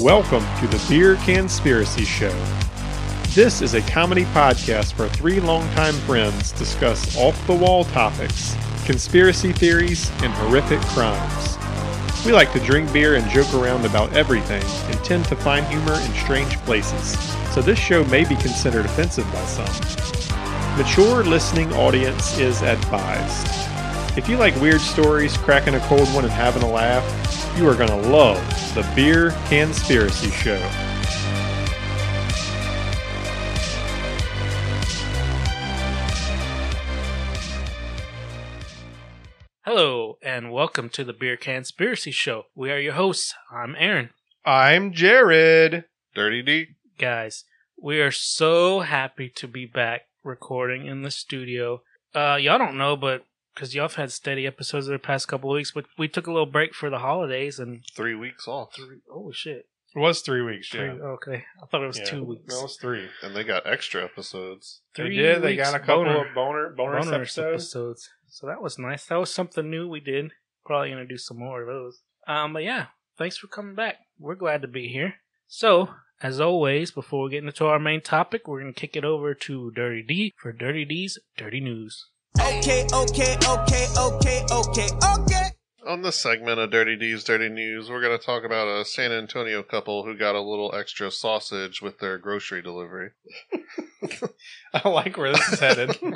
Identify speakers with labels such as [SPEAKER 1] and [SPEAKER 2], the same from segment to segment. [SPEAKER 1] Welcome to the Beer Conspiracy Show. This is a comedy podcast where three longtime friends discuss off the wall topics, conspiracy theories, and horrific crimes. We like to drink beer and joke around about everything and tend to find humor in strange places, so this show may be considered offensive by some. Mature listening audience is advised. If you like weird stories, cracking a cold one, and having a laugh, you are going to love the Beer Conspiracy Show.
[SPEAKER 2] Hello and welcome to the Beer Conspiracy Show. We are your hosts. I'm Aaron.
[SPEAKER 1] I'm Jared.
[SPEAKER 3] Dirty D.
[SPEAKER 2] Guys, we are so happy to be back recording in the studio. Uh, y'all don't know, but because y'all have had steady episodes over the past couple of weeks, but we took a little break for the holidays and
[SPEAKER 3] Three weeks off.
[SPEAKER 2] three, holy shit.
[SPEAKER 1] It was three weeks,
[SPEAKER 2] Three,
[SPEAKER 1] yeah.
[SPEAKER 2] okay. I thought it was
[SPEAKER 1] Yeah.
[SPEAKER 2] two weeks.
[SPEAKER 1] No, it was three.
[SPEAKER 3] And they got extra episodes.
[SPEAKER 2] Three
[SPEAKER 1] they did. They
[SPEAKER 2] weeks
[SPEAKER 1] got a couple
[SPEAKER 2] boner-
[SPEAKER 1] of boner, bonus,
[SPEAKER 2] bonus
[SPEAKER 1] episodes.
[SPEAKER 2] episodes. So that was nice. That was something new we did. Probably gonna do some more of those. Um, but yeah, thanks for coming back. We're glad to be here. So, as always, before we get into our main topic, we're gonna kick it over to Dirty D for Dirty D's Dirty News.
[SPEAKER 4] Okay, okay, okay, okay, okay, okay.
[SPEAKER 3] On this segment of Dirty D's Dirty News, we're going to talk about a San Antonio couple who got a little extra sausage with their grocery delivery.
[SPEAKER 1] I like where this is headed.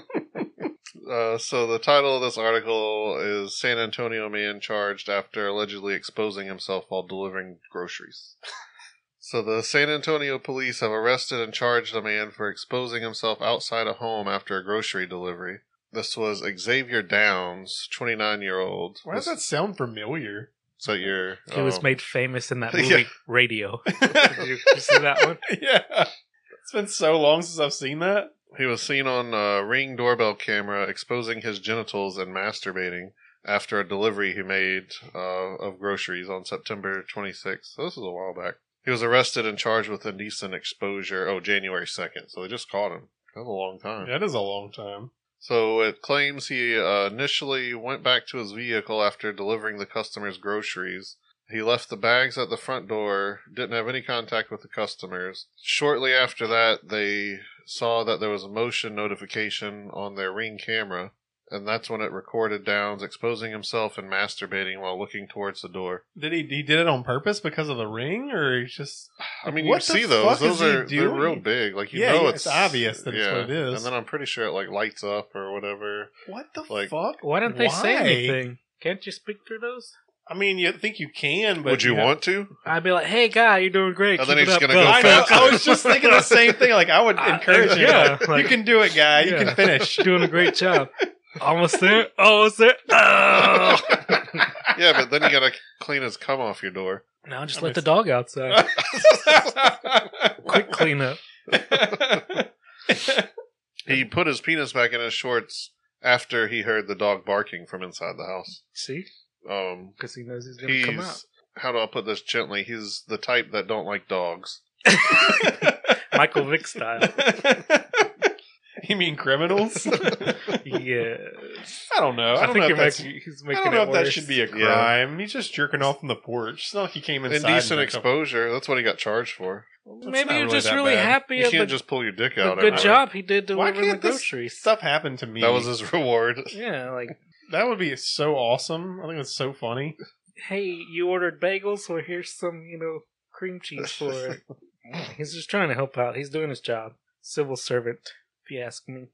[SPEAKER 3] Uh, so, the title of this article is San Antonio Man Charged After Allegedly Exposing Himself While Delivering Groceries. so, the San Antonio police have arrested and charged a man for exposing himself outside a home after a grocery delivery. This was Xavier Downs, 29 year old.
[SPEAKER 1] Why does that sound familiar?
[SPEAKER 3] So you're.
[SPEAKER 2] It was
[SPEAKER 3] oh.
[SPEAKER 2] made famous in that
[SPEAKER 3] Yeah.
[SPEAKER 2] movie Radio.
[SPEAKER 1] yeah.
[SPEAKER 2] You, you see that one?
[SPEAKER 1] It's been so long since I've seen that.
[SPEAKER 3] He was seen on a ring doorbell camera exposing his genitals and masturbating after a delivery he made uh, of groceries on September 26th. So this is a while back. He was arrested and charged with indecent exposure. Oh, January 2nd. So they just caught him. That was a long time.
[SPEAKER 1] That is a long time.
[SPEAKER 3] So it claims he uh, initially went back to his vehicle after delivering the customer's groceries. He left the bags at the front door, didn't have any contact with the customers. Shortly after that, they saw that there was a motion notification on their ring camera, and that's when it recorded Downs exposing himself and masturbating while looking towards the door.
[SPEAKER 1] Did he? He did it on purpose because of the ring, or he's just?
[SPEAKER 3] I mean,
[SPEAKER 1] What
[SPEAKER 3] you
[SPEAKER 1] the
[SPEAKER 3] see those;
[SPEAKER 1] fuck is
[SPEAKER 3] those
[SPEAKER 1] he
[SPEAKER 3] are they're
[SPEAKER 1] doing?
[SPEAKER 3] real big. Like you
[SPEAKER 1] Yeah,
[SPEAKER 3] know,
[SPEAKER 1] yeah,
[SPEAKER 3] it's,
[SPEAKER 1] it's obvious that it's what it is.
[SPEAKER 3] And then I'm pretty sure it like lights up or whatever.
[SPEAKER 1] What the
[SPEAKER 3] Like-
[SPEAKER 1] fuck?
[SPEAKER 2] Why didn't they say
[SPEAKER 1] Why?
[SPEAKER 2] anything? Can't you speak through those?
[SPEAKER 1] I mean, you think you can, but
[SPEAKER 3] Would you
[SPEAKER 1] have-
[SPEAKER 3] want to?
[SPEAKER 2] I'd be like, "Hey, guy, you're doing great.
[SPEAKER 3] And
[SPEAKER 2] Keep
[SPEAKER 3] then
[SPEAKER 2] it
[SPEAKER 3] he's
[SPEAKER 2] up,
[SPEAKER 3] gonna
[SPEAKER 2] go."
[SPEAKER 1] I know.
[SPEAKER 3] fix
[SPEAKER 1] I
[SPEAKER 3] it.
[SPEAKER 1] was just thinking the same thing. Like I would
[SPEAKER 2] I-
[SPEAKER 1] encourage him.
[SPEAKER 2] yeah,
[SPEAKER 1] like,
[SPEAKER 2] like-
[SPEAKER 1] you can do it, guy. You
[SPEAKER 2] Yeah.
[SPEAKER 1] can finish.
[SPEAKER 2] doing a great job. Almost there. Almost there. Oh.
[SPEAKER 3] yeah, but then you gotta clean his cum off your door.
[SPEAKER 2] Now just
[SPEAKER 1] That
[SPEAKER 2] let the
[SPEAKER 1] makes-
[SPEAKER 2] dog outside. Quick cleanup.
[SPEAKER 3] He put his penis back in his shorts after he heard the dog barking from inside the house.
[SPEAKER 2] See,
[SPEAKER 3] Um,
[SPEAKER 2] because he knows he's gonna come out.
[SPEAKER 3] he's how do I put this gently? He's the type that don't like dogs.
[SPEAKER 2] Michael Vick style.
[SPEAKER 1] you mean criminals?
[SPEAKER 2] Yeah,
[SPEAKER 1] I don't know. I,
[SPEAKER 2] I,
[SPEAKER 1] don't
[SPEAKER 2] think
[SPEAKER 1] know
[SPEAKER 2] you're
[SPEAKER 1] if that's-
[SPEAKER 2] making, he's
[SPEAKER 1] I
[SPEAKER 2] making.
[SPEAKER 1] don't know
[SPEAKER 2] it
[SPEAKER 1] if that
[SPEAKER 2] worse.
[SPEAKER 1] should be a
[SPEAKER 3] Yeah.
[SPEAKER 1] crime. He's just jerking off on the porch. It's not like he came inside.
[SPEAKER 3] Indecent
[SPEAKER 1] and took a-
[SPEAKER 3] exposure. That's what he got charged for.
[SPEAKER 2] Maybe
[SPEAKER 1] not
[SPEAKER 2] you're
[SPEAKER 1] really
[SPEAKER 2] just
[SPEAKER 1] that
[SPEAKER 2] really
[SPEAKER 1] bad.
[SPEAKER 2] happy
[SPEAKER 3] You
[SPEAKER 2] at the,
[SPEAKER 3] can't just pull your dick
[SPEAKER 2] the
[SPEAKER 3] out.
[SPEAKER 2] good
[SPEAKER 3] everywhere.
[SPEAKER 2] job he did
[SPEAKER 1] Why
[SPEAKER 2] delivering the
[SPEAKER 1] can't this
[SPEAKER 2] groceries.
[SPEAKER 1] stuff happen to me?
[SPEAKER 3] That was his reward.
[SPEAKER 2] Yeah, like,
[SPEAKER 1] That would be so awesome. I think that's so funny.
[SPEAKER 2] hey, you ordered bagels, well, here's some, you know, cream cheese for it. he's just trying to help out. He's doing his job. Civil servant, if you ask me.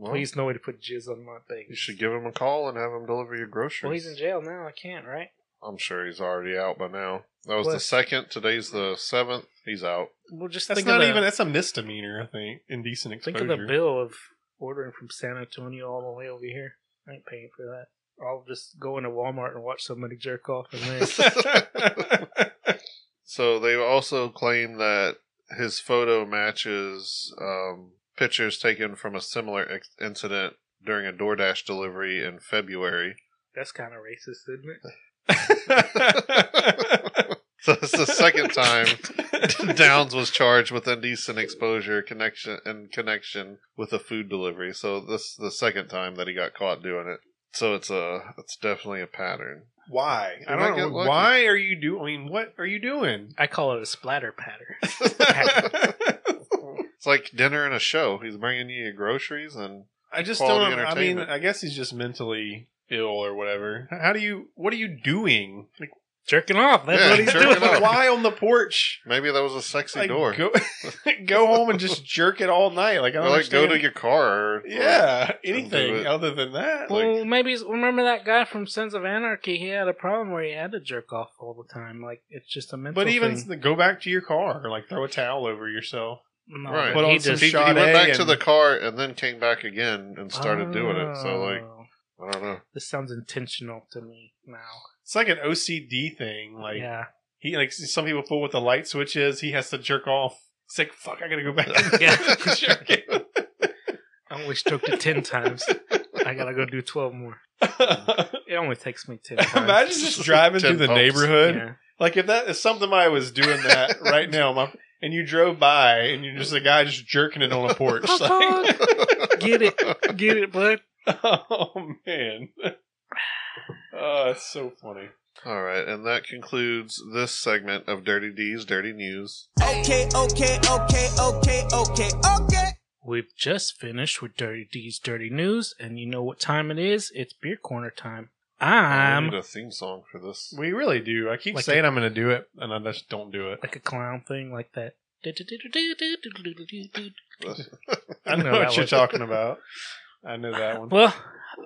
[SPEAKER 3] Well,
[SPEAKER 2] Please, no way to put jizz on my bagels.
[SPEAKER 3] you should give him a call and have him deliver your groceries.
[SPEAKER 2] Well, he's in jail now. I can't, right?
[SPEAKER 3] I'm sure he's already out by now. That was the
[SPEAKER 2] Bless.
[SPEAKER 3] second. Today's the seventh. He's out.
[SPEAKER 2] Well, just
[SPEAKER 1] That's
[SPEAKER 2] think
[SPEAKER 1] not
[SPEAKER 2] of the,
[SPEAKER 1] even. That's a misdemeanor. I think indecent
[SPEAKER 2] think
[SPEAKER 1] exposure.
[SPEAKER 2] of the bill of ordering from San Antonio all the way over here. I ain't paying for that. I'll just go into Walmart and watch somebody jerk off and then
[SPEAKER 3] So they also claim that his photo matches um, pictures taken from a similar ex- incident during a DoorDash delivery in February.
[SPEAKER 2] that's kind of racist, isn't it?
[SPEAKER 3] So it's the second time Downs was charged with indecent exposure connection in connection with a food delivery. So this is the second time that he got caught doing it. So it's a it's definitely a pattern.
[SPEAKER 1] Why? I
[SPEAKER 3] You're not
[SPEAKER 1] don't know.
[SPEAKER 3] getting lucky.
[SPEAKER 1] Why are you doing? I mean, what are you doing?
[SPEAKER 2] I call it a splatter patter.
[SPEAKER 3] It's like dinner and a show. He's bringing you your groceries and
[SPEAKER 1] I just
[SPEAKER 3] Quality
[SPEAKER 1] don't. I mean,
[SPEAKER 3] entertainment.
[SPEAKER 1] I guess he's just mentally ill or whatever. How do you? What are you doing? Like,
[SPEAKER 2] Jerking off. That's
[SPEAKER 3] Yeah,
[SPEAKER 2] what he's
[SPEAKER 3] jerking
[SPEAKER 2] doing.
[SPEAKER 3] off.
[SPEAKER 1] why on the porch?
[SPEAKER 3] maybe that was a sexy
[SPEAKER 1] Like,
[SPEAKER 3] door.
[SPEAKER 1] Go, go home and just jerk it all night. Like I
[SPEAKER 3] Or
[SPEAKER 1] don't
[SPEAKER 3] like go to
[SPEAKER 1] understand.
[SPEAKER 3] your car. Or,
[SPEAKER 1] yeah.
[SPEAKER 3] do
[SPEAKER 1] Anything
[SPEAKER 3] it.
[SPEAKER 1] other than that? Like,
[SPEAKER 2] Well, maybe it's, remember that guy from Sons of Anarchy? He had a problem where he had to jerk off all the time. Like it's just a mental.
[SPEAKER 1] but even
[SPEAKER 2] thing.
[SPEAKER 1] s- go back to your car. Or like throw a towel over yourself.
[SPEAKER 2] No,
[SPEAKER 3] Right.
[SPEAKER 2] but
[SPEAKER 1] Put
[SPEAKER 2] he
[SPEAKER 1] on some
[SPEAKER 3] He,
[SPEAKER 2] just
[SPEAKER 3] he
[SPEAKER 1] Shot
[SPEAKER 3] went
[SPEAKER 1] A
[SPEAKER 3] back to
[SPEAKER 1] and-
[SPEAKER 3] the car and then came back again and started doing it. So like
[SPEAKER 2] Oh.
[SPEAKER 1] Ah.
[SPEAKER 3] I don't know.
[SPEAKER 2] this sounds intentional to me now.
[SPEAKER 1] It's like an OCD thing. Like
[SPEAKER 2] yeah,
[SPEAKER 1] he like some people fool with the light switches. He has to jerk off. It's like fuck. I gotta go back.
[SPEAKER 2] Yeah.
[SPEAKER 1] and jerk it.
[SPEAKER 2] I only stroked it ten times. I gotta go do twelve more. It only takes me ten. Times.
[SPEAKER 1] Imagine just driving
[SPEAKER 3] Ten
[SPEAKER 1] through the
[SPEAKER 3] pumps.
[SPEAKER 1] neighborhood.
[SPEAKER 2] Yeah.
[SPEAKER 1] Like if that if something I was doing that right now, my, and you drove by and you're just a guy just jerking it on a porch. like,
[SPEAKER 2] Get it, get it, bud.
[SPEAKER 1] oh man. Oh, that's so funny.
[SPEAKER 3] All right, and that concludes this segment of Dirty D's Dirty News.
[SPEAKER 4] Okay, okay, okay, okay, okay, okay.
[SPEAKER 2] We've just finished with Dirty D's Dirty News, and you know what time it is? It's beer corner time.
[SPEAKER 3] I
[SPEAKER 1] Um,
[SPEAKER 2] I'm
[SPEAKER 3] need a theme song for this.
[SPEAKER 1] We really do. I keep
[SPEAKER 2] Like
[SPEAKER 1] saying i am I'm going to do it, and I just don't do it.
[SPEAKER 2] like a clown thing like that.
[SPEAKER 1] I know
[SPEAKER 2] know
[SPEAKER 1] what
[SPEAKER 2] that
[SPEAKER 1] you're
[SPEAKER 2] one.
[SPEAKER 1] talking about. I know that one.
[SPEAKER 2] Well,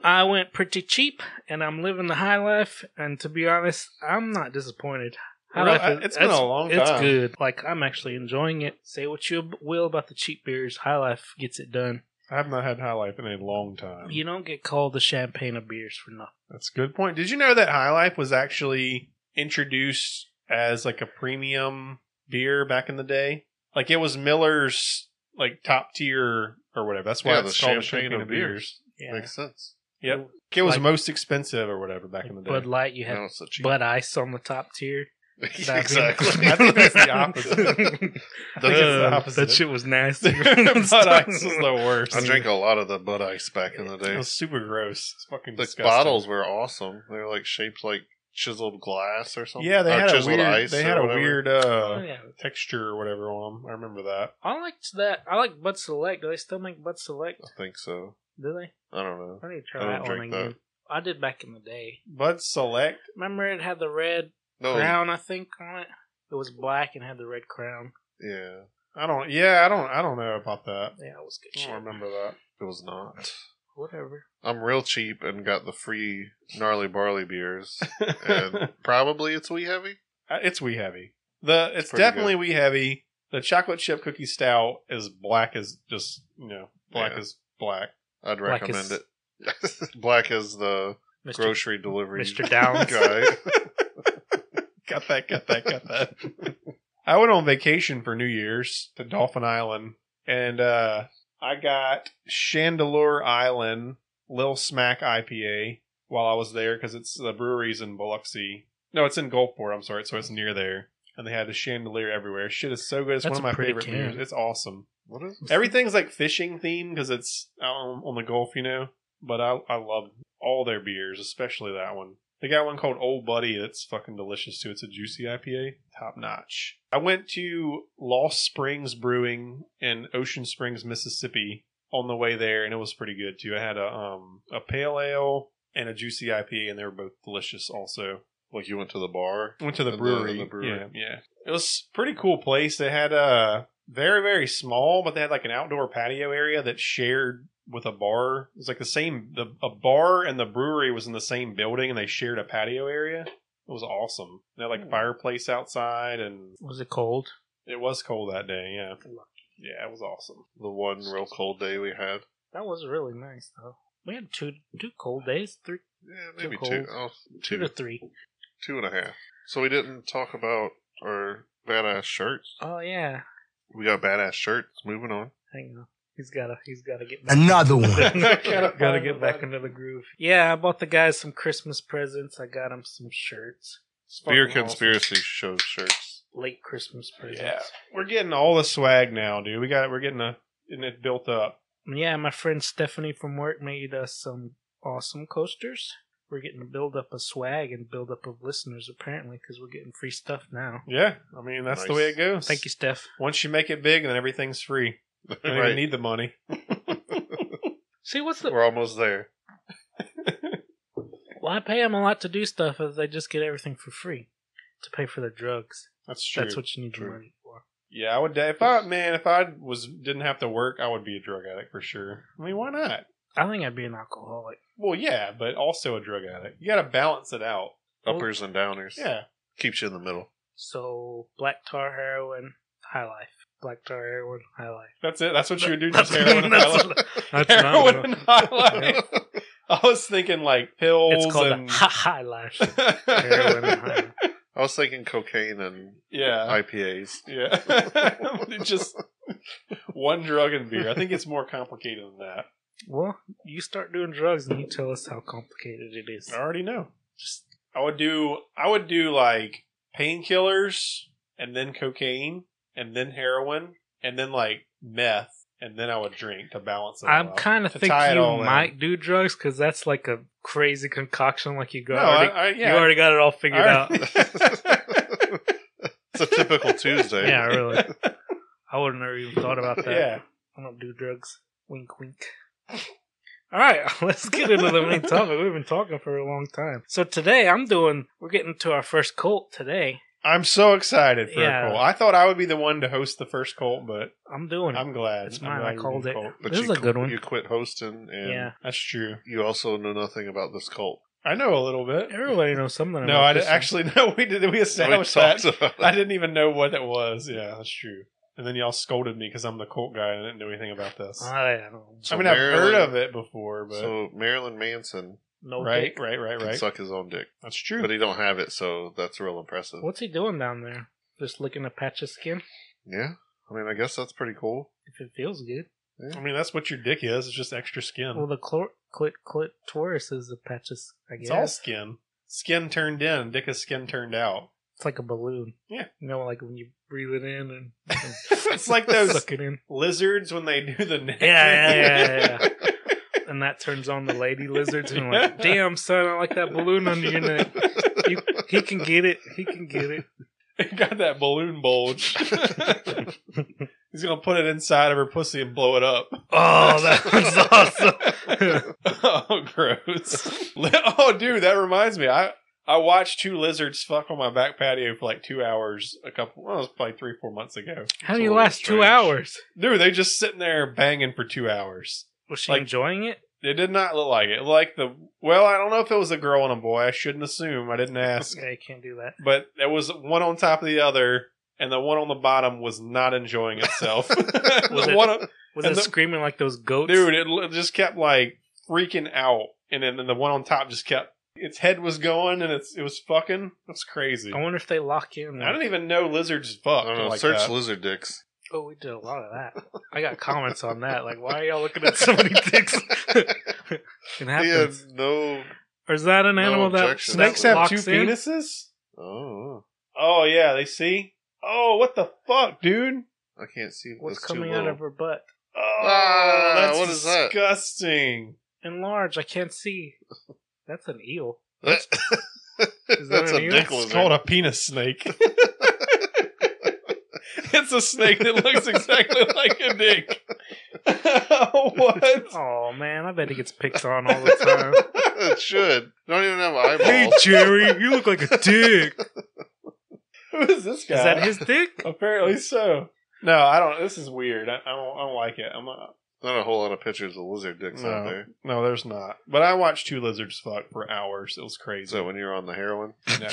[SPEAKER 2] I went pretty cheap, and I'm living the high life. And to be honest, I'm not disappointed. High
[SPEAKER 1] Really?
[SPEAKER 2] life is-
[SPEAKER 1] It's been
[SPEAKER 2] it's-
[SPEAKER 1] a long
[SPEAKER 2] It's
[SPEAKER 1] time.
[SPEAKER 2] good. Like I'm actually enjoying it. Say what you will about the cheap beers, High Life gets it done.
[SPEAKER 1] I've not had High Life in a long time.
[SPEAKER 2] You don't get called the champagne of beers for nothing.
[SPEAKER 1] That's a good point. Did you know that High Life was actually introduced as like a premium beer back in the day? Like it was Miller's like top tier or whatever. That's why
[SPEAKER 3] Yeah,
[SPEAKER 1] it's
[SPEAKER 3] the
[SPEAKER 1] called the
[SPEAKER 3] champagne of
[SPEAKER 1] champagne of beers.
[SPEAKER 2] Yeah.
[SPEAKER 3] Makes sense.
[SPEAKER 1] Yep. It was
[SPEAKER 2] Like-
[SPEAKER 1] most expensive or whatever back in the day.
[SPEAKER 2] Bud Light, you
[SPEAKER 3] Now
[SPEAKER 2] have
[SPEAKER 3] it's a cheap.
[SPEAKER 2] Bud Ice on the top tier.
[SPEAKER 3] exactly.
[SPEAKER 1] I think that's the opposite. I think it's the
[SPEAKER 2] Uh,
[SPEAKER 1] opposite.
[SPEAKER 2] That shit was nasty.
[SPEAKER 1] Bud Ice is the worst.
[SPEAKER 3] I drank a lot of the Bud Ice back in the
[SPEAKER 1] It
[SPEAKER 3] day.
[SPEAKER 1] was super gross. It's fucking
[SPEAKER 3] The
[SPEAKER 1] disgusting.
[SPEAKER 3] bottles were awesome. They were like shaped like chiseled glass or something.
[SPEAKER 1] Yeah, they
[SPEAKER 3] or
[SPEAKER 1] had a
[SPEAKER 3] chiseled
[SPEAKER 1] weird.
[SPEAKER 3] ice
[SPEAKER 1] they
[SPEAKER 3] or
[SPEAKER 1] had a
[SPEAKER 3] whatever.
[SPEAKER 1] weird
[SPEAKER 2] Oh,
[SPEAKER 1] uh,
[SPEAKER 2] yeah.
[SPEAKER 1] texture or whatever on them. I remember that.
[SPEAKER 2] I liked that. I like Bud Select. Do they still make Bud Select?
[SPEAKER 3] I think so.
[SPEAKER 2] Do they?
[SPEAKER 3] I don't know.
[SPEAKER 2] I need to
[SPEAKER 3] I
[SPEAKER 2] try
[SPEAKER 3] don't
[SPEAKER 2] that one
[SPEAKER 3] drink
[SPEAKER 2] again.
[SPEAKER 3] that.
[SPEAKER 2] I did back in the day.
[SPEAKER 1] Bud Select.
[SPEAKER 2] Remember, it had the red
[SPEAKER 1] Oh.
[SPEAKER 3] No.
[SPEAKER 2] crown, I think, on it. It was black and had the red crown.
[SPEAKER 3] Yeah,
[SPEAKER 1] I don't. Yeah, I don't. I don't know about that.
[SPEAKER 2] Yeah, it was good
[SPEAKER 1] I
[SPEAKER 2] shit.
[SPEAKER 1] don't remember that.
[SPEAKER 3] it was not.
[SPEAKER 2] Whatever.
[SPEAKER 3] I'm real cheap and got the free gnarly barley beers, and probably it's wee heavy.
[SPEAKER 1] Uh, it's wee heavy. The it's,
[SPEAKER 3] pretty
[SPEAKER 1] definitely wee heavy. The chocolate chip cookie stout is black as just you know black
[SPEAKER 3] Yeah.
[SPEAKER 1] as black.
[SPEAKER 3] I'd
[SPEAKER 2] Black is-
[SPEAKER 3] recommend it. Black is the
[SPEAKER 2] Mr.
[SPEAKER 3] grocery delivery
[SPEAKER 2] Mr. Downs.
[SPEAKER 3] guy.
[SPEAKER 1] Got that. Got that. Got that. I went on vacation for New Year's to Dolphin Island, and uh, I got Chandelure Island Lil Smack IPA while I was there because it's the breweries in Biloxi. No, it's in Gulfport. I'm sorry, so it's near there, and they had a chandelier everywhere. Shit is so good. It's
[SPEAKER 2] That's
[SPEAKER 1] one
[SPEAKER 2] a
[SPEAKER 1] of my
[SPEAKER 2] pretty
[SPEAKER 1] favorite
[SPEAKER 2] can.
[SPEAKER 1] beers. It's awesome.
[SPEAKER 3] what is
[SPEAKER 1] Everything's like fishing themed because it's out on, on the Gulf, you know. But I I love all their beers, especially that one. They got one called Old Buddy that's fucking delicious too. It's a juicy IPA, top notch. I went to Lost Springs Brewing in Ocean Springs, Mississippi, on the way there, and it was pretty good too. I had a um a pale ale and a juicy IPA, and they were both delicious. Also,
[SPEAKER 3] like you went to the bar?
[SPEAKER 1] Went to the
[SPEAKER 3] And the-
[SPEAKER 1] brewery.
[SPEAKER 3] the brewery.
[SPEAKER 1] Yeah, yeah. It was a pretty cool place. They had a very, very small, but they had like an outdoor patio area that shared with a bar. It was like the same. The a bar and the brewery was in the same building, and they shared a patio area. It was awesome. They had like a
[SPEAKER 2] Hmm.
[SPEAKER 1] fireplace outside, and
[SPEAKER 2] Was it cold?
[SPEAKER 1] it was cold that day. Yeah, yeah, it was awesome.
[SPEAKER 3] The one real cold day we had.
[SPEAKER 2] That was really nice, though. We had two two cold days, three,
[SPEAKER 3] Yeah, maybe
[SPEAKER 2] cold.
[SPEAKER 3] two. Oh,
[SPEAKER 2] two
[SPEAKER 3] two,
[SPEAKER 2] to three.
[SPEAKER 3] two and a half. So we didn't talk about our badass shirts.
[SPEAKER 2] Oh yeah,
[SPEAKER 3] We got badass shirts. Moving on.
[SPEAKER 2] hang on. He's gotta he's gotta get back.
[SPEAKER 4] Another one.
[SPEAKER 1] Gotta
[SPEAKER 2] gotta get back into the groove. Yeah, I bought the guys some Christmas presents. I got them some shirts,
[SPEAKER 1] It's fucking
[SPEAKER 3] Beer
[SPEAKER 1] awesome.
[SPEAKER 3] conspiracy show shirts.
[SPEAKER 2] late Christmas presents.
[SPEAKER 1] Yeah, we're getting all the swag now, dude. We got we're getting a getting it built up.
[SPEAKER 2] Yeah, my friend Stephanie from work made us some awesome coasters. We're getting a build up of swag and build up of listeners apparently because we're getting free stuff now.
[SPEAKER 1] Yeah, I mean that's the
[SPEAKER 3] Nice.
[SPEAKER 1] way it goes.
[SPEAKER 2] Thank you, Steph.
[SPEAKER 1] Once you make it big, then everything's free. You don't
[SPEAKER 3] Right.
[SPEAKER 1] even need the money.
[SPEAKER 2] See, what's the
[SPEAKER 3] We're almost there.
[SPEAKER 2] Well, I pay them a lot to do stuff, as they just get everything for free to pay for their drugs.
[SPEAKER 1] That's true.
[SPEAKER 2] That's what you need the
[SPEAKER 3] True.
[SPEAKER 2] money for.
[SPEAKER 1] Yeah, I would. If I man, if I was didn't have to work, I would be a drug addict for sure. I mean, why not?
[SPEAKER 2] I think I'd be an alcoholic.
[SPEAKER 1] Well, yeah, but also a drug addict. You got to balance it out.
[SPEAKER 3] Uppers and downers.
[SPEAKER 1] Yeah,
[SPEAKER 3] Keeps you in the middle.
[SPEAKER 2] So black tar heroin, high life. Black tar heroin, high life.
[SPEAKER 1] that's it. That's what you would do.
[SPEAKER 2] That's-
[SPEAKER 1] Just heroin. and
[SPEAKER 2] that's
[SPEAKER 1] highlight. Heroin and highlight. I was thinking like pills
[SPEAKER 2] It's called
[SPEAKER 1] and.
[SPEAKER 2] the high, high life. heroin and high life.
[SPEAKER 3] I was thinking cocaine and
[SPEAKER 1] yeah.
[SPEAKER 3] IPAs.
[SPEAKER 1] Yeah. It's just one drug and beer. I think it's more complicated than that.
[SPEAKER 2] Well, you start doing drugs and you tell us how complicated it is.
[SPEAKER 1] I already know. Just I would do I would do like painkillers and then cocaine and then heroin and then like meth and then I would drink to balance it. all
[SPEAKER 2] I'm
[SPEAKER 1] out,
[SPEAKER 2] kind of
[SPEAKER 1] to
[SPEAKER 2] think
[SPEAKER 1] tie it
[SPEAKER 2] you
[SPEAKER 1] all in.
[SPEAKER 2] might do drugs because that's like a crazy concoction. Like you got,
[SPEAKER 1] No,
[SPEAKER 2] already,
[SPEAKER 1] I, I, yeah,
[SPEAKER 2] you already got it all figured out.
[SPEAKER 3] It's a typical Tuesday.
[SPEAKER 2] Yeah, really. I would have never even thought about that.
[SPEAKER 1] yeah.
[SPEAKER 2] I don't do drugs. Wink, wink. All right, let's get into the main topic. We've been talking for a long time. So today I'm doing. We're getting to our first cult today.
[SPEAKER 1] I'm so excited for
[SPEAKER 2] Yeah.
[SPEAKER 1] a cult. I thought I would be the one to host the first cult, but
[SPEAKER 2] I'm doing.
[SPEAKER 1] I'm glad.
[SPEAKER 2] It's
[SPEAKER 1] I'm
[SPEAKER 2] mine.
[SPEAKER 1] glad
[SPEAKER 2] I
[SPEAKER 1] you're
[SPEAKER 2] called
[SPEAKER 1] doing
[SPEAKER 2] it.
[SPEAKER 1] cult.
[SPEAKER 2] This is a
[SPEAKER 3] you,
[SPEAKER 2] good one.
[SPEAKER 3] You quit hosting, and
[SPEAKER 2] yeah,
[SPEAKER 1] That's true.
[SPEAKER 3] you also know nothing about this cult.
[SPEAKER 1] I know a little bit.
[SPEAKER 2] everybody knows something.
[SPEAKER 1] No,
[SPEAKER 2] about
[SPEAKER 1] I
[SPEAKER 2] this
[SPEAKER 1] did, actually no. We did. We
[SPEAKER 3] We
[SPEAKER 1] established that.
[SPEAKER 3] talked about
[SPEAKER 1] I
[SPEAKER 3] it.
[SPEAKER 1] didn't even know what it was. Yeah, that's true. And then y'all scolded me because I'm the cult guy and I didn't know anything about this.
[SPEAKER 2] One. I don't know.
[SPEAKER 1] I
[SPEAKER 3] So
[SPEAKER 1] mean, I've heard
[SPEAKER 3] Marilyn-
[SPEAKER 1] of it before, but
[SPEAKER 3] So Marilyn Manson
[SPEAKER 2] No
[SPEAKER 1] right,
[SPEAKER 2] dick.
[SPEAKER 1] right, right,
[SPEAKER 3] can
[SPEAKER 1] right,
[SPEAKER 3] suck his own dick,
[SPEAKER 1] That's true.
[SPEAKER 3] but he don't have it, so that's real impressive.
[SPEAKER 2] What's he doing down there? Just licking a patch of skin.
[SPEAKER 3] Yeah, I mean, I guess that's pretty cool.
[SPEAKER 2] If it feels good.
[SPEAKER 1] I mean, that's what your dick is. It's just extra skin.
[SPEAKER 2] Well, the clor- clit clitoris is a patch of. s- I guess
[SPEAKER 1] it's all skin. Skin turned in. Dick is skin turned out.
[SPEAKER 2] It's like a balloon.
[SPEAKER 1] Yeah.
[SPEAKER 2] You know, like when you breathe it in and, and
[SPEAKER 1] it's like those
[SPEAKER 2] suck it in.
[SPEAKER 1] lizards when they do the neck.
[SPEAKER 2] Yeah, yeah, yeah, yeah. yeah. and that turns on the lady lizards and like, damn son, I like that balloon under your neck. You, he can get it. He can get it.
[SPEAKER 1] It got that balloon bulge. He's gonna put it inside of her pussy and blow it up.
[SPEAKER 2] Oh, that was awesome.
[SPEAKER 1] oh, gross. Li- oh, dude, that reminds me. I I watched two lizards fuck on my back patio for like two hours. A couple, well, it was probably three, four months ago.
[SPEAKER 2] How do
[SPEAKER 3] It's a
[SPEAKER 2] you
[SPEAKER 3] little
[SPEAKER 2] last two
[SPEAKER 3] strange.
[SPEAKER 2] hours?
[SPEAKER 1] Dude, they just sitting there banging for two hours.
[SPEAKER 2] Was she
[SPEAKER 1] Like-
[SPEAKER 2] enjoying it?
[SPEAKER 1] It did not look like it. It looked Like the well, I don't know if it was a girl and a boy. I shouldn't assume. I didn't ask.
[SPEAKER 2] Yeah, you can't do that.
[SPEAKER 1] but there was one on top of the other, and the one on the bottom was not enjoying itself. The
[SPEAKER 2] it-
[SPEAKER 1] one on-
[SPEAKER 2] Was
[SPEAKER 1] And
[SPEAKER 2] it
[SPEAKER 1] the-
[SPEAKER 2] screaming like those goats?
[SPEAKER 1] dude, it l- just kept like freaking out, and then and the one on top just kept its head was going, and it's it was fucking. That's crazy.
[SPEAKER 2] I wonder if they lock in.
[SPEAKER 1] I
[SPEAKER 2] Like,
[SPEAKER 1] don't even know lizards
[SPEAKER 3] I
[SPEAKER 1] fuck.
[SPEAKER 3] don't know.
[SPEAKER 1] like
[SPEAKER 3] search
[SPEAKER 1] that.
[SPEAKER 3] lizard dicks.
[SPEAKER 2] oh, we did a lot of that. I got comments on that. Like, why are y'all looking at so many dicks? it
[SPEAKER 3] He
[SPEAKER 2] happens.
[SPEAKER 3] had no.
[SPEAKER 2] Or is that an
[SPEAKER 3] No
[SPEAKER 2] animal that
[SPEAKER 3] objection.
[SPEAKER 1] Snakes
[SPEAKER 2] that
[SPEAKER 1] have
[SPEAKER 2] locks
[SPEAKER 1] two
[SPEAKER 2] in?
[SPEAKER 1] penises.
[SPEAKER 3] Oh,
[SPEAKER 1] Oh yeah, they see. Oh, what the fuck, dude?
[SPEAKER 3] I can't see
[SPEAKER 2] What's
[SPEAKER 3] that's too
[SPEAKER 2] coming out
[SPEAKER 3] low.
[SPEAKER 2] of her butt?
[SPEAKER 1] Oh,
[SPEAKER 3] Ah,
[SPEAKER 1] that's
[SPEAKER 3] what is that?
[SPEAKER 1] disgusting.
[SPEAKER 2] Enlarge. I can't see. That's an eel. Is that
[SPEAKER 3] that's
[SPEAKER 2] an
[SPEAKER 3] a
[SPEAKER 2] eel?
[SPEAKER 3] dick
[SPEAKER 1] It's
[SPEAKER 3] lizard.
[SPEAKER 1] called a penis snake. it's a snake that looks exactly like a dick. what?
[SPEAKER 2] Oh man, I bet he gets picked on all the time.
[SPEAKER 3] it should. Don't even have eyeballs.
[SPEAKER 2] Jerry, you look like a dick.
[SPEAKER 1] Who is this guy?
[SPEAKER 2] Is that his dick?
[SPEAKER 1] Apparently so. No, I don't. This is weird. I, I don't. I don't like it. I'm not.
[SPEAKER 3] Not a whole lot of pictures of lizard dicks out
[SPEAKER 1] No.
[SPEAKER 3] there.
[SPEAKER 1] No, there's not. But I watched two lizards fuck for hours. It was crazy.
[SPEAKER 3] So when you're on the heroin,
[SPEAKER 1] No.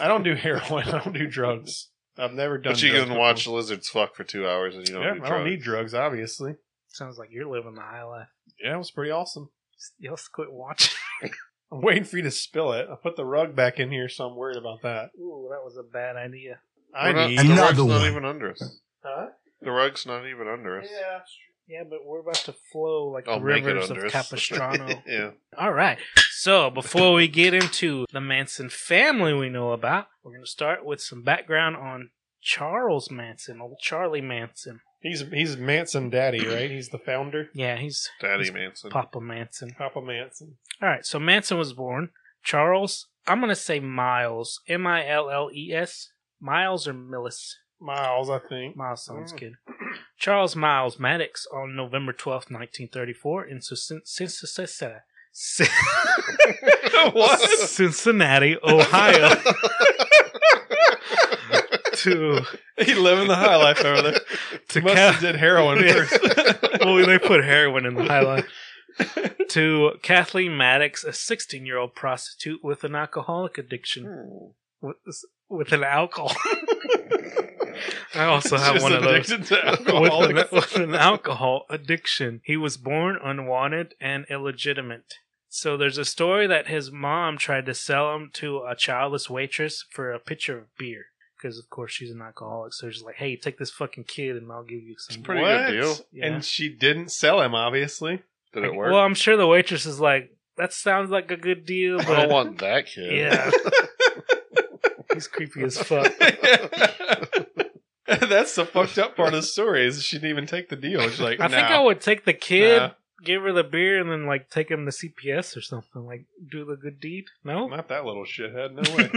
[SPEAKER 1] I don't do heroin. I don't do drugs. I've never done.
[SPEAKER 3] but you
[SPEAKER 1] drugs
[SPEAKER 3] can
[SPEAKER 1] before.
[SPEAKER 3] watch lizards fuck for two hours and you don't
[SPEAKER 1] yeah,
[SPEAKER 3] do
[SPEAKER 1] I
[SPEAKER 3] drugs.
[SPEAKER 1] don't need drugs, obviously.
[SPEAKER 2] Sounds like you're living the high life.
[SPEAKER 1] Yeah, it was pretty awesome.
[SPEAKER 2] Y'all quit watching.
[SPEAKER 1] I'm waiting for you to spill it. I put the rug back in here, so I'm worried about that.
[SPEAKER 2] Ooh, that was a bad idea.
[SPEAKER 1] I
[SPEAKER 3] We're not-
[SPEAKER 1] need.
[SPEAKER 3] the
[SPEAKER 4] Another
[SPEAKER 3] rug's not
[SPEAKER 4] one.
[SPEAKER 3] even under us.
[SPEAKER 2] Huh?
[SPEAKER 3] The rug's not even under us.
[SPEAKER 1] Yeah.
[SPEAKER 2] Yeah, but we're about to flow like
[SPEAKER 3] I'll
[SPEAKER 2] the
[SPEAKER 3] make it
[SPEAKER 2] rivers of
[SPEAKER 3] under us.
[SPEAKER 2] Capistrano.
[SPEAKER 3] yeah.
[SPEAKER 2] All right. So before we get into the Manson family we know about, we're going to start with some background on Charles Manson, old Charlie Manson.
[SPEAKER 1] He's he's Manson Daddy, right? He's the founder,
[SPEAKER 2] Yeah, he's
[SPEAKER 3] Daddy
[SPEAKER 2] He's
[SPEAKER 3] Manson.
[SPEAKER 2] Papa Manson.
[SPEAKER 1] Papa Manson.
[SPEAKER 2] All right, so Manson was born. Charles, I'm going to say Miles. M I L L E S. Miles or Millis?
[SPEAKER 1] Miles, I think.
[SPEAKER 2] Miles sounds
[SPEAKER 1] Mm.
[SPEAKER 2] good. Charles Miles Maddox on November 12th, 1934, in Cin- Cin- Cin- Cin- Cin- Cincinnati, Ohio, to,
[SPEAKER 1] He living the high life over there.
[SPEAKER 2] to
[SPEAKER 1] Must
[SPEAKER 2] Ca-
[SPEAKER 1] have did heroin
[SPEAKER 2] Yeah.
[SPEAKER 1] first.
[SPEAKER 2] well, they put heroin in the highlight. to Kathleen Maddox, a 16 year old prostitute with an alcoholic addiction. With, with an alcohol. I also have
[SPEAKER 1] Just
[SPEAKER 2] one of those.
[SPEAKER 1] addicted to
[SPEAKER 2] With
[SPEAKER 1] alcohol.
[SPEAKER 2] an, with an alcohol addiction. He was born unwanted and illegitimate. So there's a story that his mom tried to sell him to a childless waitress for a pitcher of beer. Because, of course, she's an alcoholic. So she's like, hey, take this fucking kid and I'll give you some.
[SPEAKER 3] pretty good deal.
[SPEAKER 2] Yeah.
[SPEAKER 1] And she didn't sell him, obviously.
[SPEAKER 3] Did it work?
[SPEAKER 2] Well, I'm sure the waitress is like, that sounds like a good deal,
[SPEAKER 3] I don't
[SPEAKER 2] but
[SPEAKER 3] want that kid.
[SPEAKER 2] yeah, he's creepy as fuck.
[SPEAKER 1] That's the fucked up part of the story is she didn't even take the deal. She's like,
[SPEAKER 2] I think
[SPEAKER 1] "Nah,
[SPEAKER 2] I would take the kid,
[SPEAKER 1] nah,
[SPEAKER 2] give her the beer, and then like take him to CPS or something. Like do the good deed. No,
[SPEAKER 1] not that little shithead. No way.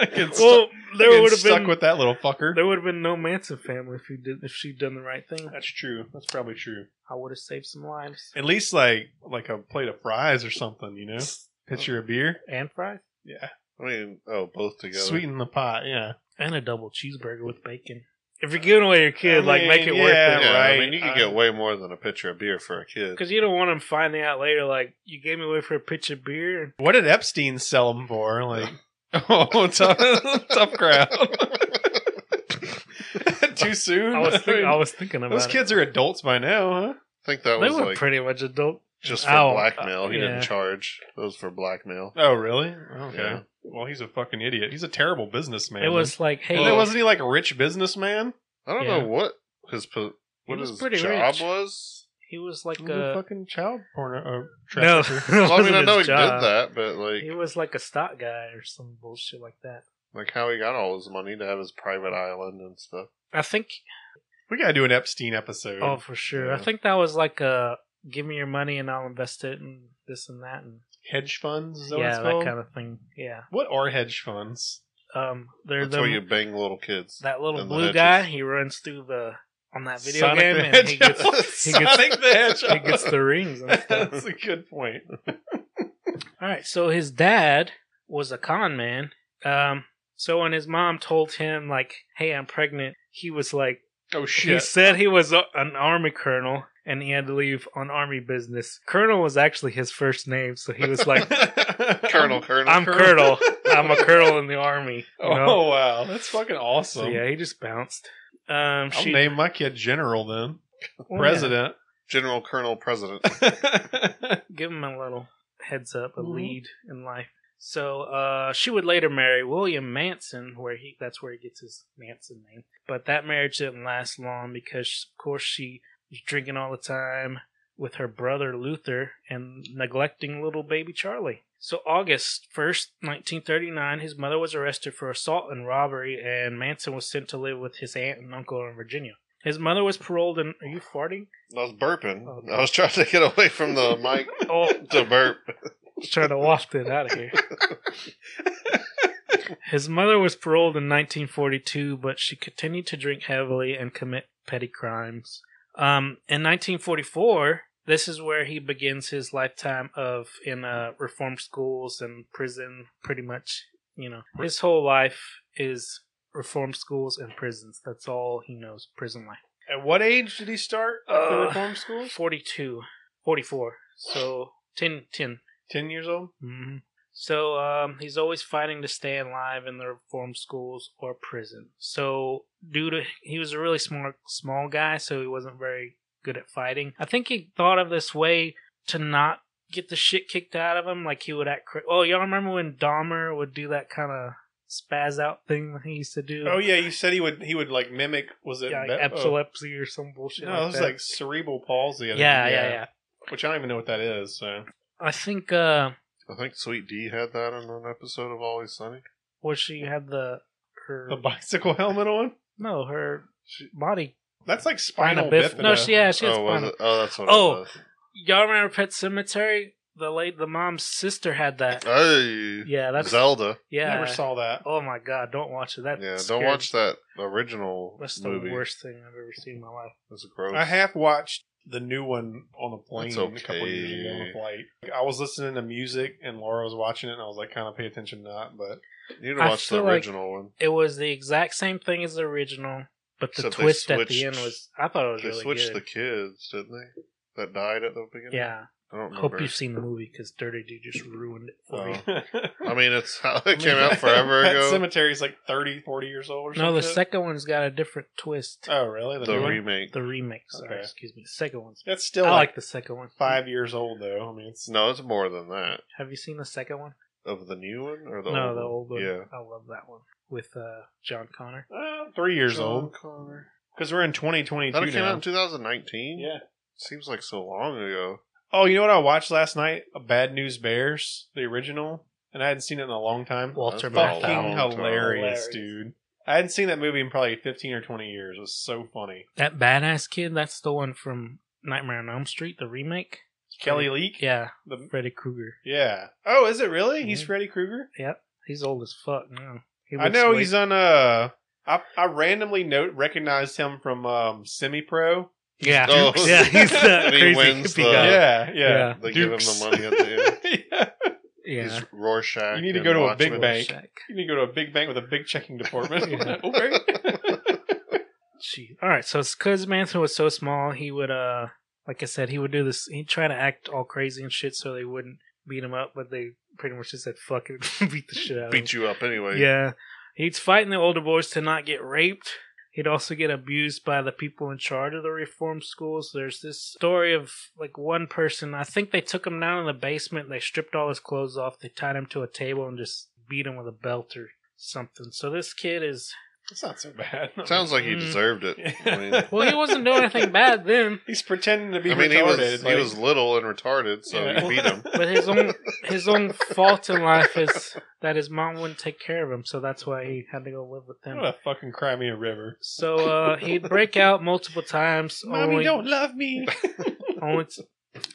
[SPEAKER 1] I get stuck-
[SPEAKER 2] well,
[SPEAKER 1] I
[SPEAKER 2] there
[SPEAKER 1] get
[SPEAKER 2] would have
[SPEAKER 1] stuck
[SPEAKER 2] been
[SPEAKER 1] with that little fucker.
[SPEAKER 2] there would have been no Manson family if he did if she'd done the right thing.
[SPEAKER 1] That's true. That's probably true.
[SPEAKER 2] I would have saved some lives
[SPEAKER 1] At least like like a plate of fries or something, you know. Pitcher of beer.
[SPEAKER 2] and fries
[SPEAKER 1] Yeah.
[SPEAKER 3] I mean, oh, both together.
[SPEAKER 1] Sweeten the pot. Yeah.
[SPEAKER 2] and a double cheeseburger with bacon. If you're giving away your kid,
[SPEAKER 1] I
[SPEAKER 2] like make
[SPEAKER 1] mean,
[SPEAKER 2] it worth
[SPEAKER 1] yeah,
[SPEAKER 2] it.
[SPEAKER 3] Yeah,
[SPEAKER 1] right.
[SPEAKER 3] I mean, you could
[SPEAKER 1] I-
[SPEAKER 3] get way more than a pitcher of beer for a kid.
[SPEAKER 2] Because you don't want him finding out later, like you gave me away for a pitch of beer.
[SPEAKER 1] What did Epstein sell them for? Like, oh, tough, tough crowd. Too soon.
[SPEAKER 2] I was thinking,
[SPEAKER 1] mean,
[SPEAKER 2] I was thinking about
[SPEAKER 1] those
[SPEAKER 2] it.
[SPEAKER 1] kids are adults by now, huh?
[SPEAKER 3] I think that
[SPEAKER 2] They
[SPEAKER 3] was
[SPEAKER 2] were
[SPEAKER 3] like
[SPEAKER 2] pretty much adult.
[SPEAKER 3] just for
[SPEAKER 2] Oh,
[SPEAKER 3] blackmail. He
[SPEAKER 2] yeah.
[SPEAKER 3] didn't charge. That was for blackmail.
[SPEAKER 1] Oh, really? Okay.
[SPEAKER 3] Yeah.
[SPEAKER 1] Well, he's a fucking idiot. He's a terrible businessman.
[SPEAKER 2] It was like, hey,
[SPEAKER 1] Hey,
[SPEAKER 3] Well,
[SPEAKER 1] wasn't he like a rich businessman?
[SPEAKER 3] I don't
[SPEAKER 2] Yeah.
[SPEAKER 3] know what his po- what
[SPEAKER 2] was
[SPEAKER 3] his
[SPEAKER 2] pretty
[SPEAKER 3] job
[SPEAKER 2] rich.
[SPEAKER 3] was.
[SPEAKER 2] he was like
[SPEAKER 1] He was a
[SPEAKER 2] a
[SPEAKER 1] fucking child porno uh,
[SPEAKER 2] no.
[SPEAKER 1] trafficker.
[SPEAKER 3] Well, I mean, I know he
[SPEAKER 2] job.
[SPEAKER 3] did that, but like,
[SPEAKER 2] He was like a stock guy or some bullshit like that.
[SPEAKER 3] like how he got all his money to have his private island and stuff.
[SPEAKER 2] I think.
[SPEAKER 1] We gotta do an Epstein episode.
[SPEAKER 2] Oh, for sure. I
[SPEAKER 3] Yeah.
[SPEAKER 2] think that was like a give me your money and I'll invest it and this and that and
[SPEAKER 1] hedge funds. Is that what
[SPEAKER 2] yeah,
[SPEAKER 1] it's
[SPEAKER 2] that
[SPEAKER 1] called?
[SPEAKER 2] kind of thing. Yeah.
[SPEAKER 1] What are hedge funds?
[SPEAKER 2] Um, they're
[SPEAKER 3] That's
[SPEAKER 2] them,
[SPEAKER 3] where you bang little kids.
[SPEAKER 2] that little
[SPEAKER 3] and the
[SPEAKER 2] blue
[SPEAKER 3] hedges.
[SPEAKER 2] guy. He runs through the on that video
[SPEAKER 1] Sonic
[SPEAKER 2] game
[SPEAKER 1] the
[SPEAKER 2] and he
[SPEAKER 1] Hedgehog.
[SPEAKER 2] gets he gets-
[SPEAKER 1] Sonic the Hedgehog.
[SPEAKER 2] he gets the rings and stuff.
[SPEAKER 1] That's a good point.
[SPEAKER 2] All right, so his dad was a con man. Um, so when his mom told him like, "Hey, I'm pregnant," he was like,
[SPEAKER 1] Oh
[SPEAKER 2] he said he was a, an army colonel and he had to leave on army business. Colonel was actually his first name, so he was like,
[SPEAKER 3] Colonel, Colonel.
[SPEAKER 2] "I'm Colonel. I'm a colonel in the army." You
[SPEAKER 1] Oh
[SPEAKER 2] know?
[SPEAKER 1] wow, that's fucking awesome.
[SPEAKER 2] so yeah, he just bounced. Um,
[SPEAKER 1] I'll
[SPEAKER 2] she
[SPEAKER 1] name my kid General then,
[SPEAKER 2] well, yeah,
[SPEAKER 1] President.
[SPEAKER 3] General Colonel President.
[SPEAKER 2] give him a little heads up, a
[SPEAKER 1] Mhm.
[SPEAKER 2] lead in life. So uh, she would later marry William Manson, where he that's where he gets his Manson name. But that marriage didn't last long because, of course, she was drinking all the time with her brother Luther and neglecting little baby Charlie. So August first, nineteen thirty nine, his mother was arrested for assault and robbery, and Manson was sent to live with his aunt and uncle in Virginia. His mother was paroled, and are you farting?
[SPEAKER 3] I was burping.
[SPEAKER 2] Oh,
[SPEAKER 3] I was trying to get away from the mic
[SPEAKER 2] Oh,
[SPEAKER 3] to burp.
[SPEAKER 2] Just trying to waft it out of here. His mother was paroled in 1942, but she continued to drink heavily and commit petty crimes. Um, in 1944, this is where he begins his lifetime of in uh, reform schools and prison. Pretty much, you know, his whole life is reform schools and prisons. That's all he knows. Prison life.
[SPEAKER 1] At what age did he start the
[SPEAKER 2] Uh,
[SPEAKER 1] reform school?
[SPEAKER 2] 42, 44. So 10, 10
[SPEAKER 1] Ten years old.
[SPEAKER 2] hmm So um, he's always fighting to stay alive in the reform schools or prison. So due to he was a really small small guy, so he wasn't very good at fighting. I think he thought of this way to not get the shit kicked out of him. Like he would act. Cra- oh, y'all remember when Dahmer would do that kind of spaz out thing that he used to do?
[SPEAKER 1] Oh yeah, you said he would. He would like mimic. Was it
[SPEAKER 2] Yeah, like
[SPEAKER 1] Be- oh.
[SPEAKER 2] epilepsy or some bullshit.
[SPEAKER 1] No,
[SPEAKER 2] like
[SPEAKER 1] it was
[SPEAKER 2] that.
[SPEAKER 1] like cerebral palsy. I think.
[SPEAKER 2] yeah, yeah, yeah.
[SPEAKER 1] Which I don't even know what that is. So
[SPEAKER 2] I think uh,
[SPEAKER 3] I think Sweet D had that in an episode of Always Sunny.
[SPEAKER 2] was she had the her
[SPEAKER 1] the bicycle helmet on.
[SPEAKER 2] no her body
[SPEAKER 1] That's like spinal
[SPEAKER 2] Bif-
[SPEAKER 1] bifida.
[SPEAKER 2] No, she yeah, she has
[SPEAKER 3] oh, was
[SPEAKER 2] spinal.
[SPEAKER 3] it? oh, that's what
[SPEAKER 2] Oh.
[SPEAKER 3] it was.
[SPEAKER 2] Y'all remember Pet Cemetery? The late the mom's sister had that.
[SPEAKER 3] Oh, Hey,
[SPEAKER 2] Yeah, that's
[SPEAKER 3] Zelda.
[SPEAKER 2] yeah.
[SPEAKER 1] Never saw that.
[SPEAKER 2] Oh my god, don't watch it. That
[SPEAKER 3] Yeah,
[SPEAKER 2] scared-
[SPEAKER 3] don't watch that original
[SPEAKER 2] That's the
[SPEAKER 3] movie.
[SPEAKER 2] worst thing I've ever seen in my life.
[SPEAKER 3] It's gross.
[SPEAKER 1] I have watched the new one on the plane
[SPEAKER 3] It's
[SPEAKER 1] a couple of years ago on
[SPEAKER 3] okay.
[SPEAKER 1] the flight. I was listening to music and Laura was watching it, and I was like, kind of pay attention to that. But
[SPEAKER 3] You need to
[SPEAKER 2] I
[SPEAKER 3] watch the
[SPEAKER 2] feel like-
[SPEAKER 3] original one.
[SPEAKER 2] It was the exact same thing as the original, but the
[SPEAKER 3] Except they
[SPEAKER 2] twist at the
[SPEAKER 3] switched-
[SPEAKER 2] end was I thought it was
[SPEAKER 3] They
[SPEAKER 2] really
[SPEAKER 3] switched
[SPEAKER 2] good.
[SPEAKER 3] the kids, didn't they? That died at the beginning.
[SPEAKER 2] yeah,
[SPEAKER 3] I don't remember.
[SPEAKER 2] hope you've seen the movie because Dirty Dude just ruined it for me.
[SPEAKER 3] Oh. I mean, it's how it came out forever
[SPEAKER 1] that
[SPEAKER 3] ago.
[SPEAKER 1] Cemetery is like 30, 40 years old or something.
[SPEAKER 2] No, the second one's got a different twist.
[SPEAKER 1] Oh, really? The,
[SPEAKER 3] the
[SPEAKER 1] new one?
[SPEAKER 3] remake.
[SPEAKER 2] The remix, sorry,
[SPEAKER 1] Okay.
[SPEAKER 2] excuse me. The second one's.
[SPEAKER 1] That's still
[SPEAKER 2] I
[SPEAKER 1] like,
[SPEAKER 2] like the second one.
[SPEAKER 1] five years old, though. I mean, it's
[SPEAKER 3] No, it's more than that.
[SPEAKER 2] Have you seen the second one?
[SPEAKER 3] Of the new one or the
[SPEAKER 2] no,
[SPEAKER 3] old
[SPEAKER 2] the
[SPEAKER 3] one?
[SPEAKER 2] old one.
[SPEAKER 3] Yeah.
[SPEAKER 2] I love that one with uh, John Connor.
[SPEAKER 1] uh, three years old because we're in 2022
[SPEAKER 3] That came
[SPEAKER 1] now.
[SPEAKER 3] out in 2019.
[SPEAKER 1] yeah.
[SPEAKER 3] seems like so long ago.
[SPEAKER 1] Oh, you know what I watched last night? Bad News Bears, the original, and I hadn't seen it in a long time.
[SPEAKER 2] Walter
[SPEAKER 3] That's been a
[SPEAKER 2] Matthau.
[SPEAKER 1] fucking
[SPEAKER 3] long time.
[SPEAKER 1] hilarious,
[SPEAKER 2] Hilarious.
[SPEAKER 1] dude. I hadn't seen that movie in probably 15 or 20 years. It was so funny.
[SPEAKER 2] That badass kid. That's the one from Nightmare on Elm Street, the remake.
[SPEAKER 1] Kelly Leak?
[SPEAKER 2] Yeah,
[SPEAKER 1] The-
[SPEAKER 2] Freddy Krueger.
[SPEAKER 1] yeah. Oh, is it really? He's
[SPEAKER 2] Mhm.
[SPEAKER 1] Freddy Krueger?
[SPEAKER 2] Yep, he's old as fuck now. He
[SPEAKER 1] I
[SPEAKER 2] looks
[SPEAKER 1] know
[SPEAKER 2] way-
[SPEAKER 1] he's on uh I, I randomly note recognized him from um Semi Pro.
[SPEAKER 2] Yeah,
[SPEAKER 3] Oh.
[SPEAKER 2] yeah, he's the
[SPEAKER 3] And he
[SPEAKER 2] crazy
[SPEAKER 3] wins
[SPEAKER 2] hippie
[SPEAKER 3] the-
[SPEAKER 2] guy. Yeah,
[SPEAKER 1] yeah, yeah.
[SPEAKER 2] Yeah.
[SPEAKER 3] They give him
[SPEAKER 1] Dukes.
[SPEAKER 3] the money at the end.
[SPEAKER 1] yeah.
[SPEAKER 3] He's Rorschach.
[SPEAKER 1] You need to
[SPEAKER 3] and
[SPEAKER 1] go to a
[SPEAKER 3] Watchmen.
[SPEAKER 1] big bank. You need to go to a big bank with a big checking department.
[SPEAKER 2] Yeah.
[SPEAKER 1] okay.
[SPEAKER 2] Jeez. All right, so because Manson was so small, he would, uh, like I said, he would do this. He'd try to act all crazy and shit so they wouldn't beat him up, but they pretty much just said, fuck it, beat the shit out
[SPEAKER 3] Beat
[SPEAKER 2] of
[SPEAKER 3] you up
[SPEAKER 2] him.
[SPEAKER 3] anyway.
[SPEAKER 2] Yeah. He'd fighting the older boys to not get raped. He'd also get abused by the people in charge of the reform schools. There's this story of like one person. I think they took him down in the basement. They stripped all his clothes off. They tied him to a table and just beat him with a belt or something. So this kid is
[SPEAKER 1] That's not so bad.
[SPEAKER 3] Sounds like he
[SPEAKER 2] Mm.
[SPEAKER 3] deserved it. I mean,
[SPEAKER 2] well. He wasn't doing anything bad then.
[SPEAKER 1] He's pretending to be
[SPEAKER 3] I mean,
[SPEAKER 1] retarded.
[SPEAKER 3] he was
[SPEAKER 1] like-
[SPEAKER 3] he was little and retarded, so
[SPEAKER 1] Yeah.
[SPEAKER 3] you beat him.
[SPEAKER 2] but his own his own fault in life is that his mom wouldn't take care of him, so that's why he had to go live with
[SPEAKER 1] What
[SPEAKER 2] them.
[SPEAKER 1] a fucking Crimea river.
[SPEAKER 2] So uh, he'd break out multiple times. only,
[SPEAKER 1] love me.
[SPEAKER 2] Only t-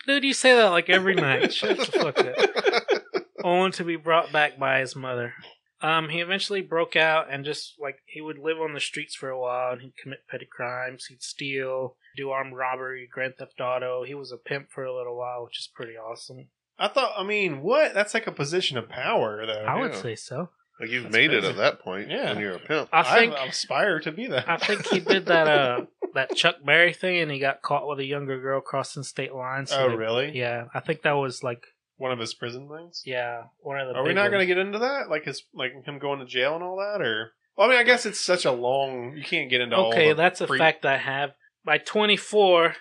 [SPEAKER 2] Dude, you say that like every night. Shut the fuck up. Only to be brought back by his mother. Um, he eventually broke out and just like he would live on the streets for a while and he'd commit petty crimes. He'd steal, do armed robbery, grand theft auto. He was a pimp for a little while, which is pretty awesome.
[SPEAKER 1] I thought. I mean, what? That's like a position of power, though.
[SPEAKER 2] I would
[SPEAKER 3] yeah.
[SPEAKER 2] say so.
[SPEAKER 3] Like you've
[SPEAKER 1] That's
[SPEAKER 3] made it
[SPEAKER 1] crazy.
[SPEAKER 3] at that point.
[SPEAKER 1] Yeah.
[SPEAKER 3] when you're a pimp.
[SPEAKER 2] I think
[SPEAKER 1] aspire to be that.
[SPEAKER 2] I think he did that uh that Chuck Berry thing, and he got caught with a younger girl crossing state lines. so
[SPEAKER 1] oh,
[SPEAKER 2] they-
[SPEAKER 1] really?
[SPEAKER 2] Yeah, I think that was like
[SPEAKER 1] One of his prison things.
[SPEAKER 2] yeah one of the.
[SPEAKER 1] Are we
[SPEAKER 2] big
[SPEAKER 1] not going
[SPEAKER 2] ones.
[SPEAKER 1] to get into that? Like his, like him going to jail and all that, or? Well, I mean, I guess it's such a long. You can't get into all.
[SPEAKER 2] Okay,
[SPEAKER 1] the
[SPEAKER 2] that's a
[SPEAKER 1] freak-
[SPEAKER 2] fact I have. By 24,
[SPEAKER 3] It's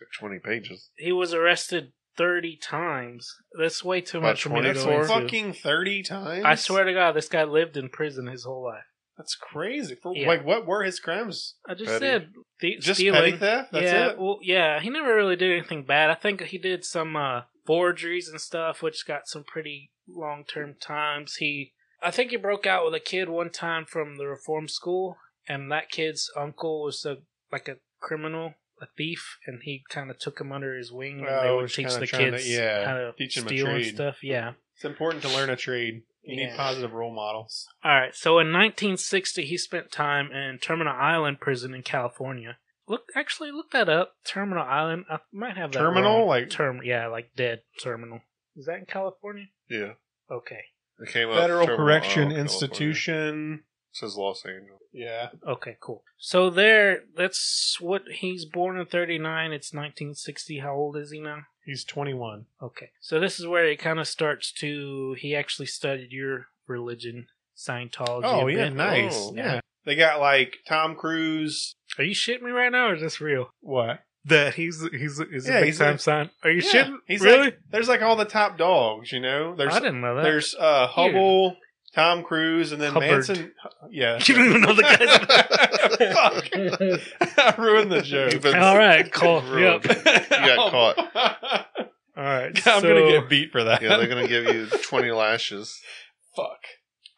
[SPEAKER 3] like Twenty pages.
[SPEAKER 2] he was arrested 30 times. That's way too
[SPEAKER 3] By
[SPEAKER 2] much for me to
[SPEAKER 1] That's
[SPEAKER 2] go
[SPEAKER 3] 24?
[SPEAKER 2] into.
[SPEAKER 1] fucking thirty times.
[SPEAKER 2] I swear to God, this guy lived in prison his whole life.
[SPEAKER 1] That's crazy. For
[SPEAKER 2] Yeah.
[SPEAKER 1] like, what were his crimes?
[SPEAKER 2] I just
[SPEAKER 3] Petty.
[SPEAKER 2] said the,
[SPEAKER 1] Just petty
[SPEAKER 2] stealing.
[SPEAKER 1] theft. That's
[SPEAKER 2] yeah,
[SPEAKER 1] it.
[SPEAKER 2] well, yeah, he never really did anything bad. I think he did some uh, forgeries and stuff, which got some pretty long term times. He, I think he broke out with a kid one time from the reform school, and that kid's uncle was a like a criminal, a thief, and he kind of took him under his wing, and they
[SPEAKER 1] Oh,
[SPEAKER 2] would
[SPEAKER 1] was
[SPEAKER 2] teach
[SPEAKER 1] kinda
[SPEAKER 2] the
[SPEAKER 1] trying to-
[SPEAKER 2] kids
[SPEAKER 1] yeah,
[SPEAKER 2] how to
[SPEAKER 1] teach 'em a
[SPEAKER 2] steal and
[SPEAKER 1] trade.
[SPEAKER 2] stuff. Yeah.
[SPEAKER 1] It's important to learn a trade. You need
[SPEAKER 2] Yeah.
[SPEAKER 1] positive role models.
[SPEAKER 2] All right. So in 1960, he spent time in Terminal Island prison in California. Look, actually, look that up. Terminal Island. I might have that
[SPEAKER 1] Terminal?
[SPEAKER 2] wrong.
[SPEAKER 1] Like-
[SPEAKER 2] term. Yeah, like dead terminal. Is that in California?
[SPEAKER 3] Yeah,
[SPEAKER 2] Okay.
[SPEAKER 3] it came up. oh,
[SPEAKER 1] Federal
[SPEAKER 3] Terminal
[SPEAKER 1] Correction
[SPEAKER 3] Isle, California.
[SPEAKER 1] Institution.
[SPEAKER 3] It says Los Angeles.
[SPEAKER 1] Yeah.
[SPEAKER 2] Okay. Cool. So there. That's what he's born in 39. It's 1960. How old is he now?
[SPEAKER 1] He's 21.
[SPEAKER 2] Okay. So this is where it kind of starts to. He actually studied your religion, Scientology.
[SPEAKER 1] Oh,
[SPEAKER 2] a
[SPEAKER 1] yeah,
[SPEAKER 2] bit.
[SPEAKER 1] nice.
[SPEAKER 3] Oh.
[SPEAKER 1] yeah. They got like Tom Cruise.
[SPEAKER 2] Are you shitting me right now, or is this real?
[SPEAKER 1] What?
[SPEAKER 2] That he's he's he's
[SPEAKER 1] a Yeah, big he's a- time
[SPEAKER 2] sign. Are you
[SPEAKER 1] Yeah,
[SPEAKER 2] shitting?
[SPEAKER 1] he's
[SPEAKER 2] really?
[SPEAKER 1] like- There's like all the top dogs, you know? There's
[SPEAKER 2] I didn't know that.
[SPEAKER 1] there's uh Hubble, Tom Cruise, and then
[SPEAKER 2] Hubbard.
[SPEAKER 1] Manson. Yeah.
[SPEAKER 2] You don't even know the
[SPEAKER 1] Fuck.
[SPEAKER 2] guy's.
[SPEAKER 1] I ruined the joke.
[SPEAKER 3] You've been-
[SPEAKER 2] All right, cool.
[SPEAKER 3] Ruined.
[SPEAKER 2] Yep.
[SPEAKER 1] Oh.
[SPEAKER 3] caught.
[SPEAKER 2] All right. so,
[SPEAKER 1] I'm gonna get beat for that.
[SPEAKER 3] Yeah, they're gonna give you twenty lashes.
[SPEAKER 1] Fuck.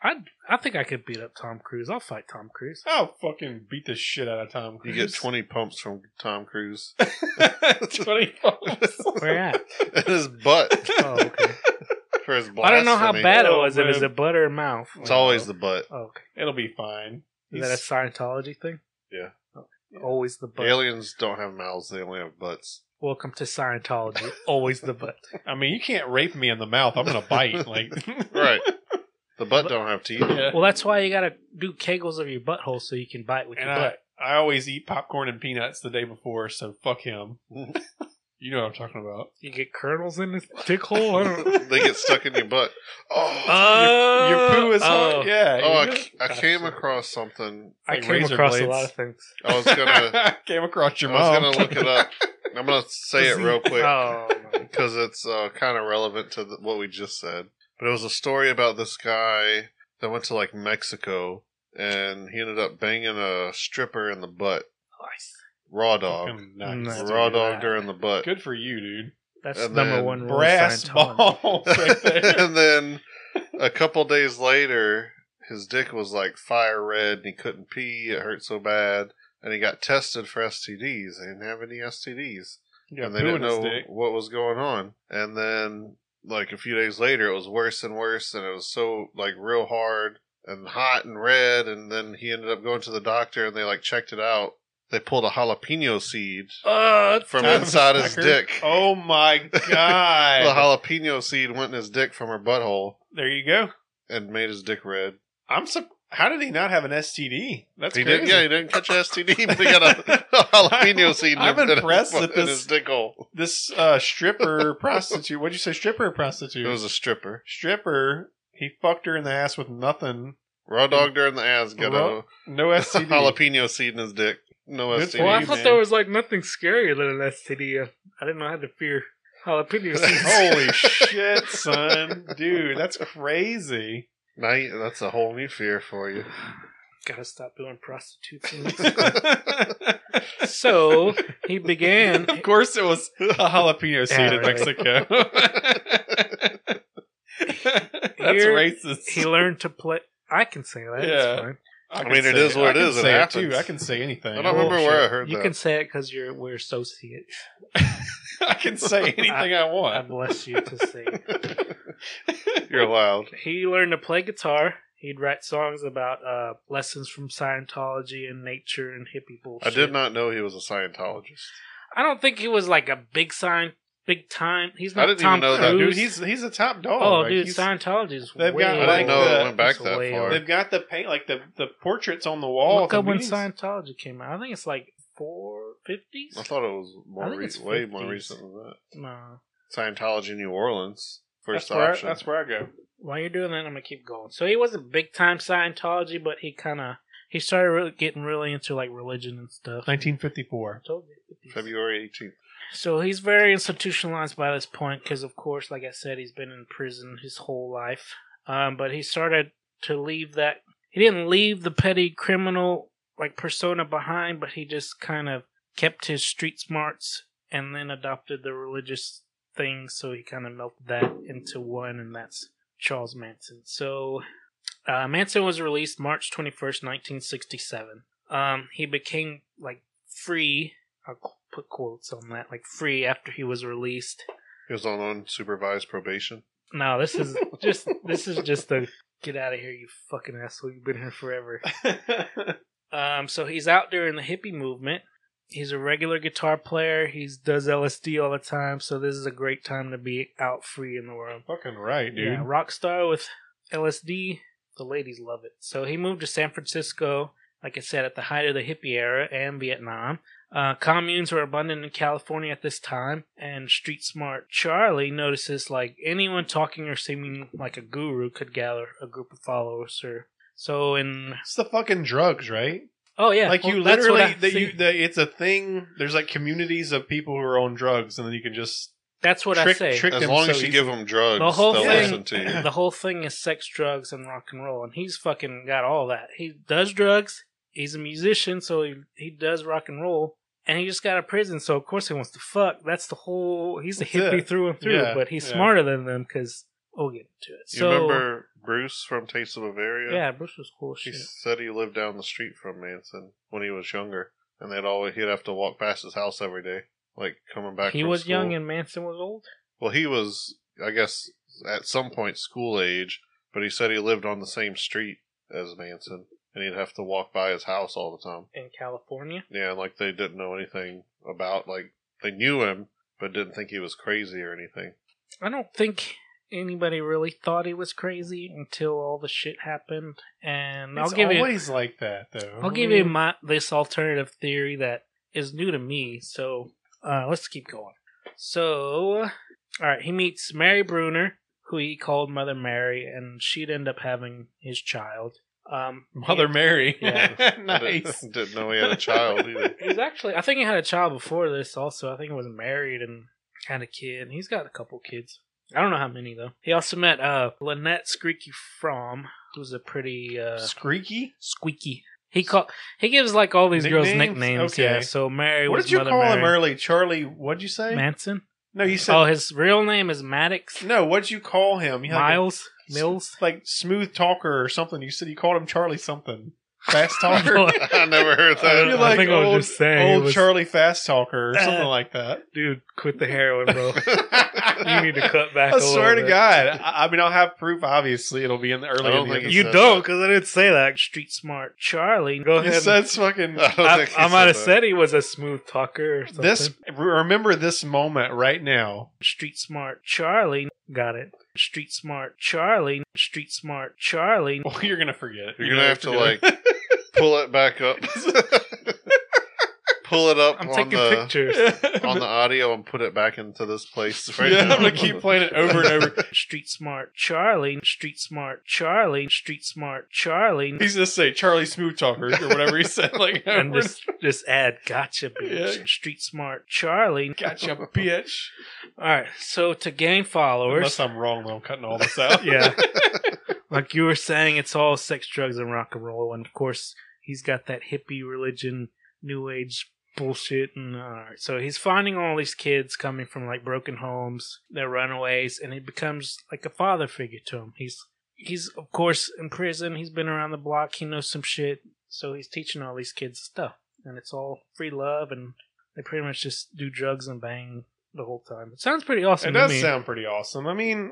[SPEAKER 2] I I think I could beat up Tom Cruise. I'll fight Tom Cruise.
[SPEAKER 1] I'll fucking beat the shit out of Tom
[SPEAKER 3] You
[SPEAKER 1] Cruise.
[SPEAKER 3] get 20 pumps from Tom Cruise
[SPEAKER 1] 20 phones.
[SPEAKER 2] Where at?
[SPEAKER 3] in his butt
[SPEAKER 2] Oh, okay.
[SPEAKER 3] for his
[SPEAKER 2] I don't know how
[SPEAKER 3] blasphemy.
[SPEAKER 2] bad it
[SPEAKER 1] Oh,
[SPEAKER 2] was. If it's
[SPEAKER 1] man.
[SPEAKER 2] a butt or a mouth.
[SPEAKER 3] It's always the butt.
[SPEAKER 2] Oh, okay.
[SPEAKER 1] It'll be fine.
[SPEAKER 2] Is that a
[SPEAKER 1] He's-
[SPEAKER 2] Scientology thing?
[SPEAKER 3] Yeah.
[SPEAKER 2] Oh, Always the butt.
[SPEAKER 3] Aliens don't have mouths, they only have butts.
[SPEAKER 2] Welcome to Scientology. Always the butt.
[SPEAKER 1] I mean, you can't rape me in the mouth. I'm gonna bite. Like,
[SPEAKER 3] Right. The butt don't have teeth.
[SPEAKER 1] Yeah.
[SPEAKER 2] Well, that's why you gotta do kegels of your butthole so you can bite with
[SPEAKER 1] and
[SPEAKER 2] your
[SPEAKER 1] I,
[SPEAKER 2] butt.
[SPEAKER 1] I always eat popcorn and peanuts the day before, so fuck him. you know what I'm talking about.
[SPEAKER 2] You get kernels in this dick hole. I don't.
[SPEAKER 3] they get stuck in your butt. Oh,
[SPEAKER 1] Uh,
[SPEAKER 2] Oh,
[SPEAKER 1] your poo is
[SPEAKER 2] oh.
[SPEAKER 1] hard. Yeah.
[SPEAKER 3] oh
[SPEAKER 1] you know?
[SPEAKER 3] I, I came across something.
[SPEAKER 2] I
[SPEAKER 1] Like
[SPEAKER 2] came
[SPEAKER 1] razor
[SPEAKER 2] across a
[SPEAKER 1] blades.
[SPEAKER 2] lot of Oh, things.
[SPEAKER 3] I was gonna,
[SPEAKER 1] came across
[SPEAKER 3] I
[SPEAKER 1] your
[SPEAKER 3] was
[SPEAKER 1] mom.
[SPEAKER 3] gonna look it up. I'm gonna say it real quick.
[SPEAKER 2] Oh, my.
[SPEAKER 3] because it's uh, kind of relevant to the, what we just said. But it was a story about this guy that went to like Mexico and he ended up banging a stripper in the butt,
[SPEAKER 2] Nice.
[SPEAKER 3] raw dog,
[SPEAKER 1] Oh, Fucking nice,
[SPEAKER 2] Nice.
[SPEAKER 1] dude.
[SPEAKER 3] raw
[SPEAKER 2] dude.
[SPEAKER 3] dog during the butt,
[SPEAKER 1] Good for you, dude.
[SPEAKER 2] That's
[SPEAKER 3] And
[SPEAKER 2] number
[SPEAKER 3] then
[SPEAKER 2] one rule of
[SPEAKER 1] Brass
[SPEAKER 2] Scientology.
[SPEAKER 1] balls right there.
[SPEAKER 3] and then a couple days later, his dick was like fire red and he couldn't pee. It hurt so bad. And he got tested for STDs. They didn't have any STDs.
[SPEAKER 1] yeah,
[SPEAKER 3] and they
[SPEAKER 1] poo
[SPEAKER 3] didn't
[SPEAKER 1] in his
[SPEAKER 3] know
[SPEAKER 1] dick.
[SPEAKER 3] what was going on. And then, like a few days later, it was worse and worse, and it was so like real hard and hot and red. And then he ended up going to the doctor, and they like checked it out. They pulled a jalapeno seed
[SPEAKER 1] Uh,
[SPEAKER 3] from
[SPEAKER 1] Tom
[SPEAKER 3] inside his
[SPEAKER 1] Snicker.
[SPEAKER 3] dick.
[SPEAKER 1] Oh my
[SPEAKER 3] The
[SPEAKER 1] god!
[SPEAKER 3] jalapeno seed went in his dick from her butthole
[SPEAKER 1] there you go.
[SPEAKER 3] and made his dick red.
[SPEAKER 1] I'm so. How did he not have an STD? That's
[SPEAKER 3] he
[SPEAKER 1] crazy.
[SPEAKER 3] didn't. Yeah, he didn't catch a STD, but he got a, a jalapeno seed.
[SPEAKER 1] I'm
[SPEAKER 3] in- in his
[SPEAKER 1] impressed
[SPEAKER 3] butt-
[SPEAKER 1] that
[SPEAKER 3] in
[SPEAKER 1] this-
[SPEAKER 3] his dick hole.
[SPEAKER 1] This uh, stripper prostitute. What'd you say? Stripper or prostitute?
[SPEAKER 3] It was a stripper.
[SPEAKER 1] stripper. He fucked her in the ass with nothing.
[SPEAKER 3] Raw dog during the ass got
[SPEAKER 1] Raw-
[SPEAKER 3] a
[SPEAKER 1] No
[SPEAKER 3] STD.
[SPEAKER 1] STD.
[SPEAKER 3] jalapeno seed in his dick. No
[SPEAKER 1] Good
[SPEAKER 3] STD.
[SPEAKER 2] Well, I
[SPEAKER 1] you,
[SPEAKER 2] thought
[SPEAKER 1] man.
[SPEAKER 2] there was like nothing scarier than an STD. I didn't know how to fear Oh. jalapeno seeds.
[SPEAKER 1] Holy shit, son, dude, that's crazy.
[SPEAKER 3] Now you, that's a whole new fear for you.
[SPEAKER 2] Gotta stop doing prostitution.
[SPEAKER 1] of
[SPEAKER 2] so he began.
[SPEAKER 1] course, it was a jalapeno seed
[SPEAKER 2] Yeah,
[SPEAKER 1] in
[SPEAKER 2] right.
[SPEAKER 1] Mexico. that's
[SPEAKER 2] Here-
[SPEAKER 1] racist.
[SPEAKER 2] He learned to play. I can say that.
[SPEAKER 1] Yeah.
[SPEAKER 2] It's fine.
[SPEAKER 3] I
[SPEAKER 1] can
[SPEAKER 3] mean, it
[SPEAKER 1] say
[SPEAKER 3] is what
[SPEAKER 1] I
[SPEAKER 3] it
[SPEAKER 1] can
[SPEAKER 3] is, it
[SPEAKER 1] say
[SPEAKER 3] happens.
[SPEAKER 1] too. I can say anything.
[SPEAKER 3] I don't remember where I heard
[SPEAKER 2] You
[SPEAKER 3] that.
[SPEAKER 2] can say it because you're we're associates.
[SPEAKER 1] I can say anything I
[SPEAKER 2] I
[SPEAKER 1] want.
[SPEAKER 2] bless you to say.
[SPEAKER 3] You're loud.
[SPEAKER 2] he learned to play guitar. He'd write songs about uh, lessons from Scientology and nature and hippie bullshit.
[SPEAKER 3] I did not know he was a Scientologist.
[SPEAKER 2] I don't think he was like a big sign, big time. He's not
[SPEAKER 3] I didn't
[SPEAKER 2] Tom
[SPEAKER 3] even know that.
[SPEAKER 2] Cruise.
[SPEAKER 1] Dude, he's he's a top dog.
[SPEAKER 2] oh,
[SPEAKER 1] Like,
[SPEAKER 2] dude,
[SPEAKER 1] he's-
[SPEAKER 2] Scientology's
[SPEAKER 1] they've
[SPEAKER 2] way.
[SPEAKER 3] I
[SPEAKER 1] got,
[SPEAKER 3] didn't
[SPEAKER 1] like,
[SPEAKER 3] know
[SPEAKER 1] the-
[SPEAKER 3] it went back
[SPEAKER 2] it's
[SPEAKER 3] that
[SPEAKER 2] way
[SPEAKER 3] far.
[SPEAKER 2] over.
[SPEAKER 1] They've got the paint, like the the portraits on the wall.
[SPEAKER 2] Look
[SPEAKER 1] at the
[SPEAKER 2] up when
[SPEAKER 1] meetings.
[SPEAKER 2] Scientology came out. I think it's like four fifties.
[SPEAKER 3] I thought it was
[SPEAKER 2] I
[SPEAKER 3] more
[SPEAKER 2] think
[SPEAKER 3] re-
[SPEAKER 2] it's
[SPEAKER 3] way more
[SPEAKER 2] 50s.
[SPEAKER 3] recent than that.
[SPEAKER 2] No.
[SPEAKER 3] Scientology, New Orleans, first
[SPEAKER 1] That's where, I,
[SPEAKER 3] option.
[SPEAKER 1] that's where I go.
[SPEAKER 2] While you're doing that, I'm gonna keep going. So he wasn't big time Scientology, but he kind of he started really getting really into like religion and stuff.
[SPEAKER 1] 1954.
[SPEAKER 2] I told you, 50s.
[SPEAKER 3] February 18th.
[SPEAKER 2] So he's very institutionalized by this point because, of course, like I said, he's been in prison his whole life. Um, but he started to leave that. He didn't leave the petty criminal like persona behind, but he just kind of kept his street smarts and then adopted the religious thing. So he kind of melted that into one, and that's Charles Manson. So uh, Manson was released March twenty first, nineteen sixty seven. Um, he became like free I'll qu- put quotes on that, like free after he was released.
[SPEAKER 3] He was on unsupervised probation.
[SPEAKER 2] No, this is just this is just a get out of here, you fucking asshole. You've been here forever. Um, so he's out there in the hippie movement. He's a regular guitar player. He does LSD all the time, so this is a great time to be out free in the world.
[SPEAKER 1] Fucking right, dude.
[SPEAKER 2] Yeah, rock star with LSD. The ladies love it. So he moved to San Francisco, like I said, at the height of the hippie era and Vietnam. Uh, communes were abundant in California at this time, and street smart Charlie notices like anyone talking or seeming like a guru could gather a group of followers. Or so in
[SPEAKER 1] It's the fucking drugs, right?
[SPEAKER 2] oh yeah,
[SPEAKER 1] like you
[SPEAKER 2] well, that's what
[SPEAKER 1] literally,
[SPEAKER 2] I
[SPEAKER 1] that you,
[SPEAKER 2] think-
[SPEAKER 1] that it's a thing. There's like communities of people who are on drugs, and then you can just
[SPEAKER 2] that's what
[SPEAKER 1] trick,
[SPEAKER 2] I say.
[SPEAKER 1] trick
[SPEAKER 3] As
[SPEAKER 1] them
[SPEAKER 3] long
[SPEAKER 1] so
[SPEAKER 3] as you
[SPEAKER 1] easy.
[SPEAKER 3] give them drugs,
[SPEAKER 2] The whole
[SPEAKER 3] they'll
[SPEAKER 1] thing-
[SPEAKER 3] listen to you.
[SPEAKER 2] the whole thing is sex, drugs, and rock and roll, and he's fucking got all that. He does drugs. He's a musician, so he he does rock and roll, and he just got out of prison, so of course he wants to fuck. That's the whole. He's a
[SPEAKER 1] That's
[SPEAKER 2] hippie
[SPEAKER 1] it.
[SPEAKER 2] through and through,
[SPEAKER 1] Yeah,
[SPEAKER 2] but he's
[SPEAKER 1] yeah.
[SPEAKER 2] smarter than them because we'll get into it.
[SPEAKER 3] You
[SPEAKER 2] So
[SPEAKER 3] remember Bruce from Taste of Bavaria.
[SPEAKER 2] Yeah, Bruce was cool as
[SPEAKER 3] He
[SPEAKER 2] shit.
[SPEAKER 3] said he lived down the street from Manson when he was younger, and they'd always he'd have to walk past his house every day, like coming back.
[SPEAKER 2] He
[SPEAKER 3] from
[SPEAKER 2] was
[SPEAKER 3] school.
[SPEAKER 2] young and Manson was old.
[SPEAKER 3] well, he was, I guess, at some point school age, but he said he lived on the same street as Manson, and he'd have to walk by his house all the time.
[SPEAKER 2] in California.
[SPEAKER 3] Yeah, and, like they didn't know anything about, like they knew him, but didn't think he was crazy or anything.
[SPEAKER 2] I don't think anybody really thought he was crazy until all the shit happened. And
[SPEAKER 1] it's
[SPEAKER 2] I'll give you
[SPEAKER 1] always like that, though.
[SPEAKER 2] I'll give you my this alternative theory that is new to me. So uh, let's keep going. So, all right, he meets Mary Bruner, who he called Mother Mary, and she'd end up having his child. Um,
[SPEAKER 1] Mother Mary.
[SPEAKER 2] Yeah.
[SPEAKER 1] nice.
[SPEAKER 3] Didn't, didn't know he had a child either.
[SPEAKER 2] He's actually, I think he had a child before this also. I think he was married and had a kid. He's got a couple kids. I don't know how many though. He also met uh Lynette Squeaky Fromm, who's a pretty uh
[SPEAKER 1] Screaky.
[SPEAKER 2] squeaky. He call he gives like all these girls
[SPEAKER 1] Nicknames?
[SPEAKER 2] nicknames.
[SPEAKER 1] Okay.
[SPEAKER 2] Yeah. So Mary
[SPEAKER 1] What
[SPEAKER 2] was
[SPEAKER 1] did you
[SPEAKER 2] Mother
[SPEAKER 1] call him
[SPEAKER 2] Mary.
[SPEAKER 1] early? Charlie? What'd you say?
[SPEAKER 2] Manson.
[SPEAKER 1] No, you said
[SPEAKER 2] Oh, his real name is Maddox
[SPEAKER 1] no. What'd you call him? You had, like, a-
[SPEAKER 2] Miles Mills.
[SPEAKER 1] like smooth talker or something. You said you called him Charlie something. Fast talker.
[SPEAKER 2] Boy,
[SPEAKER 3] I never heard
[SPEAKER 1] You're
[SPEAKER 2] I
[SPEAKER 3] that.
[SPEAKER 1] like
[SPEAKER 2] think I was
[SPEAKER 1] old,
[SPEAKER 2] just saying it
[SPEAKER 1] old
[SPEAKER 2] was-
[SPEAKER 1] Charlie fast talker or something
[SPEAKER 2] Uh,
[SPEAKER 1] like that.
[SPEAKER 2] Dude, quit the heroin, bro. you need to cut back.
[SPEAKER 1] I
[SPEAKER 2] a
[SPEAKER 1] swear
[SPEAKER 2] little
[SPEAKER 1] to
[SPEAKER 2] bit.
[SPEAKER 1] God. I, I mean, I'll have proof. Obviously, it'll be in the early.
[SPEAKER 3] I don't
[SPEAKER 1] in the
[SPEAKER 3] think
[SPEAKER 1] end.
[SPEAKER 3] he
[SPEAKER 2] You
[SPEAKER 3] said
[SPEAKER 2] don't,
[SPEAKER 3] that.
[SPEAKER 2] because I didn't say that. Street smart Charlie. Go
[SPEAKER 1] You
[SPEAKER 2] ahead.
[SPEAKER 1] said fucking.
[SPEAKER 3] I, don't
[SPEAKER 2] I,
[SPEAKER 3] think he
[SPEAKER 2] I might have
[SPEAKER 3] that.
[SPEAKER 2] said he was a smooth talker or something.
[SPEAKER 1] This remember this moment right now.
[SPEAKER 2] street smart Charlie got it. Street smart Charlie. Street smart Charlie.
[SPEAKER 1] Well, you're gonna forget. it.
[SPEAKER 3] You're gonna have to,
[SPEAKER 1] forget
[SPEAKER 3] pull it back up. pull it up
[SPEAKER 2] I'm
[SPEAKER 3] on
[SPEAKER 2] taking
[SPEAKER 3] the
[SPEAKER 2] pictures.
[SPEAKER 1] it.
[SPEAKER 3] on the audio and put it back into this place right
[SPEAKER 1] yeah,
[SPEAKER 3] now.
[SPEAKER 1] I'm gonna keep playing it over and over.
[SPEAKER 2] Street smart Charlie. Street smart Charlie. Street smart Charlie.
[SPEAKER 1] He's just say Charlie Smooth Talker or whatever he said. Like,
[SPEAKER 2] And
[SPEAKER 1] over
[SPEAKER 2] just just add gotcha bitch.
[SPEAKER 1] Yeah.
[SPEAKER 2] Street smart Charlie.
[SPEAKER 1] gotcha, bitch.
[SPEAKER 2] All right. So to gain followers,
[SPEAKER 1] Unless I'm wrong, though, I'm cutting all this out.
[SPEAKER 2] yeah. like you were saying, it's all sex, drugs, and rock and roll. And of course, he's got that hippie religion, new age bullshit. And all right. So he's finding all these kids coming from like broken homes, they're runaways, and he becomes like a father figure to him. He's, he's of course, in prison. He's been around the block. He knows some shit. So he's teaching all these kids stuff. And it's all free love. And they pretty much just do drugs and bang the whole time. It sounds pretty awesome.
[SPEAKER 1] It
[SPEAKER 2] to
[SPEAKER 1] does
[SPEAKER 2] me.
[SPEAKER 1] sound pretty awesome. I mean,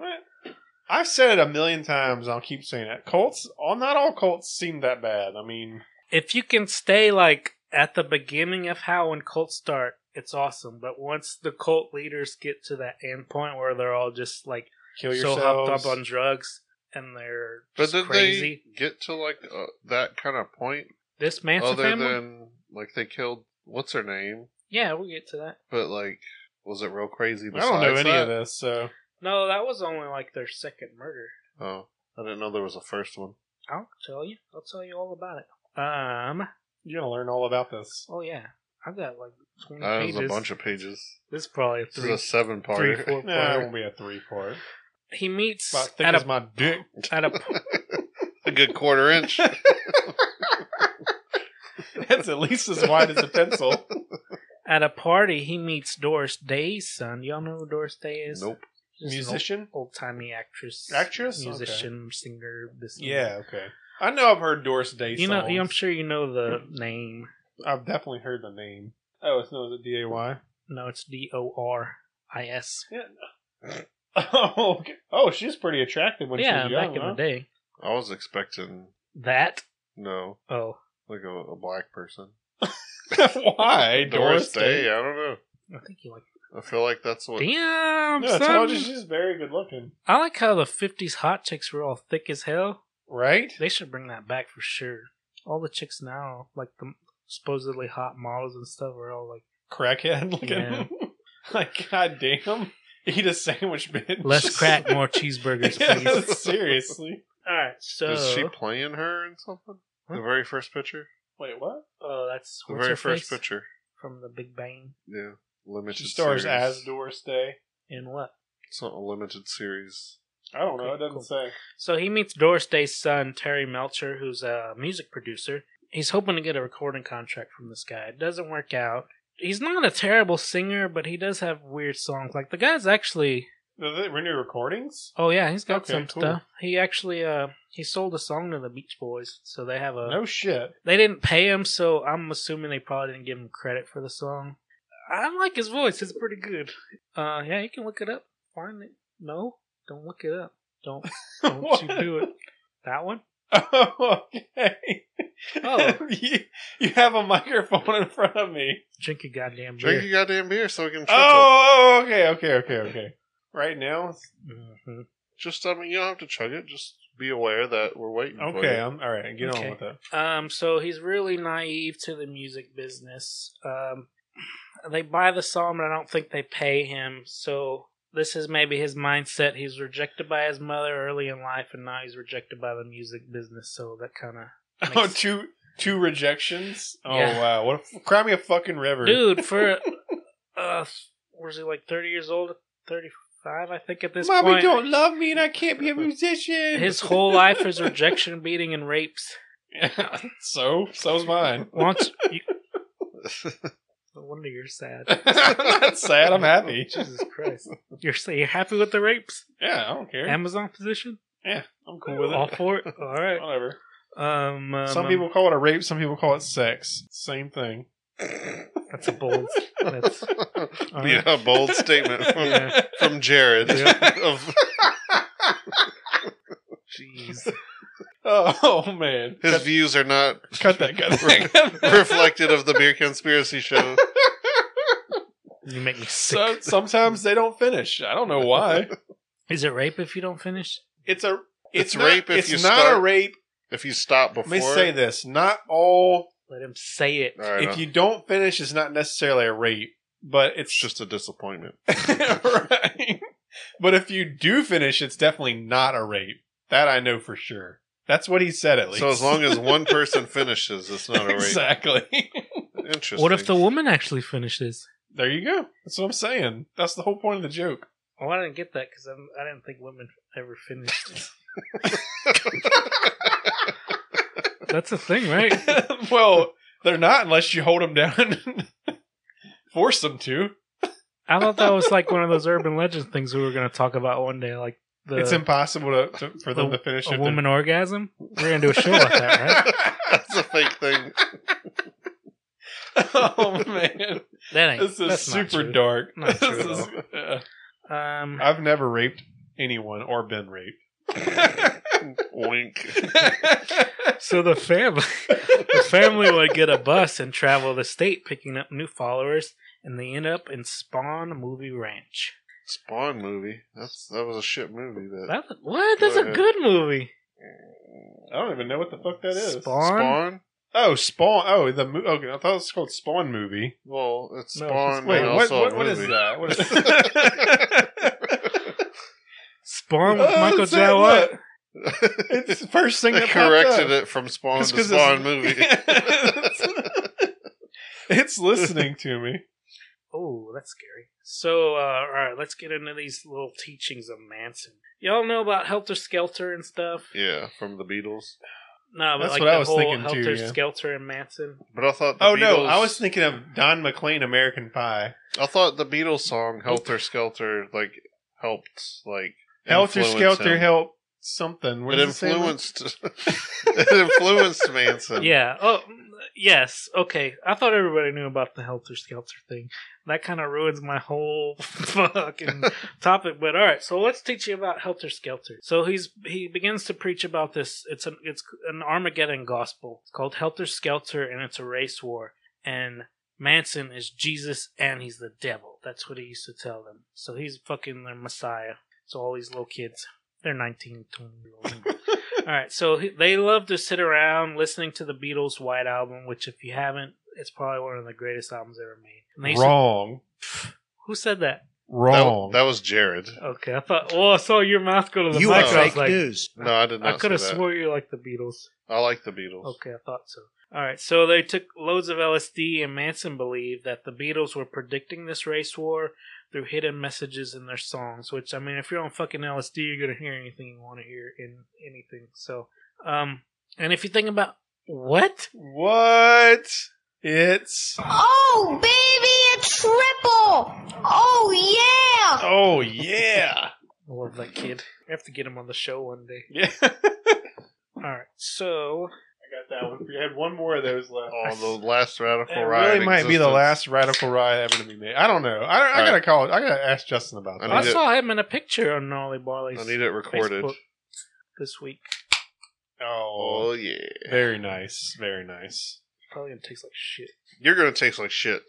[SPEAKER 1] I've said it a million times. I'll keep saying it. Colts, all not all Colts seem that bad. I mean,
[SPEAKER 2] if you can stay like at the beginning of how when cults start, it's awesome. But once the cult leaders get to that end point where they're all just like
[SPEAKER 1] kill
[SPEAKER 2] so
[SPEAKER 1] yourselves.
[SPEAKER 2] hopped up on drugs and they're
[SPEAKER 3] But
[SPEAKER 2] just
[SPEAKER 3] did
[SPEAKER 2] crazy.
[SPEAKER 3] they get to like uh, that kind of point
[SPEAKER 2] This Manson
[SPEAKER 3] other
[SPEAKER 2] family,
[SPEAKER 3] than like they killed what's her name?
[SPEAKER 2] yeah, we'll get to that.
[SPEAKER 3] But like, was it real crazy?
[SPEAKER 1] I don't know
[SPEAKER 3] besides
[SPEAKER 1] any of
[SPEAKER 3] that?
[SPEAKER 1] this. So
[SPEAKER 2] No, that was only like their second murder.
[SPEAKER 3] Oh, I didn't know there was a first one.
[SPEAKER 2] I'll tell you. I'll tell you all about it. Um.
[SPEAKER 1] you're gonna learn all about this.
[SPEAKER 2] Oh yeah, I've got like twenty
[SPEAKER 3] That was
[SPEAKER 2] pages.
[SPEAKER 3] a bunch of pages.
[SPEAKER 2] This is probably a
[SPEAKER 3] This
[SPEAKER 2] three,
[SPEAKER 3] is a seven
[SPEAKER 2] three,
[SPEAKER 3] part.
[SPEAKER 2] four
[SPEAKER 1] No, nah, it
[SPEAKER 2] part.
[SPEAKER 1] won't be a three part.
[SPEAKER 2] He meets
[SPEAKER 1] About thick
[SPEAKER 2] at
[SPEAKER 1] as
[SPEAKER 2] a,
[SPEAKER 1] my dick.
[SPEAKER 2] at a
[SPEAKER 3] a good quarter inch.
[SPEAKER 1] It's at least as wide as a pencil.
[SPEAKER 2] at a party, he meets Doris Day's son. Y'all know who Doris Day is?
[SPEAKER 3] nope.
[SPEAKER 1] Musician,
[SPEAKER 2] Old timey actress.
[SPEAKER 1] actress, Okay.
[SPEAKER 2] Musician, singer, this and
[SPEAKER 1] Yeah, okay. I know I've heard Doris Day
[SPEAKER 2] that. You know,
[SPEAKER 1] songs.
[SPEAKER 2] you- I'm sure you know the
[SPEAKER 3] Hmm.
[SPEAKER 2] name.
[SPEAKER 1] I've definitely heard the name. Oh, it's no, is it D A Y?
[SPEAKER 2] No, it's D O R I S.
[SPEAKER 1] Oh, okay. oh, she's pretty attractive when
[SPEAKER 2] Yeah,
[SPEAKER 1] she was
[SPEAKER 2] back
[SPEAKER 1] young.
[SPEAKER 2] in
[SPEAKER 1] huh?
[SPEAKER 2] the day.
[SPEAKER 3] I was expecting
[SPEAKER 2] That?
[SPEAKER 3] no,
[SPEAKER 2] Oh,
[SPEAKER 3] like a, a black person.
[SPEAKER 1] Why?
[SPEAKER 3] Doris Day. I don't know.
[SPEAKER 2] I think you like.
[SPEAKER 3] I feel like that's what
[SPEAKER 2] Damn,
[SPEAKER 1] No, I told you
[SPEAKER 2] son.
[SPEAKER 1] she's very good looking.
[SPEAKER 2] I like how the 50s hot chicks were all thick as hell.
[SPEAKER 1] Right?
[SPEAKER 2] They should bring that back for sure. All the chicks now, like the supposedly hot models and stuff, are all like
[SPEAKER 1] Crackhead looking.
[SPEAKER 2] Yeah.
[SPEAKER 1] like, goddamn. Eat a sandwich, bitch.
[SPEAKER 2] less crack, more cheeseburgers,
[SPEAKER 1] Yeah,
[SPEAKER 2] please.
[SPEAKER 1] seriously.
[SPEAKER 2] All right, so
[SPEAKER 3] is she playing her in something?
[SPEAKER 2] Huh?
[SPEAKER 3] The very first picture.
[SPEAKER 1] Wait, what?
[SPEAKER 2] Oh, that's
[SPEAKER 3] The
[SPEAKER 2] what's
[SPEAKER 3] very
[SPEAKER 2] her
[SPEAKER 3] first
[SPEAKER 2] face?
[SPEAKER 3] picture.
[SPEAKER 2] from the Big Bang
[SPEAKER 3] Yeah, limited.
[SPEAKER 1] She stars
[SPEAKER 3] series.
[SPEAKER 1] as Doris Day.
[SPEAKER 2] and what?
[SPEAKER 3] It's not a limited series.
[SPEAKER 1] I don't know. It doesn't
[SPEAKER 2] Cool.
[SPEAKER 1] say.
[SPEAKER 2] So he meets Doris Day's son Terry Melcher, who's a music producer. He's hoping to get a recording contract from this guy. It doesn't work out. He's not a terrible singer, but he does have weird songs. Like the guy's actually
[SPEAKER 1] Is it Renew Recordings?
[SPEAKER 2] Oh yeah, he's got
[SPEAKER 1] Okay,
[SPEAKER 2] some
[SPEAKER 1] cool.
[SPEAKER 2] stuff. He actually uh he sold a song to the Beach Boys, so they have a
[SPEAKER 1] No shit.
[SPEAKER 2] they didn't pay him, so I'm assuming they probably didn't give him credit for the song. I like his voice; it's pretty good. Uh, yeah, you can look it up. Find it. No, don't look it up. Don't don't you
[SPEAKER 1] What?
[SPEAKER 2] do it. That one.
[SPEAKER 1] Oh, okay.
[SPEAKER 2] Oh.
[SPEAKER 1] you, you have a microphone in front of me.
[SPEAKER 2] Drink your goddamn beer.
[SPEAKER 3] Drink your goddamn beer so we can trickle.
[SPEAKER 1] Oh, oh, okay, okay, okay, okay. Right now?
[SPEAKER 2] Mhm.
[SPEAKER 3] Just, I mean, you don't have to chug it. Just be aware that we're waiting for
[SPEAKER 1] Okay,
[SPEAKER 3] you.
[SPEAKER 1] I'm all right. Get
[SPEAKER 2] Okay.
[SPEAKER 1] on with it.
[SPEAKER 2] Um, so he's really naive to the music business. Um, they buy the song, but I don't think they pay him. So this is maybe his mindset. He's rejected by his mother early in life, and now he's rejected by the music business. So that kind of
[SPEAKER 1] Oh,
[SPEAKER 2] Makes-
[SPEAKER 1] two two rejections. Oh
[SPEAKER 2] Yeah.
[SPEAKER 1] wow! What? A, cry me a fucking river,
[SPEAKER 2] dude for uh was he like 30 years old 35 i think at this
[SPEAKER 1] Mommy
[SPEAKER 2] point
[SPEAKER 1] don't love me, and I can't be a musician.
[SPEAKER 2] his whole life is rejection beating and rapes
[SPEAKER 1] Yeah, so so's mine.
[SPEAKER 2] Once you, no wonder you're sad Oh,
[SPEAKER 1] That's sad. I'm happy.
[SPEAKER 2] jesus christ you're so you're happy with the rapes
[SPEAKER 1] Yeah, I don't care.
[SPEAKER 2] amazon position
[SPEAKER 1] yeah, I'm cool with it.
[SPEAKER 2] all for it all right
[SPEAKER 1] Whatever.
[SPEAKER 2] Oh. um, um,
[SPEAKER 1] some
[SPEAKER 2] um,
[SPEAKER 1] people call it a rape. Some people call it sex. Same thing.
[SPEAKER 2] that's a bold that's all right.
[SPEAKER 3] Yeah, bold statement from,
[SPEAKER 2] Yeah.
[SPEAKER 3] from Jared. of
[SPEAKER 2] jeez
[SPEAKER 1] Oh, man,
[SPEAKER 3] his
[SPEAKER 1] cut,
[SPEAKER 3] views are not
[SPEAKER 1] cut that. Cut that.
[SPEAKER 3] reflected of the beer conspiracy show.
[SPEAKER 2] you make me sick
[SPEAKER 1] so sometimes they don't finish. I don't know why.
[SPEAKER 2] is it rape if you don't finish
[SPEAKER 1] It's a.
[SPEAKER 3] It's
[SPEAKER 1] It's, not,
[SPEAKER 3] rape if
[SPEAKER 1] it's
[SPEAKER 3] you
[SPEAKER 1] not a
[SPEAKER 3] start
[SPEAKER 1] rape.
[SPEAKER 3] If you stop
[SPEAKER 1] Let
[SPEAKER 3] before,
[SPEAKER 1] me say this: not all
[SPEAKER 2] let him say it
[SPEAKER 3] All right,
[SPEAKER 1] if
[SPEAKER 3] uh,
[SPEAKER 1] you don't finish, it's not necessarily a rape, but it's
[SPEAKER 3] it's just a disappointment.
[SPEAKER 1] right. But if you do finish, it's definitely not a rape. That I know for sure. That's what he said at least.
[SPEAKER 3] So as long as one person finishes, it's not a rape.
[SPEAKER 1] exactly.
[SPEAKER 3] Interesting.
[SPEAKER 2] what if the woman actually finishes
[SPEAKER 1] there you go. That's what I'm saying. That's the whole point of the joke.
[SPEAKER 2] Oh, I didn't get that because I didn't think women ever finished. That's a thing, right?
[SPEAKER 1] well, they're not unless you hold them down and force them to.
[SPEAKER 2] I thought that was like one of those urban legend things we were going to talk about one day, like the
[SPEAKER 1] it's impossible to, to- for them
[SPEAKER 2] the-
[SPEAKER 1] to finish.
[SPEAKER 2] a
[SPEAKER 1] if
[SPEAKER 2] woman orgasm. We're going to do a show about that, right?
[SPEAKER 3] That's a fake thing.
[SPEAKER 1] they're- oh man,
[SPEAKER 2] That ain't.
[SPEAKER 1] this is
[SPEAKER 2] that's not
[SPEAKER 1] super
[SPEAKER 2] true.
[SPEAKER 1] dark.
[SPEAKER 2] Not true
[SPEAKER 1] This
[SPEAKER 2] at
[SPEAKER 1] is- yeah.
[SPEAKER 2] Um,
[SPEAKER 1] I've never raped anyone or been raped.
[SPEAKER 3] Wink.
[SPEAKER 2] so the family, the family would get a bus and travel the state, picking up new followers, and they end up in Spawn Movie Ranch.
[SPEAKER 3] Spawn movie. That's that was a shit movie. That,
[SPEAKER 2] That what? That's a
[SPEAKER 3] Go ahead.
[SPEAKER 2] good movie.
[SPEAKER 1] I don't even know what the fuck that is.
[SPEAKER 2] Spawn.
[SPEAKER 3] Spawn.
[SPEAKER 1] Oh, Spawn. Oh, the mo- okay. I thought it was called Spawn movie.
[SPEAKER 3] Well, it's
[SPEAKER 2] No,
[SPEAKER 3] Spawn.
[SPEAKER 2] it's
[SPEAKER 1] Wait,
[SPEAKER 3] and
[SPEAKER 1] what?
[SPEAKER 3] also a
[SPEAKER 1] What, what is
[SPEAKER 3] movie.
[SPEAKER 1] that? What is that?
[SPEAKER 2] Spawn with
[SPEAKER 1] Oh,
[SPEAKER 2] Michael
[SPEAKER 1] it's
[SPEAKER 2] J.
[SPEAKER 1] that-
[SPEAKER 2] White.
[SPEAKER 1] look, It's the first thing
[SPEAKER 3] They
[SPEAKER 1] that
[SPEAKER 3] corrected
[SPEAKER 1] popped up.
[SPEAKER 3] it from Spawn
[SPEAKER 1] Just
[SPEAKER 3] to
[SPEAKER 1] 'cause it's-
[SPEAKER 3] Spawn movie.
[SPEAKER 1] it's listening to me.
[SPEAKER 2] Oh, that's scary. So, uh, all right, let's get into these little teachings of Manson. Y'all know about Helter Skelter and stuff.
[SPEAKER 3] yeah, from the Beatles.
[SPEAKER 2] No, but
[SPEAKER 1] That's
[SPEAKER 2] like
[SPEAKER 1] what
[SPEAKER 2] the
[SPEAKER 1] I was
[SPEAKER 2] whole
[SPEAKER 1] thinking too,
[SPEAKER 2] Helter
[SPEAKER 1] yeah.
[SPEAKER 2] Skelter and Manson.
[SPEAKER 3] But I thought. The
[SPEAKER 1] Oh no,
[SPEAKER 3] Beatles-
[SPEAKER 1] I was thinking of Don McLean, American Pie.
[SPEAKER 3] I thought the Beatles song
[SPEAKER 1] Oh.
[SPEAKER 3] "Helter Skelter" like helped like
[SPEAKER 1] Helter
[SPEAKER 3] influence
[SPEAKER 1] Skelter
[SPEAKER 3] him.
[SPEAKER 1] help something. What
[SPEAKER 3] It
[SPEAKER 1] does it say?
[SPEAKER 3] influenced. it influenced Manson.
[SPEAKER 2] Yeah. Oh, mm, yes. Okay. I thought everybody knew about the Helter Skelter thing. That kind of ruins my whole fucking topic. But all right, so let's teach you about Helter Skelter. So he's he begins to preach about this. It's an it's an Armageddon gospel. It's called Helter Skelter, and it's a race war. And Manson is Jesus, and he's the devil. That's what he used to tell them. So he's fucking their messiah. So all these little kids, they're 19, 20 year olds. All right, so he- they love to sit around listening to the Beatles' White Album, which, if you haven't, it's probably one of the greatest albums ever made. And they used to-
[SPEAKER 1] Wrong.
[SPEAKER 2] who said that?
[SPEAKER 3] That,
[SPEAKER 1] Wrong.
[SPEAKER 3] that was Jared.
[SPEAKER 2] Okay, I thought. Well, I saw your mouth go to the
[SPEAKER 3] You
[SPEAKER 2] mic.
[SPEAKER 3] are
[SPEAKER 2] I was
[SPEAKER 3] fake
[SPEAKER 2] like,
[SPEAKER 4] news.
[SPEAKER 3] No, I did
[SPEAKER 2] I
[SPEAKER 3] not.
[SPEAKER 2] could have
[SPEAKER 3] say that.
[SPEAKER 2] swore you like the Beatles.
[SPEAKER 3] I like the Beatles.
[SPEAKER 2] Okay, I thought so. All right, so they took loads of LSD, and Manson believed that the Beatles were predicting this race war through hidden messages in their songs. Which I mean, if you're on fucking LSD, you're gonna hear anything you want to hear in anything. So, um, and if you think about what
[SPEAKER 1] what? It's
[SPEAKER 5] Oh, baby, a triple! Oh, yeah!
[SPEAKER 1] oh yeah,
[SPEAKER 2] I love that kid. I have to get him on the show one day.
[SPEAKER 1] yeah.
[SPEAKER 2] All right, so
[SPEAKER 1] I got that one. We had one more of those left.
[SPEAKER 3] Oh, the last radical
[SPEAKER 1] It
[SPEAKER 3] ride.
[SPEAKER 1] really
[SPEAKER 3] in
[SPEAKER 1] might be the
[SPEAKER 3] existence.
[SPEAKER 1] last radical ride ever to be made. I don't know. I, I
[SPEAKER 3] All
[SPEAKER 1] gotta
[SPEAKER 3] right.
[SPEAKER 1] call. I gotta ask Justin about
[SPEAKER 3] I
[SPEAKER 1] that.
[SPEAKER 2] I,
[SPEAKER 3] need it-
[SPEAKER 2] saw him in a picture on Gnarly Barley's
[SPEAKER 3] I need it recorded.
[SPEAKER 2] Facebook this week.
[SPEAKER 1] Oh,
[SPEAKER 3] Oh yeah,
[SPEAKER 1] very nice, very nice.
[SPEAKER 2] Probably gonna taste like shit.
[SPEAKER 3] you're gonna taste like shit.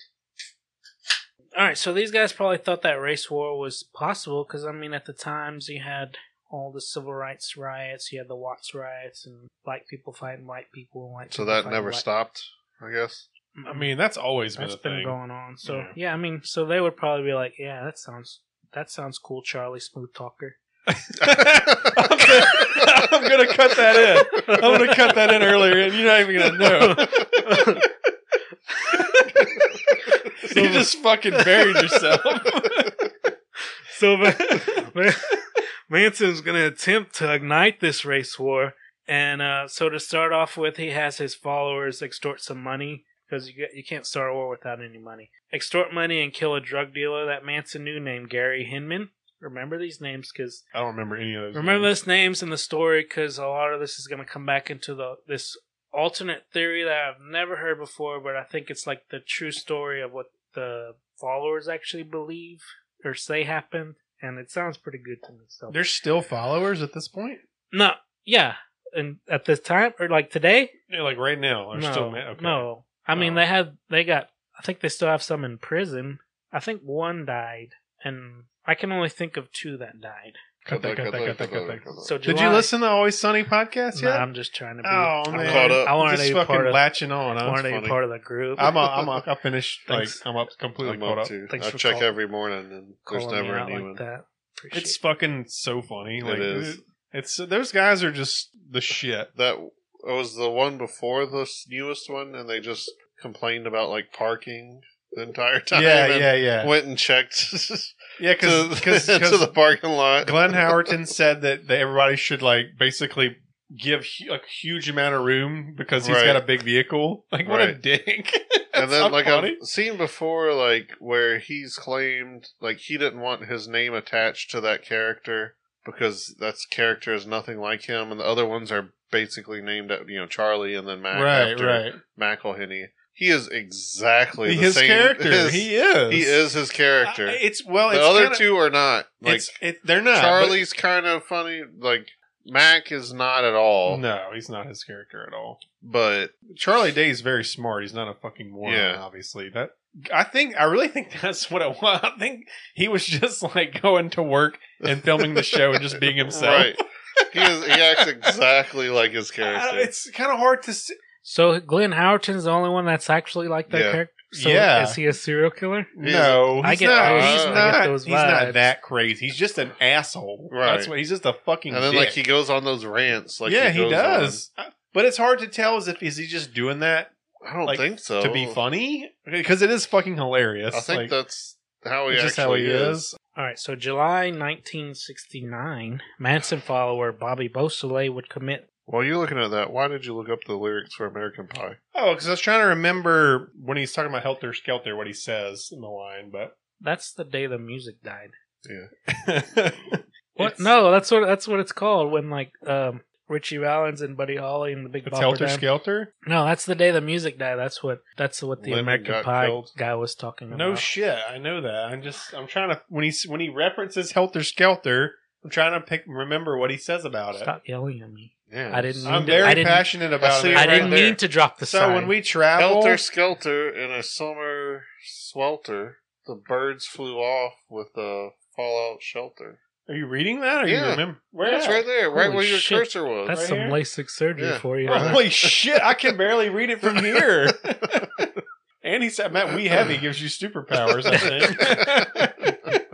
[SPEAKER 2] All right, so these guys probably thought that race war was possible because I mean, at the times you had all the civil rights riots, you had the Watts riots, and black people fighting white people, and white
[SPEAKER 3] So
[SPEAKER 2] people
[SPEAKER 3] that
[SPEAKER 2] fighting
[SPEAKER 3] never
[SPEAKER 2] white-
[SPEAKER 3] stopped, I guess.
[SPEAKER 2] Mm,
[SPEAKER 1] I mean, that's always been
[SPEAKER 2] that's
[SPEAKER 1] a
[SPEAKER 2] been
[SPEAKER 1] thing.
[SPEAKER 2] going on. So
[SPEAKER 1] Yeah.
[SPEAKER 2] yeah. I mean, so they would probably be like, yeah, that sounds that sounds cool, Charlie Smooth Talker.
[SPEAKER 1] I'm, gonna, I'm gonna cut that in. I'm gonna cut that in earlier, and you're not even gonna know. you just fucking buried yourself.
[SPEAKER 2] So Van- Manson's going to attempt to ignite this race war. And uh, so to start off with, he has his followers extort some money because you, get- you can't start a war without any money. Extort money and kill a drug dealer that Manson knew named Gary Hinman. Remember these names because
[SPEAKER 1] I don't remember any of those.
[SPEAKER 2] Remember
[SPEAKER 1] names.
[SPEAKER 2] those names in the story because a lot of this is going to come back into the this alternate theory that I've never heard before, but I think it's like the true story of what the followers actually believe or say happened, and it sounds pretty good to me. So
[SPEAKER 1] They're still followers at this point.
[SPEAKER 2] no, yeah, and at this time or like today,
[SPEAKER 1] Yeah, like right now, they're
[SPEAKER 2] no,
[SPEAKER 1] still ma- okay.
[SPEAKER 2] no. I mean,
[SPEAKER 1] Oh.
[SPEAKER 2] they had they got. I think they still have some in prison. I think one died, and I can only think of two that died.
[SPEAKER 1] Cut that, cut that, cut that, cut that.
[SPEAKER 2] So
[SPEAKER 1] Did you
[SPEAKER 2] July-
[SPEAKER 1] listen to Always Sunny podcast
[SPEAKER 2] Nah,
[SPEAKER 1] yet?
[SPEAKER 2] I'm just trying to be.
[SPEAKER 1] oh
[SPEAKER 2] I'm
[SPEAKER 1] man,
[SPEAKER 3] caught up.
[SPEAKER 2] I wanted
[SPEAKER 1] just
[SPEAKER 2] to be
[SPEAKER 1] fucking
[SPEAKER 2] part of.
[SPEAKER 1] latching on.
[SPEAKER 2] I
[SPEAKER 1] Huh?
[SPEAKER 2] wanted
[SPEAKER 1] It's
[SPEAKER 2] to be
[SPEAKER 1] funny.
[SPEAKER 2] part of the group.
[SPEAKER 1] I'm a, I'm a, I finished like
[SPEAKER 2] Thanks.
[SPEAKER 1] I'm up completely
[SPEAKER 3] I'm
[SPEAKER 1] caught
[SPEAKER 3] up
[SPEAKER 1] up.
[SPEAKER 3] too.
[SPEAKER 2] Thanks
[SPEAKER 3] I
[SPEAKER 2] for
[SPEAKER 3] check
[SPEAKER 2] calling-
[SPEAKER 3] every morning, and there's
[SPEAKER 2] calling me
[SPEAKER 3] never
[SPEAKER 2] out
[SPEAKER 3] a new
[SPEAKER 2] Like
[SPEAKER 3] one.
[SPEAKER 2] that. Appreciate
[SPEAKER 1] It's
[SPEAKER 2] it.
[SPEAKER 1] fucking so funny.
[SPEAKER 3] It
[SPEAKER 1] Like
[SPEAKER 3] is.
[SPEAKER 1] it- It's those guys are just the shit.
[SPEAKER 3] That was the one before this newest one, and they just complained about like parking the entire time.
[SPEAKER 1] yeah,
[SPEAKER 3] and
[SPEAKER 1] yeah, yeah,
[SPEAKER 3] Went and checked
[SPEAKER 1] yeah.
[SPEAKER 3] to,
[SPEAKER 1] Because
[SPEAKER 3] to the parking lot.
[SPEAKER 1] Glenn Howerton said that, that everybody should like basically give hu- a huge amount of room because he's
[SPEAKER 3] Right.
[SPEAKER 1] got a big vehicle. Like what a
[SPEAKER 3] Right.
[SPEAKER 1] dick.
[SPEAKER 3] and
[SPEAKER 1] That's
[SPEAKER 3] then
[SPEAKER 1] not
[SPEAKER 3] like
[SPEAKER 1] funny.
[SPEAKER 3] I've seen before, like where he's claimed like he didn't want his name attached to that character because that character is nothing like him, and the other ones are basically named at you know Charlie and then Mac
[SPEAKER 1] right,
[SPEAKER 3] after
[SPEAKER 1] right.
[SPEAKER 3] McElhenney. He is exactly the
[SPEAKER 1] his
[SPEAKER 3] same.
[SPEAKER 1] character.
[SPEAKER 3] his-
[SPEAKER 1] he is.
[SPEAKER 3] he is his character.
[SPEAKER 1] Uh, It's well.
[SPEAKER 3] the
[SPEAKER 1] it's
[SPEAKER 3] other
[SPEAKER 1] kinda,
[SPEAKER 3] two are not. Like
[SPEAKER 1] it's, it, they're not. but-
[SPEAKER 3] Charlie's kind of funny. Like Mac is not at all.
[SPEAKER 1] No, he's not his character at all.
[SPEAKER 3] But
[SPEAKER 1] Charlie Day is very smart. He's not a fucking moron,
[SPEAKER 3] Yeah.
[SPEAKER 1] obviously. That I think I really think that's what it was. I think he was just like going to work and filming the show and just being himself.
[SPEAKER 3] right, he is. He acts exactly like his
[SPEAKER 1] I
[SPEAKER 3] character.
[SPEAKER 1] don't- it's kind of hard to see.
[SPEAKER 2] so Glenn Howerton's the only one that's actually like that
[SPEAKER 3] Yeah.
[SPEAKER 2] character. So
[SPEAKER 1] Yeah.
[SPEAKER 2] Is he a serial killer?
[SPEAKER 1] No, he's
[SPEAKER 2] I get
[SPEAKER 1] not.
[SPEAKER 3] those-
[SPEAKER 1] he's
[SPEAKER 3] I get
[SPEAKER 1] not.
[SPEAKER 2] those
[SPEAKER 1] he's not
[SPEAKER 2] vibes.
[SPEAKER 1] that crazy. He's just an asshole. That's
[SPEAKER 3] Right.
[SPEAKER 1] what he's just a fucking.
[SPEAKER 3] and then
[SPEAKER 1] dick.
[SPEAKER 3] like he goes on those rants. Like
[SPEAKER 1] yeah, he,
[SPEAKER 3] goes
[SPEAKER 1] does. But it's hard to tell. Is if is he just doing that
[SPEAKER 3] on. I don't
[SPEAKER 1] Like,
[SPEAKER 3] think so.
[SPEAKER 1] to be funny? Because it is fucking hilarious.
[SPEAKER 3] I think
[SPEAKER 1] Like,
[SPEAKER 3] that's how he
[SPEAKER 1] it's
[SPEAKER 3] actually
[SPEAKER 1] just how he
[SPEAKER 3] is.
[SPEAKER 1] is.
[SPEAKER 2] All right. So July 1969, Manson follower Bobby Beausoleil would commit.
[SPEAKER 3] While you're looking at that, why did you look up the lyrics for American Pie?
[SPEAKER 1] Oh, because I was trying to remember when he's talking about Helter Skelter what he says in the line, but
[SPEAKER 2] That's the day the music died. What?
[SPEAKER 1] It's-
[SPEAKER 2] No, that's what that's what it's called when like um Richie Valens and Buddy Holly and the Big
[SPEAKER 1] it's
[SPEAKER 2] Bopper
[SPEAKER 1] Helter
[SPEAKER 2] died.
[SPEAKER 1] Skelter.
[SPEAKER 2] No, that's the day the music died. That's what that's what the
[SPEAKER 3] Lennon
[SPEAKER 2] American
[SPEAKER 3] got
[SPEAKER 2] Pie
[SPEAKER 3] killed.
[SPEAKER 2] guy was talking about.
[SPEAKER 1] No shit, I know that. I'm just I'm trying to when he when he references Helter Skelter, I'm trying to pick remember what he says about it.
[SPEAKER 2] Stop yelling at me.
[SPEAKER 3] Yeah,
[SPEAKER 2] I didn't
[SPEAKER 1] I'm
[SPEAKER 2] mean to-
[SPEAKER 1] very
[SPEAKER 2] I didn't-
[SPEAKER 1] passionate
[SPEAKER 3] I
[SPEAKER 1] about
[SPEAKER 3] see
[SPEAKER 1] it.
[SPEAKER 3] it
[SPEAKER 2] I
[SPEAKER 3] right
[SPEAKER 2] didn't
[SPEAKER 3] there.
[SPEAKER 2] mean to drop the
[SPEAKER 1] So
[SPEAKER 2] sign.
[SPEAKER 1] when we travel,
[SPEAKER 3] Helter Skelter in a summer swelter. The birds flew off with a fallout shelter.
[SPEAKER 1] are you reading that? Or you
[SPEAKER 3] Yeah.
[SPEAKER 1] remember? Where?
[SPEAKER 3] That's right there, right
[SPEAKER 2] Holy
[SPEAKER 3] where your
[SPEAKER 2] shit.
[SPEAKER 3] cursor was.
[SPEAKER 2] That's
[SPEAKER 1] right
[SPEAKER 2] some
[SPEAKER 1] here? Oh,
[SPEAKER 2] LASIK surgery
[SPEAKER 3] Yeah.
[SPEAKER 2] for you.
[SPEAKER 1] Holy shit! I can barely read it from here. and he said, "Matt, we heavy gives you superpowers." I think.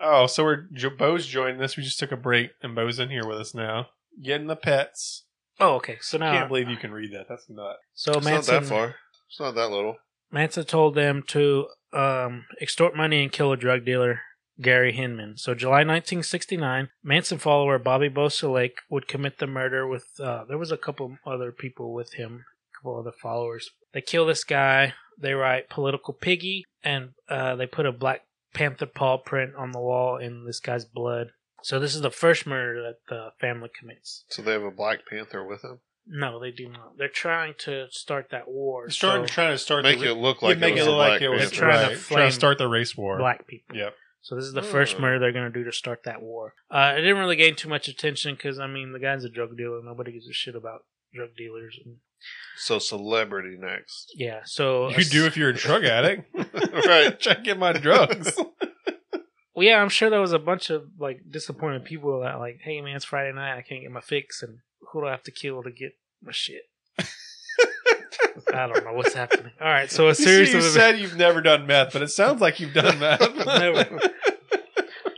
[SPEAKER 1] oh, so we're Jo- Bo's joining us. We just took a break, and Bo's in here with us now, getting the pets.
[SPEAKER 2] Oh, okay. So
[SPEAKER 1] I Can't
[SPEAKER 2] now,
[SPEAKER 1] believe you can read that. That's nut.
[SPEAKER 2] so
[SPEAKER 3] It's not
[SPEAKER 2] Manson,
[SPEAKER 3] that far. It's not that little.
[SPEAKER 2] Manson told them to um, extort money and kill a drug dealer, Gary Hinman. So July 1969, Manson follower Bobby Beausoleil would commit the murder with. Uh, there was a couple other people with him, a couple other followers. They kill this guy. They write political piggy, and uh, they put a Black Panther paw print on the wall in this guy's blood. So this is the first murder that the family commits.
[SPEAKER 3] So they have a Black Panther with him.
[SPEAKER 2] No, they do not. They're trying to start that war.
[SPEAKER 1] Starting
[SPEAKER 2] so
[SPEAKER 1] trying to start
[SPEAKER 3] Make
[SPEAKER 1] the,
[SPEAKER 3] it look like
[SPEAKER 1] make
[SPEAKER 3] it was
[SPEAKER 1] it
[SPEAKER 3] a
[SPEAKER 1] look like
[SPEAKER 3] Black
[SPEAKER 1] it was
[SPEAKER 2] They're trying to
[SPEAKER 1] right.
[SPEAKER 2] flame
[SPEAKER 1] start the race war.
[SPEAKER 2] black people.
[SPEAKER 1] Yep.
[SPEAKER 2] So this is the first
[SPEAKER 3] Hmm.
[SPEAKER 2] murder they're going to do to start that war. Uh, it didn't really gain too much attention because I mean the guy's a drug dealer. Nobody gives a shit about drug dealers. And,
[SPEAKER 3] So celebrity next,
[SPEAKER 2] yeah. So uh,
[SPEAKER 1] You do if you're a drug addict.
[SPEAKER 3] right?
[SPEAKER 1] Try to get my drugs.
[SPEAKER 2] Well, yeah, I'm sure there was a bunch of like disappointed people that like, hey man, it's Friday night, I can't get my fix, and who do I have to kill to get my shit? I don't know what's happening. All right, so a
[SPEAKER 1] You see,
[SPEAKER 2] series
[SPEAKER 1] you
[SPEAKER 2] of
[SPEAKER 1] said you've never done meth, but it sounds like you've done meth.
[SPEAKER 2] Never.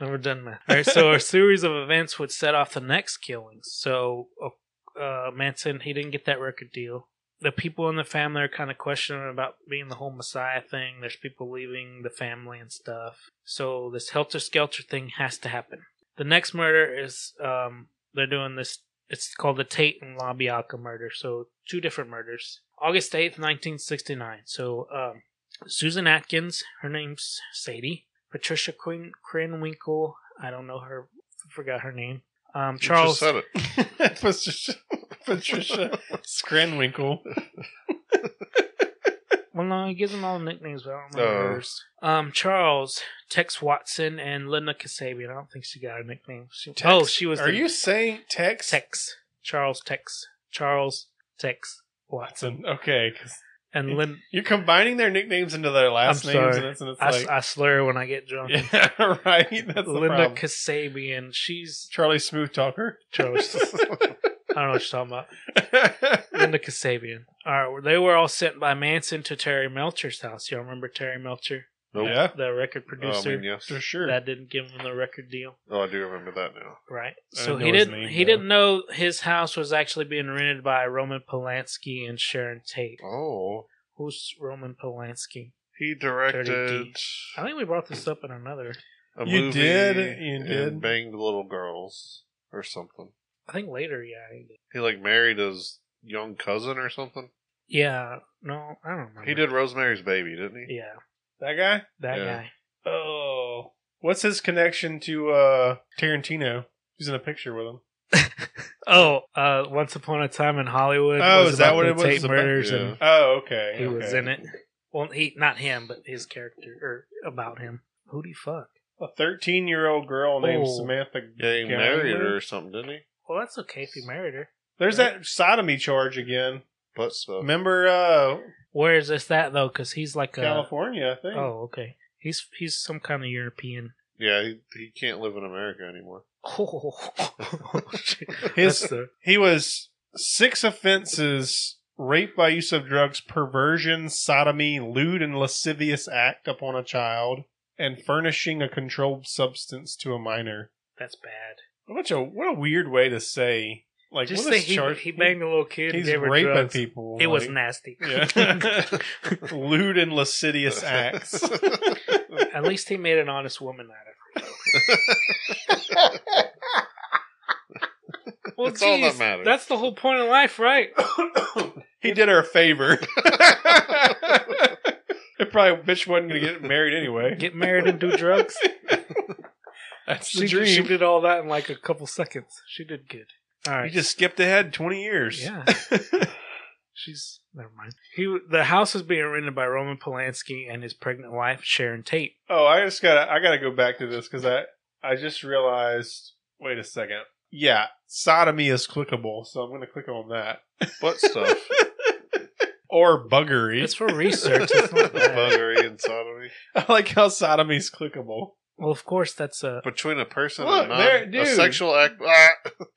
[SPEAKER 2] Never done that. All right, so a series of events would set off the next killings. So uh, uh, Manson, he didn't get that record deal. The people in the family are kind of questioning about being the whole Messiah thing. There's people leaving the family and stuff. So this helter skelter thing has to happen. The next murder is um, they're doing this. It's called the Tate and LaBianca murder. So two different murders. August eighth, nineteen sixty nine. So um, Susan Atkins, her name's Sadie. Patricia Quinn Cranwinkle. I don't know her. Forgot her name. Um,
[SPEAKER 3] You just
[SPEAKER 2] Charles.
[SPEAKER 3] said it.
[SPEAKER 1] Patricia, Patricia Scranwinkle.
[SPEAKER 2] Well, no, he gives them all nicknames, but I don't
[SPEAKER 3] Oh.
[SPEAKER 2] remember
[SPEAKER 1] Uh.
[SPEAKER 2] hers. Um, Charles, Tex Watson, and Linda Kasabian. I don't think she got a nickname. She, oh, she was.
[SPEAKER 1] Are
[SPEAKER 2] the-
[SPEAKER 1] you saying Tex?
[SPEAKER 2] Tex? Charles Tex. Charles Tex Watson
[SPEAKER 1] Watson. Okay, 'cause
[SPEAKER 2] and Lynn.
[SPEAKER 1] you're combining their nicknames into their last
[SPEAKER 2] I'm
[SPEAKER 1] names,
[SPEAKER 2] sorry.
[SPEAKER 1] and it's, and it's
[SPEAKER 2] I,
[SPEAKER 1] like,
[SPEAKER 2] I slur when I get drunk.
[SPEAKER 1] yeah, right. That's the
[SPEAKER 2] Linda
[SPEAKER 1] problem.
[SPEAKER 2] Kasabian. She's
[SPEAKER 1] Charlie Smooth Talker.
[SPEAKER 2] Charles. I don't know what you're talking about. Linda Kasabian. All right, well, they were all sent by Manson to Terry Melcher's house. Y'all remember Terry Melcher,
[SPEAKER 3] Nope.
[SPEAKER 1] Yeah,
[SPEAKER 2] the record
[SPEAKER 3] Oh, I
[SPEAKER 2] producer
[SPEAKER 3] mean, yes.
[SPEAKER 1] for sure.
[SPEAKER 2] that didn't give him the record deal,
[SPEAKER 3] Oh, I do remember that now.
[SPEAKER 2] right?
[SPEAKER 1] I
[SPEAKER 2] So
[SPEAKER 1] didn't
[SPEAKER 2] he
[SPEAKER 1] know his
[SPEAKER 2] didn't.
[SPEAKER 1] name,
[SPEAKER 2] he
[SPEAKER 1] though.
[SPEAKER 2] didn't know his house was actually being rented by Roman Polanski and Sharon Tate.
[SPEAKER 3] Oh,
[SPEAKER 2] Who's Roman Polanski?
[SPEAKER 3] he directed
[SPEAKER 2] 30D. I think we brought this up in another.
[SPEAKER 3] a
[SPEAKER 1] You
[SPEAKER 3] movie.
[SPEAKER 1] did, you did.
[SPEAKER 3] And banged little girls or something.
[SPEAKER 2] I think later, yeah. he did.
[SPEAKER 3] He like married his young cousin or something.
[SPEAKER 2] Yeah, no, I don't remember.
[SPEAKER 3] He did Rosemary's Baby, didn't he?
[SPEAKER 2] Yeah,
[SPEAKER 1] that guy.
[SPEAKER 2] that
[SPEAKER 3] Yeah.
[SPEAKER 2] guy.
[SPEAKER 1] Oh, what's his connection to uh Tarantino? He's in a picture with him.
[SPEAKER 2] Oh, uh, Once Upon a Time in Hollywood.
[SPEAKER 1] Oh,
[SPEAKER 2] was
[SPEAKER 1] is that
[SPEAKER 2] about
[SPEAKER 1] what
[SPEAKER 2] the
[SPEAKER 1] it was
[SPEAKER 2] Tate
[SPEAKER 1] about?
[SPEAKER 2] Murders
[SPEAKER 3] Yeah.
[SPEAKER 2] and
[SPEAKER 1] Oh, okay.
[SPEAKER 2] He was
[SPEAKER 1] okay.
[SPEAKER 2] in it. Well, he not him, but his character or about him. Who do you fuck?
[SPEAKER 1] A thirteen-year-old girl named
[SPEAKER 2] Oh.
[SPEAKER 1] Samantha.
[SPEAKER 3] Yeah, he
[SPEAKER 1] Gallagher.
[SPEAKER 3] married her or something, didn't he?
[SPEAKER 2] Well, that's okay if you married her.
[SPEAKER 1] There's that sodomy charge again.
[SPEAKER 3] Butt stuff.
[SPEAKER 1] Remember uh
[SPEAKER 2] Where is this that though? Because he's like a.
[SPEAKER 1] California? I think.
[SPEAKER 2] uh, Oh, okay. He's he's some kind of European.
[SPEAKER 3] Yeah, he, he can't live in America anymore.
[SPEAKER 2] Oh,
[SPEAKER 1] His-
[SPEAKER 2] That's the-
[SPEAKER 1] He was six offenses: rape by use of drugs, perversion, sodomy, lewd and lascivious act upon a child, and furnishing a controlled substance to a minor.
[SPEAKER 2] that's bad.
[SPEAKER 1] What a what a weird way to say. Like
[SPEAKER 2] Just
[SPEAKER 1] what
[SPEAKER 2] think,
[SPEAKER 1] is
[SPEAKER 2] he,
[SPEAKER 1] charge-
[SPEAKER 2] he banged a little kid. and
[SPEAKER 1] He's
[SPEAKER 2] gave her
[SPEAKER 1] raping
[SPEAKER 2] drugs.
[SPEAKER 1] people.
[SPEAKER 2] It was
[SPEAKER 1] like,
[SPEAKER 2] nasty.
[SPEAKER 1] Yeah. lewd and lascivious acts.
[SPEAKER 2] At least he made an honest woman out of her. Well,
[SPEAKER 3] That's all that
[SPEAKER 2] geez,
[SPEAKER 3] matters.
[SPEAKER 2] That's the whole point of life, right?
[SPEAKER 1] he did her a favor. it probably bitch wasn't gonna get married anyway.
[SPEAKER 2] Get married and do drugs.
[SPEAKER 1] That's
[SPEAKER 2] she, she did all that in like a couple seconds. She did good. All right.
[SPEAKER 1] You just skipped ahead twenty years.
[SPEAKER 2] Yeah. She's never mind. He the house was being rented by Roman Polanski and his pregnant wife Sharon Tate.
[SPEAKER 1] Oh, I just gotta I gotta go back to this because I I just realized. Wait a second. Yeah, sodomy is clickable, so I'm gonna click on that.
[SPEAKER 3] Butt stuff.
[SPEAKER 1] Or buggery.
[SPEAKER 2] It's for research. It's not bad.
[SPEAKER 3] Buggery and sodomy.
[SPEAKER 1] I like how sodomy's clickable.
[SPEAKER 2] Well, of course that's a
[SPEAKER 3] Between a person
[SPEAKER 1] Look,
[SPEAKER 3] and non,
[SPEAKER 1] there-
[SPEAKER 3] a
[SPEAKER 1] dude.
[SPEAKER 3] sexual act. Ah,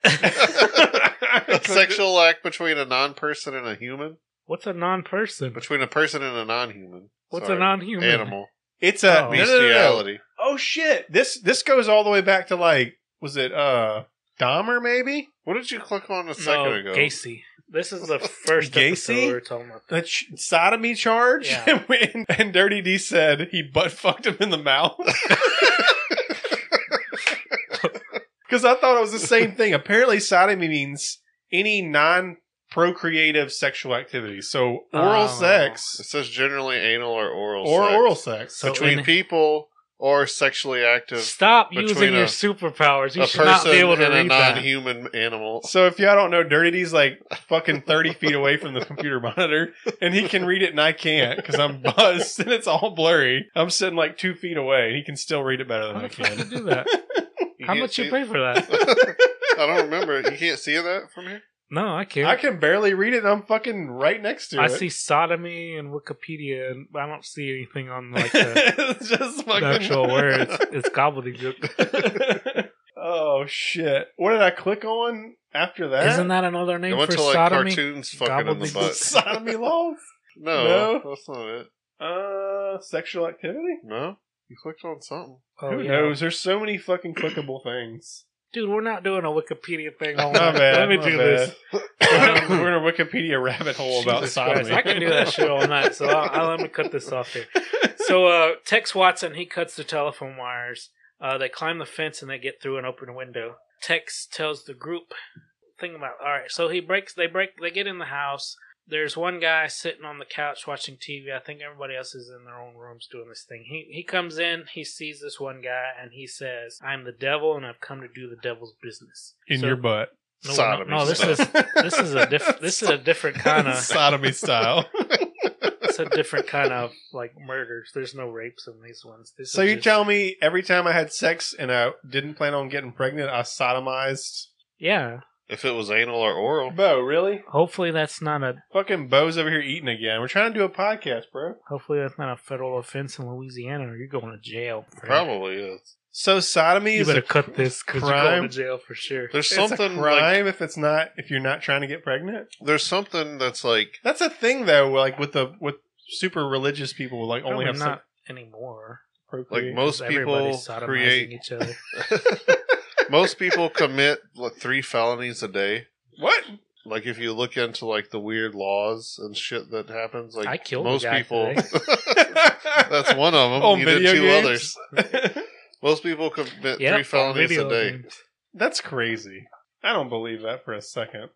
[SPEAKER 1] I
[SPEAKER 3] a
[SPEAKER 1] clicked
[SPEAKER 3] sexual act between a non person and a human.
[SPEAKER 2] what's a non-person?
[SPEAKER 3] Between a person and a non human.
[SPEAKER 2] What's a non-human?
[SPEAKER 3] Animal.
[SPEAKER 1] it. It's a
[SPEAKER 2] Oh.
[SPEAKER 1] no, no, no, no.
[SPEAKER 3] Bestiality.
[SPEAKER 1] Oh shit! This this goes all the way back to like was it uh Dahmer maybe?
[SPEAKER 3] What did you click on a second
[SPEAKER 2] No,
[SPEAKER 3] ago?
[SPEAKER 2] Gacy. This is the first episode
[SPEAKER 1] Gacy?
[SPEAKER 2] we were talking about.
[SPEAKER 1] That sh- sodomy charge?
[SPEAKER 2] Yeah.
[SPEAKER 1] and, and Dirty D said he butt fucked him in the mouth. Because I thought it was the same thing. Apparently, sodomy means any non procreative sexual activity. So
[SPEAKER 2] Oh.
[SPEAKER 1] oral sex
[SPEAKER 3] It says generally anal or oral
[SPEAKER 1] or
[SPEAKER 3] sex.
[SPEAKER 1] oral sex.
[SPEAKER 2] So
[SPEAKER 3] between
[SPEAKER 2] in-
[SPEAKER 3] people or sexually active
[SPEAKER 2] Stop
[SPEAKER 3] between
[SPEAKER 2] using
[SPEAKER 3] a-
[SPEAKER 2] your superpowers. You
[SPEAKER 3] a
[SPEAKER 2] should not be
[SPEAKER 3] person
[SPEAKER 2] able to
[SPEAKER 3] and a
[SPEAKER 2] read that.
[SPEAKER 3] non-human animal.
[SPEAKER 1] So if y'all don't know, Dirty's like fucking thirty feet away from the computer monitor, and he can read it, and I can't because I'm buzzed and it's all blurry. I'm sitting like two feet away, and he can still read it better than
[SPEAKER 2] How
[SPEAKER 1] I
[SPEAKER 2] the fuck you
[SPEAKER 1] can.
[SPEAKER 2] do that? How
[SPEAKER 3] can't
[SPEAKER 2] much
[SPEAKER 3] see-
[SPEAKER 2] you pay for that?
[SPEAKER 3] I don't remember. You can't see that from here.
[SPEAKER 2] No, I can't.
[SPEAKER 1] I can barely read it, and I'm fucking right next to
[SPEAKER 2] I
[SPEAKER 1] it.
[SPEAKER 2] see sodomy and Wikipedia, and I don't see anything on like the,
[SPEAKER 1] It's just
[SPEAKER 2] the
[SPEAKER 3] Oh
[SPEAKER 1] fucking
[SPEAKER 2] actual words. It's gobbledygook.
[SPEAKER 1] oh shit! What did I click on after that?
[SPEAKER 2] Isn't that another
[SPEAKER 3] It
[SPEAKER 2] name
[SPEAKER 3] went
[SPEAKER 2] for
[SPEAKER 3] to like
[SPEAKER 2] sodomy?
[SPEAKER 3] cartoons fucking in the
[SPEAKER 2] gobbledygook.
[SPEAKER 3] butt.
[SPEAKER 1] sodomy laws?
[SPEAKER 3] No,
[SPEAKER 1] No?
[SPEAKER 3] that's not it.
[SPEAKER 1] Uh, sexual activity?
[SPEAKER 3] No, you clicked on something.
[SPEAKER 2] Oh,
[SPEAKER 1] Who
[SPEAKER 2] yeah.
[SPEAKER 1] knows? There's so many fucking clickable things.
[SPEAKER 2] Dude, we're not doing a Wikipedia thing. Hold
[SPEAKER 1] My
[SPEAKER 2] on.
[SPEAKER 1] bad.
[SPEAKER 2] Let me
[SPEAKER 1] my
[SPEAKER 2] do
[SPEAKER 1] bad.
[SPEAKER 2] this.
[SPEAKER 1] We're in a Wikipedia rabbit
[SPEAKER 2] Jesus
[SPEAKER 1] hole about sodomy.
[SPEAKER 2] Christ, I can do that shit all night, so I'll, I'll let me cut this off here. So uh, Tex Watson he cuts the telephone wires. Uh, they climb the fence and they get through an open window. Tex tells the group, "Think about all right." So he breaks. They break. They get in the house. There's one guy sitting on the couch watching TV. I think everybody else is in their own rooms doing this thing. He he comes in. He sees this one guy and he says, "I'm the devil and I've come to do the devil's business."
[SPEAKER 1] In
[SPEAKER 2] So-
[SPEAKER 1] your butt.
[SPEAKER 2] No, no,
[SPEAKER 3] Sodomy
[SPEAKER 2] No, this
[SPEAKER 3] style.
[SPEAKER 2] is this is a diff- this is a different kind of
[SPEAKER 1] sodomy style.
[SPEAKER 2] it's a different kind of like murders. There's no rapes in these ones. This
[SPEAKER 1] so
[SPEAKER 2] is
[SPEAKER 1] you
[SPEAKER 2] just-
[SPEAKER 1] tell me every time I had sex and I didn't plan on getting pregnant, I sodomized.
[SPEAKER 2] yeah.
[SPEAKER 3] If it was anal or oral,
[SPEAKER 1] Bo, really?
[SPEAKER 2] Hopefully that's not a
[SPEAKER 1] Fucking Bo's over here eating again. We're trying to do a podcast, bro.
[SPEAKER 2] hopefully that's not a federal offense in Louisiana, or you're going to jail. friend.
[SPEAKER 3] probably is.
[SPEAKER 1] So sodomy
[SPEAKER 2] You
[SPEAKER 1] is
[SPEAKER 2] better
[SPEAKER 1] a,
[SPEAKER 2] cut this because you're
[SPEAKER 1] crime.
[SPEAKER 2] going to jail for sure.
[SPEAKER 3] There's
[SPEAKER 1] it's
[SPEAKER 3] something
[SPEAKER 1] a
[SPEAKER 3] like
[SPEAKER 1] crime if it's not if you're not trying to get pregnant.
[SPEAKER 3] there's something that's like
[SPEAKER 1] That's a thing though. Like with the with super religious people, like
[SPEAKER 2] Probably
[SPEAKER 1] only have
[SPEAKER 2] not anymore.
[SPEAKER 1] sex.
[SPEAKER 3] like
[SPEAKER 2] because
[SPEAKER 3] most people
[SPEAKER 2] everybody's sodomizing
[SPEAKER 3] create
[SPEAKER 2] each other.
[SPEAKER 3] most people commit like, three felonies a day.
[SPEAKER 1] what?
[SPEAKER 3] Like if you look into like the weird laws and shit that happens, like
[SPEAKER 2] I killed a
[SPEAKER 3] most
[SPEAKER 2] guy
[SPEAKER 3] people.
[SPEAKER 1] That's
[SPEAKER 3] that's one of them.
[SPEAKER 1] On
[SPEAKER 3] you did
[SPEAKER 1] video
[SPEAKER 3] two
[SPEAKER 1] games?
[SPEAKER 3] others. Most people
[SPEAKER 2] Yep,
[SPEAKER 3] commit three
[SPEAKER 2] on
[SPEAKER 3] felonies a
[SPEAKER 2] video
[SPEAKER 3] day.
[SPEAKER 2] games.
[SPEAKER 1] That's crazy. I don't believe that for a second.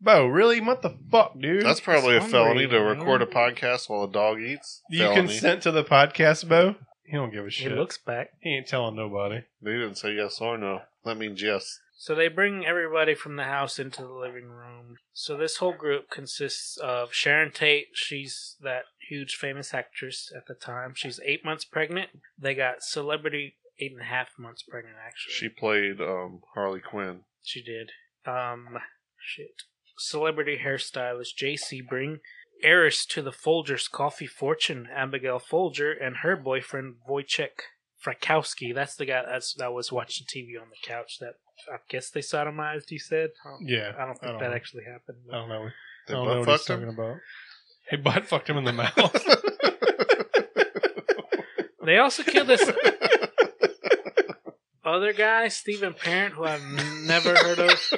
[SPEAKER 1] Bo, really? What the fuck, dude?
[SPEAKER 3] That's probably a
[SPEAKER 2] hungry,
[SPEAKER 3] felony to
[SPEAKER 2] man.
[SPEAKER 3] record a podcast while a dog eats.
[SPEAKER 1] you
[SPEAKER 3] Felony.
[SPEAKER 1] consent to the podcast, Bo? He don't give a
[SPEAKER 2] He
[SPEAKER 1] shit.
[SPEAKER 2] looks back.
[SPEAKER 1] he ain't telling nobody.
[SPEAKER 3] They didn't say yes or no. That means yes.
[SPEAKER 2] So they bring everybody from the house into the living room. So this whole group consists of Sharon Tate. She's that huge famous actress at the time. She's eight months pregnant. They got celebrity eight and a half months pregnant, actually.
[SPEAKER 3] She played um, Harley Quinn.
[SPEAKER 2] She did. Um, shit. Celebrity hairstylist J. Sebring, heiress to the Folgers coffee fortune, Abigail Folger, and her boyfriend Wojciech Frakowski. That's the guy that's, that was watching TV on the couch. That I guess they sodomized. You said. Um,
[SPEAKER 1] Yeah.
[SPEAKER 2] I don't think that
[SPEAKER 1] know. Oh.
[SPEAKER 2] actually happened.
[SPEAKER 1] I don't know. I
[SPEAKER 3] They
[SPEAKER 1] don't know
[SPEAKER 3] butt
[SPEAKER 1] what he's
[SPEAKER 3] fucked
[SPEAKER 1] talking
[SPEAKER 3] him.
[SPEAKER 1] about. He butt fucked him in the mouth.
[SPEAKER 2] They also killed this other guy, Stephen Parent, who I've never heard of.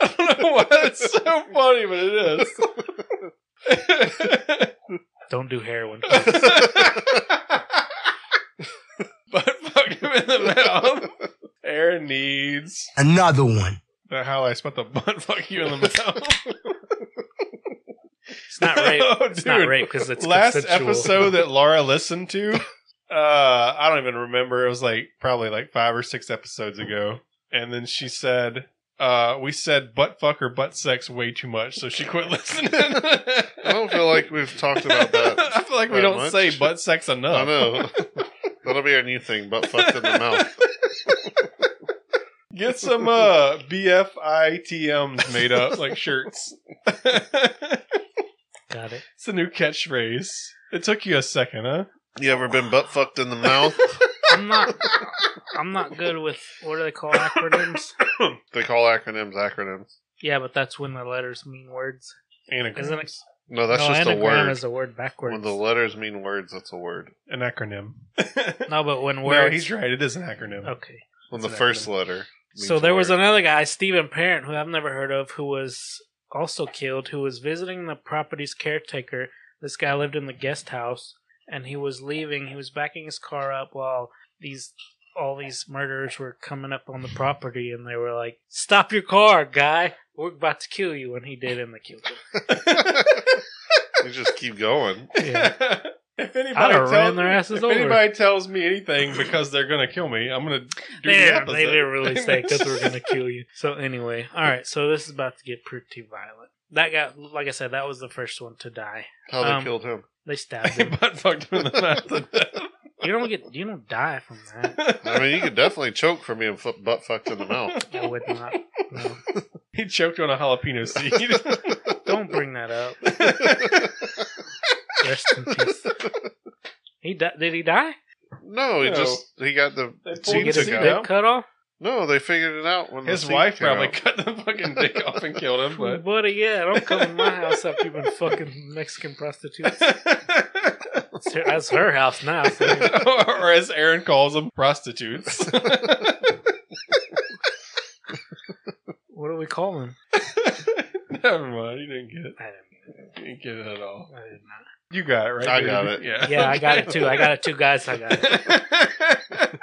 [SPEAKER 1] I don't know why that's so funny, but it is.
[SPEAKER 2] Don't do heroin.
[SPEAKER 1] butt fucked him in the mouth. Aaron needs
[SPEAKER 6] Another one.
[SPEAKER 1] That how I spent the butt fuck you in the mouth.
[SPEAKER 2] It's not rape.
[SPEAKER 1] Oh,
[SPEAKER 2] It's not
[SPEAKER 1] dude.
[SPEAKER 2] rape because it's
[SPEAKER 1] Last
[SPEAKER 2] consensual.
[SPEAKER 1] episode that Laura listened to, uh, I don't even remember. It was like probably like five or six episodes ago, and then she said, uh, "We said butt fuck or butt sex way too much," so she quit listening. I
[SPEAKER 3] I don't feel like we've talked about that.
[SPEAKER 1] I feel like we
[SPEAKER 3] that
[SPEAKER 1] don't
[SPEAKER 3] much.
[SPEAKER 1] say butt sex enough.
[SPEAKER 2] Oh.
[SPEAKER 3] I know. That'll be our new thing, butt fucked in the mouth.
[SPEAKER 1] Get some uh, BFITMs made up like shirts. it's
[SPEAKER 2] Got it.
[SPEAKER 1] a new catchphrase. It took you a second, huh?
[SPEAKER 3] You ever been butt fucked in the mouth?
[SPEAKER 2] I'm not. I'm not good with what do they call acronyms?
[SPEAKER 3] They call acronyms acronyms.
[SPEAKER 2] Yeah, but that's when the letters mean words.
[SPEAKER 1] Anagrams.
[SPEAKER 2] Isn't it-
[SPEAKER 3] No, that's
[SPEAKER 2] no,
[SPEAKER 3] just a
[SPEAKER 2] anagram
[SPEAKER 3] word.
[SPEAKER 2] is a word
[SPEAKER 3] When
[SPEAKER 2] backwards.
[SPEAKER 3] the letters mean words, that's a word.
[SPEAKER 1] an acronym.
[SPEAKER 2] no, but when
[SPEAKER 1] no,
[SPEAKER 2] words.
[SPEAKER 1] he's right. It is an acronym.
[SPEAKER 2] Okay.
[SPEAKER 3] When
[SPEAKER 1] It's
[SPEAKER 3] the
[SPEAKER 1] an
[SPEAKER 3] first
[SPEAKER 1] acronym.
[SPEAKER 3] letter. means
[SPEAKER 2] So there was
[SPEAKER 3] word.
[SPEAKER 2] another guy, Stephen Parent, who I've never heard of, who was also killed, who was visiting the property's caretaker. This guy lived in the guest house, and he was leaving. He was backing his car up while these all these murderers were coming up on the property and they were like, Stop your car, guy. We're about to kill you. And he did, and they killed him.
[SPEAKER 3] you just keep going.
[SPEAKER 1] if
[SPEAKER 2] I'd
[SPEAKER 1] anybody
[SPEAKER 2] have
[SPEAKER 1] tells
[SPEAKER 2] ran their asses
[SPEAKER 1] if
[SPEAKER 2] over.
[SPEAKER 1] anybody tells me anything because they're gonna kill me, I'm gonna do the
[SPEAKER 2] Yeah,
[SPEAKER 1] opposite.
[SPEAKER 2] they didn't really say because we're going to kill you. So, anyway, all right, so this is about to get pretty violent. That got, like I said, that was the first one to die.
[SPEAKER 3] How they
[SPEAKER 2] Um,
[SPEAKER 3] killed him.
[SPEAKER 2] They stabbed
[SPEAKER 1] They
[SPEAKER 2] him.
[SPEAKER 1] butt fucked him in the mouth. to death.
[SPEAKER 2] you don't get, you don't die from that.
[SPEAKER 3] I mean, you could definitely choke for me and flip butt fucked in the mouth.
[SPEAKER 2] I would not. No.
[SPEAKER 1] he choked on a jalapeno seed.
[SPEAKER 2] Don't bring that up. Rest in peace. He di- did he die?
[SPEAKER 3] no, he
[SPEAKER 1] No.
[SPEAKER 3] just he got the
[SPEAKER 1] They
[SPEAKER 3] teeth
[SPEAKER 1] pulled
[SPEAKER 2] Did he get
[SPEAKER 1] the
[SPEAKER 2] his
[SPEAKER 3] took
[SPEAKER 1] seed
[SPEAKER 3] out.
[SPEAKER 1] out.
[SPEAKER 2] dick cut off?
[SPEAKER 3] No, they figured it out when
[SPEAKER 1] His
[SPEAKER 3] the teeth
[SPEAKER 1] wife
[SPEAKER 3] came
[SPEAKER 1] probably
[SPEAKER 3] out.
[SPEAKER 1] cut the fucking dick off and killed him, but
[SPEAKER 2] Buddy, yeah, don't come to my house after you've been fucking Mexican prostitutes. It's her- That's her house now. So
[SPEAKER 1] or as Aaron calls them, prostitutes.
[SPEAKER 2] what do we call him?
[SPEAKER 1] Never mind, you didn't get it.
[SPEAKER 2] I didn't,
[SPEAKER 1] You didn't get it at all.
[SPEAKER 2] I did not.
[SPEAKER 1] You got it, right?
[SPEAKER 3] I
[SPEAKER 1] baby?
[SPEAKER 3] got it.
[SPEAKER 1] Yeah.
[SPEAKER 2] Yeah, I got it too. I got it too, guys. I got it.
[SPEAKER 1] it.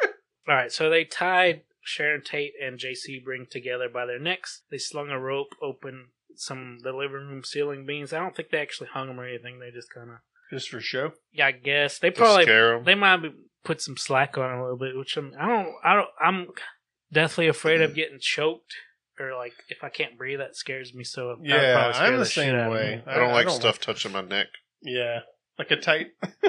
[SPEAKER 2] All right, so they tied Sharon Tate and J.C. Bring together by their necks. They slung a rope open some the living room ceiling beams. I don't think they actually hung them or anything. They just kind of,
[SPEAKER 1] Just for show.
[SPEAKER 2] yeah, I guess they
[SPEAKER 3] To
[SPEAKER 2] probably
[SPEAKER 3] scare him.
[SPEAKER 2] They might be, put some slack on it a little bit, which I'm, I don't, I don't, I'm deathly afraid
[SPEAKER 1] Mm.
[SPEAKER 2] of getting choked or like if I can't breathe, that scares me. So I'd
[SPEAKER 1] Yeah,
[SPEAKER 2] probably scare
[SPEAKER 1] I'm the
[SPEAKER 2] shit out
[SPEAKER 1] same
[SPEAKER 2] of
[SPEAKER 1] way.
[SPEAKER 2] me.
[SPEAKER 3] I don't like stuff touching my neck.
[SPEAKER 1] Yeah, like a tight.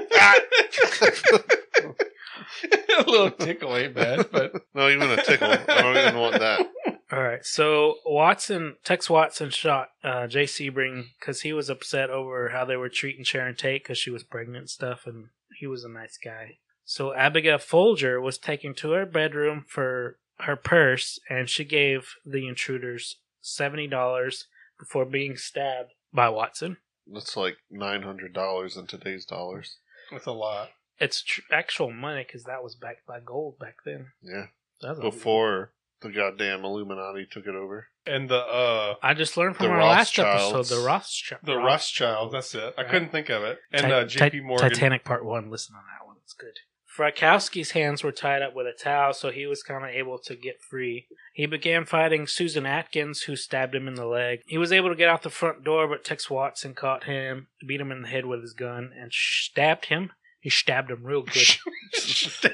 [SPEAKER 1] a little tickle ain't bad, but
[SPEAKER 3] No, even a tickle. I don't even want that.
[SPEAKER 2] All right, so Watson, Tex Watson shot uh, Jay Sebring because he was upset over how they were treating Sharon Tate because she was pregnant and stuff, and he was a nice guy. So Abigail Folger was taken to her bedroom for her purse, and she gave the intruders seventy dollars before being stabbed by Watson.
[SPEAKER 3] That's like nine hundred dollars in today's dollars.
[SPEAKER 1] that's a lot.
[SPEAKER 2] It's tr- actual money because that was backed by gold back then.
[SPEAKER 3] Oh, Yeah,
[SPEAKER 2] That's a-
[SPEAKER 3] before the goddamn Illuminati took it over.
[SPEAKER 1] And the uh,
[SPEAKER 2] I just learned from
[SPEAKER 3] The
[SPEAKER 2] our last episode
[SPEAKER 3] Rothschilds.
[SPEAKER 2] the Rothschild,
[SPEAKER 1] the Rothschild. That's it. I couldn't think of it. And
[SPEAKER 2] Ti-
[SPEAKER 1] uh,
[SPEAKER 2] Ti-
[SPEAKER 1] J.P. Morgan.
[SPEAKER 2] Titanic Part One. Listen on that one; it's good. Frakowski's hands were tied up with a towel, so he was kind of able to get free. He began fighting Susan Atkins, who stabbed him in the leg. He was able to get out the front door, but Tex Watson caught him, beat him in the head with his gun, and stabbed him. He stabbed him real good,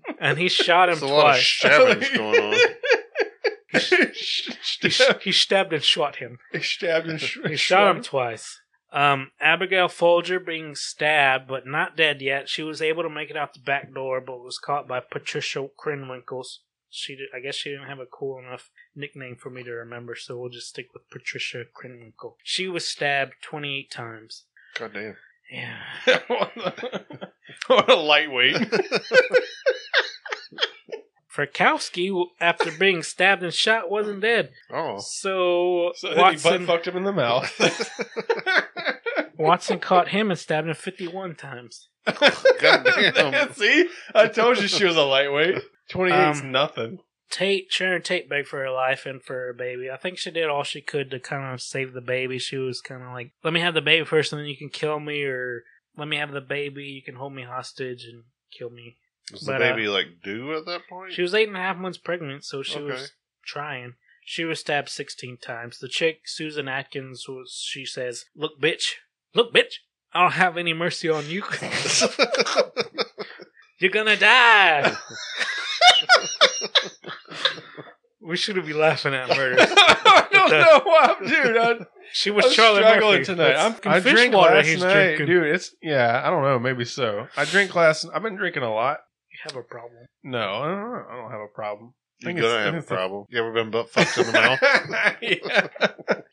[SPEAKER 2] and he shot him
[SPEAKER 3] There's a lot of
[SPEAKER 2] twice.
[SPEAKER 3] stabbings going on.
[SPEAKER 2] He, sh- he stabbed and shot him.
[SPEAKER 1] He stabbed and sh-
[SPEAKER 2] He shot him twice. Um, Abigail Folger being stabbed but not dead yet. She was able to make it out the back door, but was caught by Patricia Krenwinkles. She, did, I guess, she didn't have a cool enough nickname for me to remember, so we'll just stick with Patricia Krenwinkle. She was stabbed twenty-eight times.
[SPEAKER 3] Goddamn.
[SPEAKER 2] Yeah,
[SPEAKER 1] what a lightweight.
[SPEAKER 2] Frakowski, w- after being stabbed and shot, wasn't dead.
[SPEAKER 3] Oh,
[SPEAKER 2] So,
[SPEAKER 1] So then he butt
[SPEAKER 2] Watson,
[SPEAKER 1] fucked him in the mouth.
[SPEAKER 2] Watson caught him and stabbed him fifty-one times.
[SPEAKER 3] Goddamn.
[SPEAKER 1] See, I told you she was a lightweight. Twenty eight's
[SPEAKER 2] Um,
[SPEAKER 1] nothing.
[SPEAKER 2] Tate, Sharon Tate begged for her life and for her baby. I think she did all she could to kind of save the baby. She was kind of like, let me have the baby first and then you can kill me, or let me have the baby, you can hold me hostage and kill me.
[SPEAKER 3] was the
[SPEAKER 2] But, uh,
[SPEAKER 3] baby like due at that point?
[SPEAKER 2] She was eight and a half months pregnant, so she
[SPEAKER 3] Okay.
[SPEAKER 2] was trying. She was stabbed 16 times. The chick, Susan Atkins, was, she says, Look, bitch, look, bitch, I don't have any mercy on you. You're gonna die. we shouldn't be laughing at murder.
[SPEAKER 1] I don't know why, I'm- dude. I,
[SPEAKER 2] She
[SPEAKER 1] I'm
[SPEAKER 2] was Charlie
[SPEAKER 1] struggling
[SPEAKER 2] Murphy.
[SPEAKER 1] tonight. I'm,
[SPEAKER 2] Fucking
[SPEAKER 1] I
[SPEAKER 2] fish
[SPEAKER 1] drank
[SPEAKER 2] water
[SPEAKER 1] last
[SPEAKER 2] he's
[SPEAKER 1] night,
[SPEAKER 2] drinking.
[SPEAKER 1] dude. It's yeah. I don't know. Maybe so. I drink last. I've been drinking a lot.
[SPEAKER 2] You have a problem.
[SPEAKER 1] No, I don't, know. I don't have a problem.
[SPEAKER 3] You're
[SPEAKER 1] think it's-
[SPEAKER 3] gonna
[SPEAKER 1] I
[SPEAKER 3] have a
[SPEAKER 1] think it's-
[SPEAKER 3] problem. You ever been butt fucked in the mouth?
[SPEAKER 1] yeah.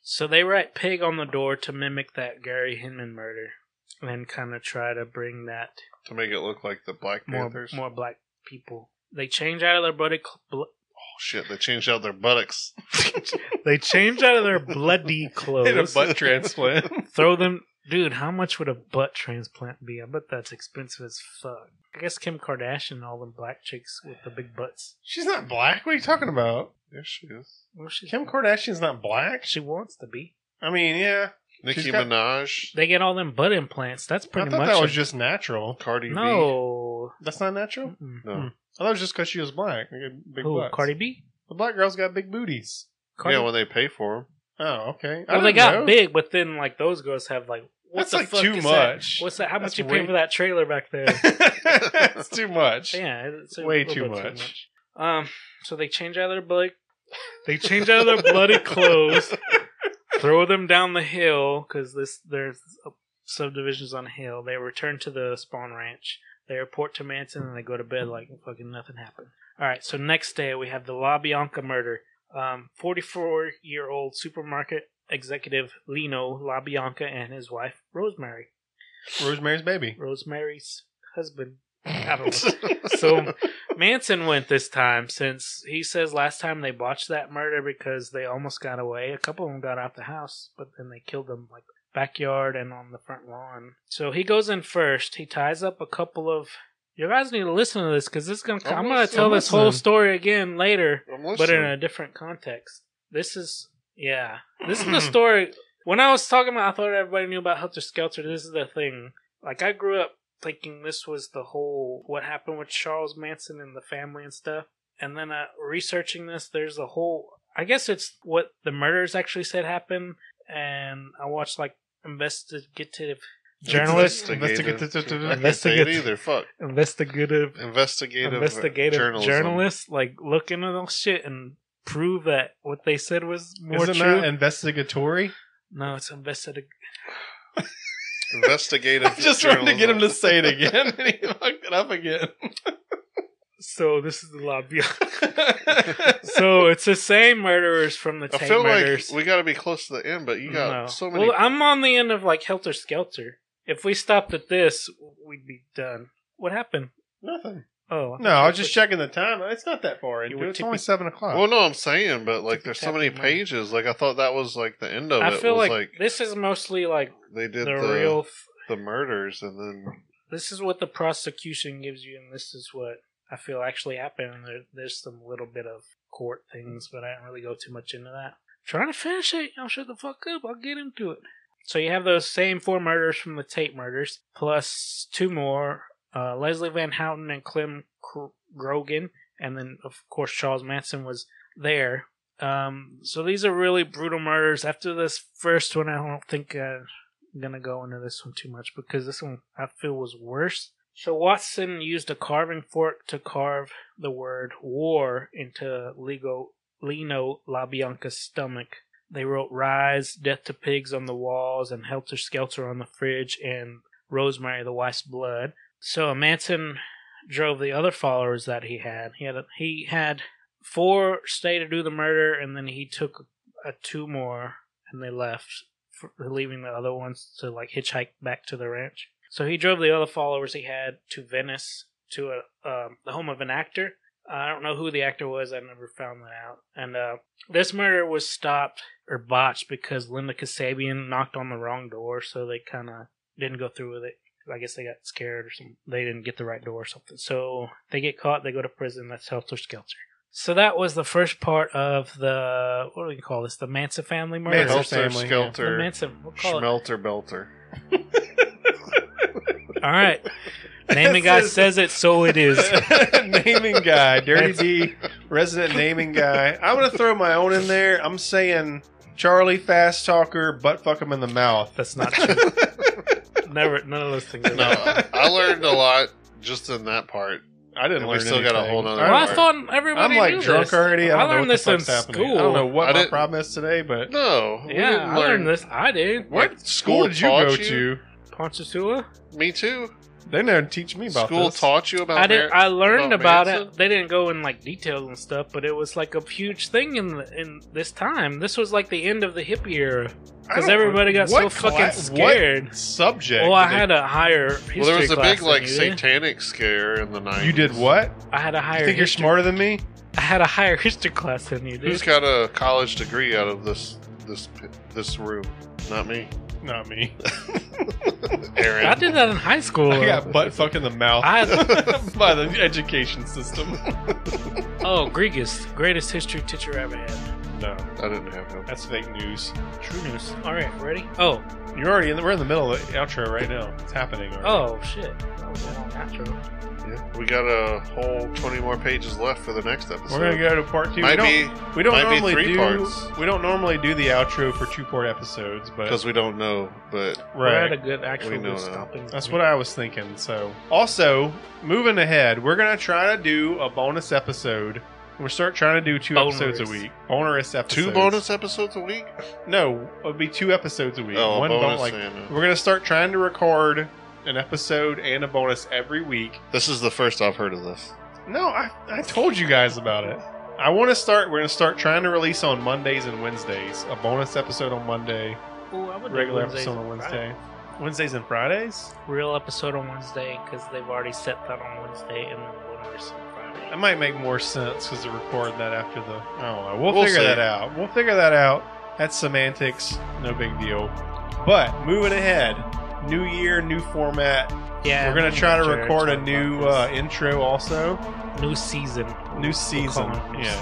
[SPEAKER 2] So they write pig on the door to mimic that Gary Hinman murder and kind of try to bring that
[SPEAKER 3] to make it look like the Black
[SPEAKER 2] more
[SPEAKER 3] Panthers.
[SPEAKER 2] more black people. They change out of their bloody cl- bl-
[SPEAKER 3] Oh shit! They changed out their buttocks.
[SPEAKER 2] they change out of their bloody
[SPEAKER 1] Need a
[SPEAKER 2] clothes.
[SPEAKER 1] butt transplant.
[SPEAKER 2] Throw them Dude, how much would a butt transplant be? I bet that's expensive as fuck. I guess Kim Kardashian and all them black chicks with the big butts.
[SPEAKER 1] She's not black. What are you talking about?
[SPEAKER 3] There she is.
[SPEAKER 2] Well, she,
[SPEAKER 1] Kim Kardashian's not black.
[SPEAKER 2] she wants to be.
[SPEAKER 1] I mean, yeah.
[SPEAKER 3] Nicki
[SPEAKER 1] got-
[SPEAKER 3] Minaj,
[SPEAKER 2] They get all them butt implants. That's pretty
[SPEAKER 1] I thought
[SPEAKER 2] much
[SPEAKER 1] that
[SPEAKER 2] a-
[SPEAKER 1] was just natural.
[SPEAKER 3] Cardi B.
[SPEAKER 2] No.
[SPEAKER 1] That's not natural.
[SPEAKER 2] Mm-mm.
[SPEAKER 3] No.
[SPEAKER 7] I thought it was just because she was black. They get big
[SPEAKER 2] Who?
[SPEAKER 7] butts.
[SPEAKER 2] Cardi B?
[SPEAKER 7] The black girls got big booties.
[SPEAKER 2] Cardi
[SPEAKER 3] Yeah, when they pay for them.
[SPEAKER 7] Oh, okay. I
[SPEAKER 2] Well, they
[SPEAKER 7] didn't
[SPEAKER 2] got
[SPEAKER 7] know.
[SPEAKER 2] big, but then like those girls have like what
[SPEAKER 7] That's
[SPEAKER 2] the
[SPEAKER 7] like
[SPEAKER 2] fuck
[SPEAKER 7] too
[SPEAKER 2] is
[SPEAKER 7] much.
[SPEAKER 2] That? What's that? How
[SPEAKER 7] That's
[SPEAKER 2] much you
[SPEAKER 7] way-
[SPEAKER 2] pay for that trailer back there?
[SPEAKER 7] That's too much.
[SPEAKER 2] yeah, it's a
[SPEAKER 7] Way
[SPEAKER 2] little
[SPEAKER 7] too
[SPEAKER 2] bit
[SPEAKER 7] much.
[SPEAKER 2] Um, so they change out of their blood. They change out of their bloody clothes, throw them down the hill because this there's subdivisions on a hill. They return to the spawn ranch. They report to Manson and they go to bed like fucking nothing happened. All right, so next day we have the La Bianca murder. Um, 44 year old supermarket executive Lino La Bianca and his wife Rosemary,
[SPEAKER 7] Rosemary's Baby.
[SPEAKER 2] Rosemary's husband. I don't know so Manson went this time since he says last time they botched that murder because they almost got away. A couple of them got out the house, but then they killed them like backyard and on the front lawn. So he goes in first. He ties up a couple of. You guys need to listen to this because this is gonna.
[SPEAKER 3] I'm
[SPEAKER 2] I'm, gonna
[SPEAKER 3] listening.
[SPEAKER 2] tell
[SPEAKER 7] I'm
[SPEAKER 2] this whole
[SPEAKER 7] listening.
[SPEAKER 2] story again later,
[SPEAKER 3] I'm
[SPEAKER 2] but in
[SPEAKER 3] listening.
[SPEAKER 2] a different context. This is yeah. This is the story. When I was talking about, I thought everybody knew about Helter Skelter. This is the thing. Like I grew up thinking this was the whole what happened with Charles Manson and the family and stuff. And then uh, researching this, there's a whole. I guess it's what the murders actually said happened. And I watched like investigative journalist,
[SPEAKER 7] Investigative-
[SPEAKER 3] I can't say it either. Fuck.
[SPEAKER 2] investigative
[SPEAKER 3] Investigative,
[SPEAKER 2] investigative
[SPEAKER 3] journalism.
[SPEAKER 2] journalists like look into all shit and prove that what they said was more
[SPEAKER 7] Isn't
[SPEAKER 2] true.
[SPEAKER 7] that investigatory?
[SPEAKER 2] no, it's investigative.
[SPEAKER 3] Investigative.
[SPEAKER 7] I'm just trying to get him to
[SPEAKER 3] journalism.
[SPEAKER 7] say it again, and he fucked it up again.
[SPEAKER 2] So this is the lobby. so it's the same murderers from the
[SPEAKER 3] I
[SPEAKER 2] Tate
[SPEAKER 3] feel
[SPEAKER 2] murders.
[SPEAKER 3] like we got to be close to the end, but you got
[SPEAKER 2] No.
[SPEAKER 3] so many.
[SPEAKER 2] Well, I'm on the end of like Helter Skelter. If we stopped at this, we'd be done. What happened?
[SPEAKER 7] Nothing.
[SPEAKER 2] Oh,
[SPEAKER 7] No, I was just checking the time. It's not that far
[SPEAKER 2] You
[SPEAKER 7] into
[SPEAKER 2] were
[SPEAKER 7] it. It's only
[SPEAKER 2] tippy-
[SPEAKER 7] seven o'clock.
[SPEAKER 3] Well, no, I'm saying, but like, there's so many
[SPEAKER 2] Tapping money.
[SPEAKER 3] pages. Like, I thought that was like the end of
[SPEAKER 2] I
[SPEAKER 3] it.
[SPEAKER 2] feel
[SPEAKER 3] was,
[SPEAKER 2] like, this is mostly like
[SPEAKER 3] they did
[SPEAKER 2] the,
[SPEAKER 3] the
[SPEAKER 2] real. Th-
[SPEAKER 3] the murders, and then
[SPEAKER 2] this is what the prosecution gives you, and this is what I feel actually happened. And there, there's some little bit of court things, but I didn't really go too much into that. trying to finish it. Y'all shut the fuck up. I'll get into it. So you have those same four murders from the Tate murders, plus two more: uh, Leslie Van Houten and Clem Cr- Grogan, and then of course Charles Manson was there. Um, so these are really brutal murders. After this first one, I don't think uh, I'm gonna go into this one too much because this one I feel was worse. So Watson used a carving fork to carve the word "war" into legal Lino LaBianca's stomach. They wrote Rise, Death to Pigs on the walls, and Helter Skelter on the fridge, and Rosemary the Wife's Blood. So Manson drove the other followers that he had. He had he had four stay to do the murder, and then he took uh, two more, and they left, for, leaving the other ones to like hitchhike back to the ranch. So he drove the other followers he had to Venice, to a, um, the home of an actor, I don't know who the actor was. I never found that out. And uh, this murder was stopped or botched because Linda Kasabian knocked on the wrong door, so they kind of didn't go through with it. I guess they got scared or something. They didn't get the right door or something. So they get caught. They go to prison. That's helter skelter. So that was the first part of the what do we call this? The Manson family murder.
[SPEAKER 7] Manson
[SPEAKER 3] Helter
[SPEAKER 7] family, yeah.
[SPEAKER 2] The
[SPEAKER 3] Skelter,
[SPEAKER 2] Manson. We'll call it.
[SPEAKER 3] Schmelter Belter.
[SPEAKER 2] All right. Naming guy says it, so it is.
[SPEAKER 7] naming guy, Dirty D, resident naming guy. I'm gonna throw my own in there. I'm saying Charlie Fast Talker, butt fuck him in the mouth.
[SPEAKER 2] That's not true. Never. None of those things. Are
[SPEAKER 3] No, I I learned a lot just in that part.
[SPEAKER 7] I didn't
[SPEAKER 3] And we
[SPEAKER 7] learn
[SPEAKER 3] still got a
[SPEAKER 7] anything.
[SPEAKER 3] whole nother
[SPEAKER 2] Well, I
[SPEAKER 3] Right.
[SPEAKER 2] thought everybody
[SPEAKER 7] I'm like
[SPEAKER 2] knew
[SPEAKER 7] drunk
[SPEAKER 2] this.
[SPEAKER 7] already. I,
[SPEAKER 2] I
[SPEAKER 7] don't know
[SPEAKER 2] learned
[SPEAKER 7] what
[SPEAKER 2] this
[SPEAKER 7] the
[SPEAKER 2] in
[SPEAKER 7] fuck's happening.
[SPEAKER 2] school.
[SPEAKER 7] I don't know what
[SPEAKER 3] I
[SPEAKER 7] my
[SPEAKER 3] didn't-
[SPEAKER 7] problem is today, but
[SPEAKER 3] No, we
[SPEAKER 2] Yeah,
[SPEAKER 3] didn't
[SPEAKER 2] I
[SPEAKER 3] learn-
[SPEAKER 2] learned this. I did.
[SPEAKER 3] What
[SPEAKER 7] school did you go
[SPEAKER 3] taught
[SPEAKER 7] to?
[SPEAKER 2] Ponchatoula?
[SPEAKER 3] Me too.
[SPEAKER 7] They never teach me about
[SPEAKER 3] School
[SPEAKER 7] this.
[SPEAKER 3] taught
[SPEAKER 7] Oh,
[SPEAKER 3] you about.
[SPEAKER 2] I did.
[SPEAKER 3] Mar-
[SPEAKER 2] I learned about
[SPEAKER 3] about
[SPEAKER 2] it.
[SPEAKER 3] Manson?
[SPEAKER 2] They didn't go in like details and stuff, but it was like a huge thing in the, in this time. This was like the end of the hippie era
[SPEAKER 7] I
[SPEAKER 2] because
[SPEAKER 7] don't-
[SPEAKER 2] everybody got so
[SPEAKER 7] what
[SPEAKER 2] fucking
[SPEAKER 7] cla-
[SPEAKER 2] scared.
[SPEAKER 7] What subject?
[SPEAKER 2] Well, I
[SPEAKER 7] did they-
[SPEAKER 2] had a higher history
[SPEAKER 3] well, there was a
[SPEAKER 2] class
[SPEAKER 3] big
[SPEAKER 2] than
[SPEAKER 3] like
[SPEAKER 2] you did.
[SPEAKER 3] satanic scare in the nineties.
[SPEAKER 7] You did what?
[SPEAKER 2] I had a higher.
[SPEAKER 7] You think you're
[SPEAKER 2] history-
[SPEAKER 7] smarter than me?
[SPEAKER 2] I had a higher history class than you
[SPEAKER 3] Who's
[SPEAKER 2] did.
[SPEAKER 3] got a college degree out of this this this room? Not me,
[SPEAKER 7] Not me.
[SPEAKER 3] Aaron.
[SPEAKER 2] I did that in high school.
[SPEAKER 7] I got butt fucked in the mouth
[SPEAKER 2] I
[SPEAKER 7] by the education system.
[SPEAKER 2] oh, Gregus, greatest history teacher I ever had.
[SPEAKER 1] No,
[SPEAKER 3] I didn't have him.
[SPEAKER 1] that's fake news.
[SPEAKER 2] True news. All right, ready? Oh,
[SPEAKER 1] You're already in the, we're in the middle of the outro right now. It's happening already.
[SPEAKER 2] oh shit! That was a long outro.
[SPEAKER 3] Yeah. We got a whole 20 more pages left for the next episode.
[SPEAKER 1] We're gonna go to part two. we
[SPEAKER 3] Might
[SPEAKER 1] don't,
[SPEAKER 3] be
[SPEAKER 1] we don't
[SPEAKER 3] might be
[SPEAKER 1] normally
[SPEAKER 3] three
[SPEAKER 1] do
[SPEAKER 3] parts.
[SPEAKER 1] we don't normally do the outro for two part episodes, but
[SPEAKER 3] because we don't know, but
[SPEAKER 2] We're
[SPEAKER 1] right,
[SPEAKER 2] at a good actual
[SPEAKER 3] We know that.
[SPEAKER 2] stopping.
[SPEAKER 1] That's what I was thinking. So, also moving ahead, we're gonna try to do a bonus episode. We're start trying to do two episodes a
[SPEAKER 2] Bonus.
[SPEAKER 1] week. Bonus episodes.
[SPEAKER 3] two bonus episodes a week.
[SPEAKER 1] No, it'll be two episodes a week.
[SPEAKER 3] Oh,
[SPEAKER 1] One
[SPEAKER 3] a
[SPEAKER 1] bonus.
[SPEAKER 3] bonus.
[SPEAKER 1] Like,
[SPEAKER 3] and a-
[SPEAKER 1] we're gonna start trying to record an episode and a bonus every week.
[SPEAKER 3] this is the first I've heard of this.
[SPEAKER 1] No, I, I told you guys about it. I want to start. We're gonna start trying to release on Mondays and Wednesdays. A bonus episode on Monday,
[SPEAKER 2] Ooh, I would do
[SPEAKER 1] regular
[SPEAKER 2] Wednesdays
[SPEAKER 1] episode
[SPEAKER 2] and
[SPEAKER 1] on
[SPEAKER 2] Fridays.
[SPEAKER 1] Wednesday. Wednesdays and Fridays.
[SPEAKER 2] Real episode on Wednesday because they've already set that on Wednesday and then bonus on Friday.
[SPEAKER 1] That might make more sense because to record that after the. I don't know. We'll,
[SPEAKER 3] We'll
[SPEAKER 1] figure
[SPEAKER 3] see.
[SPEAKER 1] that out. We'll figure that out. That's semantics. No big deal. But moving ahead, new year, new format.
[SPEAKER 2] yeah,
[SPEAKER 1] We're gonna try to
[SPEAKER 2] Jared
[SPEAKER 1] record a
[SPEAKER 2] talked
[SPEAKER 1] new
[SPEAKER 2] about
[SPEAKER 1] uh,
[SPEAKER 2] this.
[SPEAKER 1] intro also.
[SPEAKER 2] new season.
[SPEAKER 1] New season.
[SPEAKER 2] it new
[SPEAKER 1] yeah.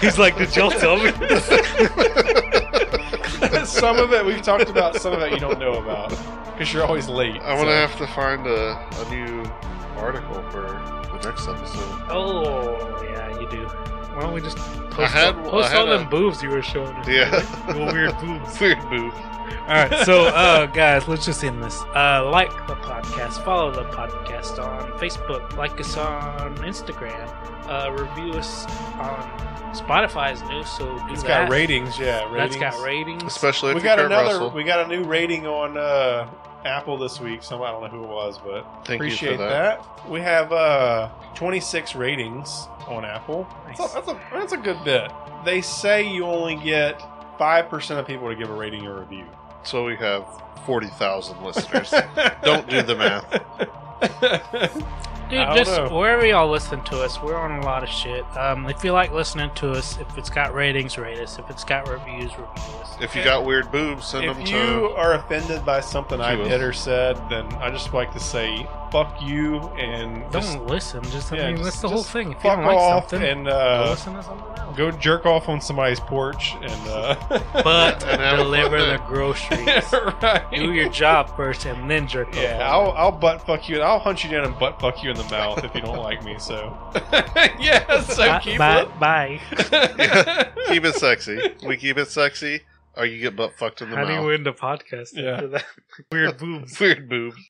[SPEAKER 2] season.
[SPEAKER 3] He's
[SPEAKER 2] like, "Did y'all tell me?"
[SPEAKER 1] some of it we've talked about. Some of it you don't know about because you're always late.
[SPEAKER 3] I'm
[SPEAKER 1] so-
[SPEAKER 3] gonna have to find a, a new article for the next episode.
[SPEAKER 2] Oh yeah, you do. Why don't we just post,
[SPEAKER 3] had-
[SPEAKER 2] all,
[SPEAKER 3] I
[SPEAKER 2] post
[SPEAKER 3] had
[SPEAKER 2] all
[SPEAKER 3] a-
[SPEAKER 2] them boobs you were showing? us.
[SPEAKER 3] Yeah,
[SPEAKER 2] Your weird boobs.
[SPEAKER 3] weird move.
[SPEAKER 2] All right, so uh, guys, let's just end this. Uh, like the podcast, follow the podcast on Facebook, like us on Instagram, uh, review us on Spotify's new, so do
[SPEAKER 1] It's
[SPEAKER 2] that.
[SPEAKER 1] got ratings. Yeah, ratings.
[SPEAKER 2] That's got ratings.
[SPEAKER 3] Especially if
[SPEAKER 1] We
[SPEAKER 3] you
[SPEAKER 1] got
[SPEAKER 3] Kurt
[SPEAKER 1] another.
[SPEAKER 3] Russell.
[SPEAKER 1] We got a new rating on uh, Apple this week. Some I don't know who it was, but
[SPEAKER 3] Thank
[SPEAKER 1] appreciate
[SPEAKER 3] you for that.
[SPEAKER 1] that. We have uh, 26 ratings on Apple. That's, a, that's, a, that's a good bit. They say you only get five percent of people to give a rating or review.
[SPEAKER 3] So we have forty thousand listeners. Don't do the
[SPEAKER 1] math.
[SPEAKER 2] Dude,
[SPEAKER 1] I don't
[SPEAKER 2] just
[SPEAKER 1] know.
[SPEAKER 2] wherever y'all listen to us, we're on a lot of shit. Um, if you like listening to us, if it's got ratings, rate us. If it's got reviews, review us.
[SPEAKER 3] if you got weird boobs, send them
[SPEAKER 1] if
[SPEAKER 3] to.
[SPEAKER 1] you are offended by something I
[SPEAKER 3] Cuba.
[SPEAKER 1] did or said, then I just like to say fuck you and
[SPEAKER 2] Don't
[SPEAKER 1] just
[SPEAKER 2] listen. Just I
[SPEAKER 1] yeah,
[SPEAKER 2] mean,
[SPEAKER 1] just-
[SPEAKER 2] that's the whole
[SPEAKER 1] just
[SPEAKER 2] thing. If you
[SPEAKER 1] fuck
[SPEAKER 2] don't like
[SPEAKER 1] off
[SPEAKER 2] something,
[SPEAKER 1] and
[SPEAKER 2] go
[SPEAKER 1] uh,
[SPEAKER 2] listen to something else.
[SPEAKER 1] go jerk off on somebody's porch and uh,
[SPEAKER 2] But
[SPEAKER 3] And have a fun
[SPEAKER 2] deliver
[SPEAKER 3] day.
[SPEAKER 2] the groceries.
[SPEAKER 1] right.
[SPEAKER 2] Do your job first and then jerk off.
[SPEAKER 1] yeah, I'll, I'll butt fuck you and I'll hunt you down and butt fuck you in the mouth if you don't like me. So yeah, so
[SPEAKER 2] Bye-
[SPEAKER 1] keep
[SPEAKER 2] bye, bye.
[SPEAKER 1] it.
[SPEAKER 3] keep it sexy. We keep it sexy, or you get butt fucked in the
[SPEAKER 2] How do
[SPEAKER 3] mouth.
[SPEAKER 2] you end a podcast
[SPEAKER 1] Yeah.
[SPEAKER 2] after that? Weird boobs.
[SPEAKER 3] Weird boobs.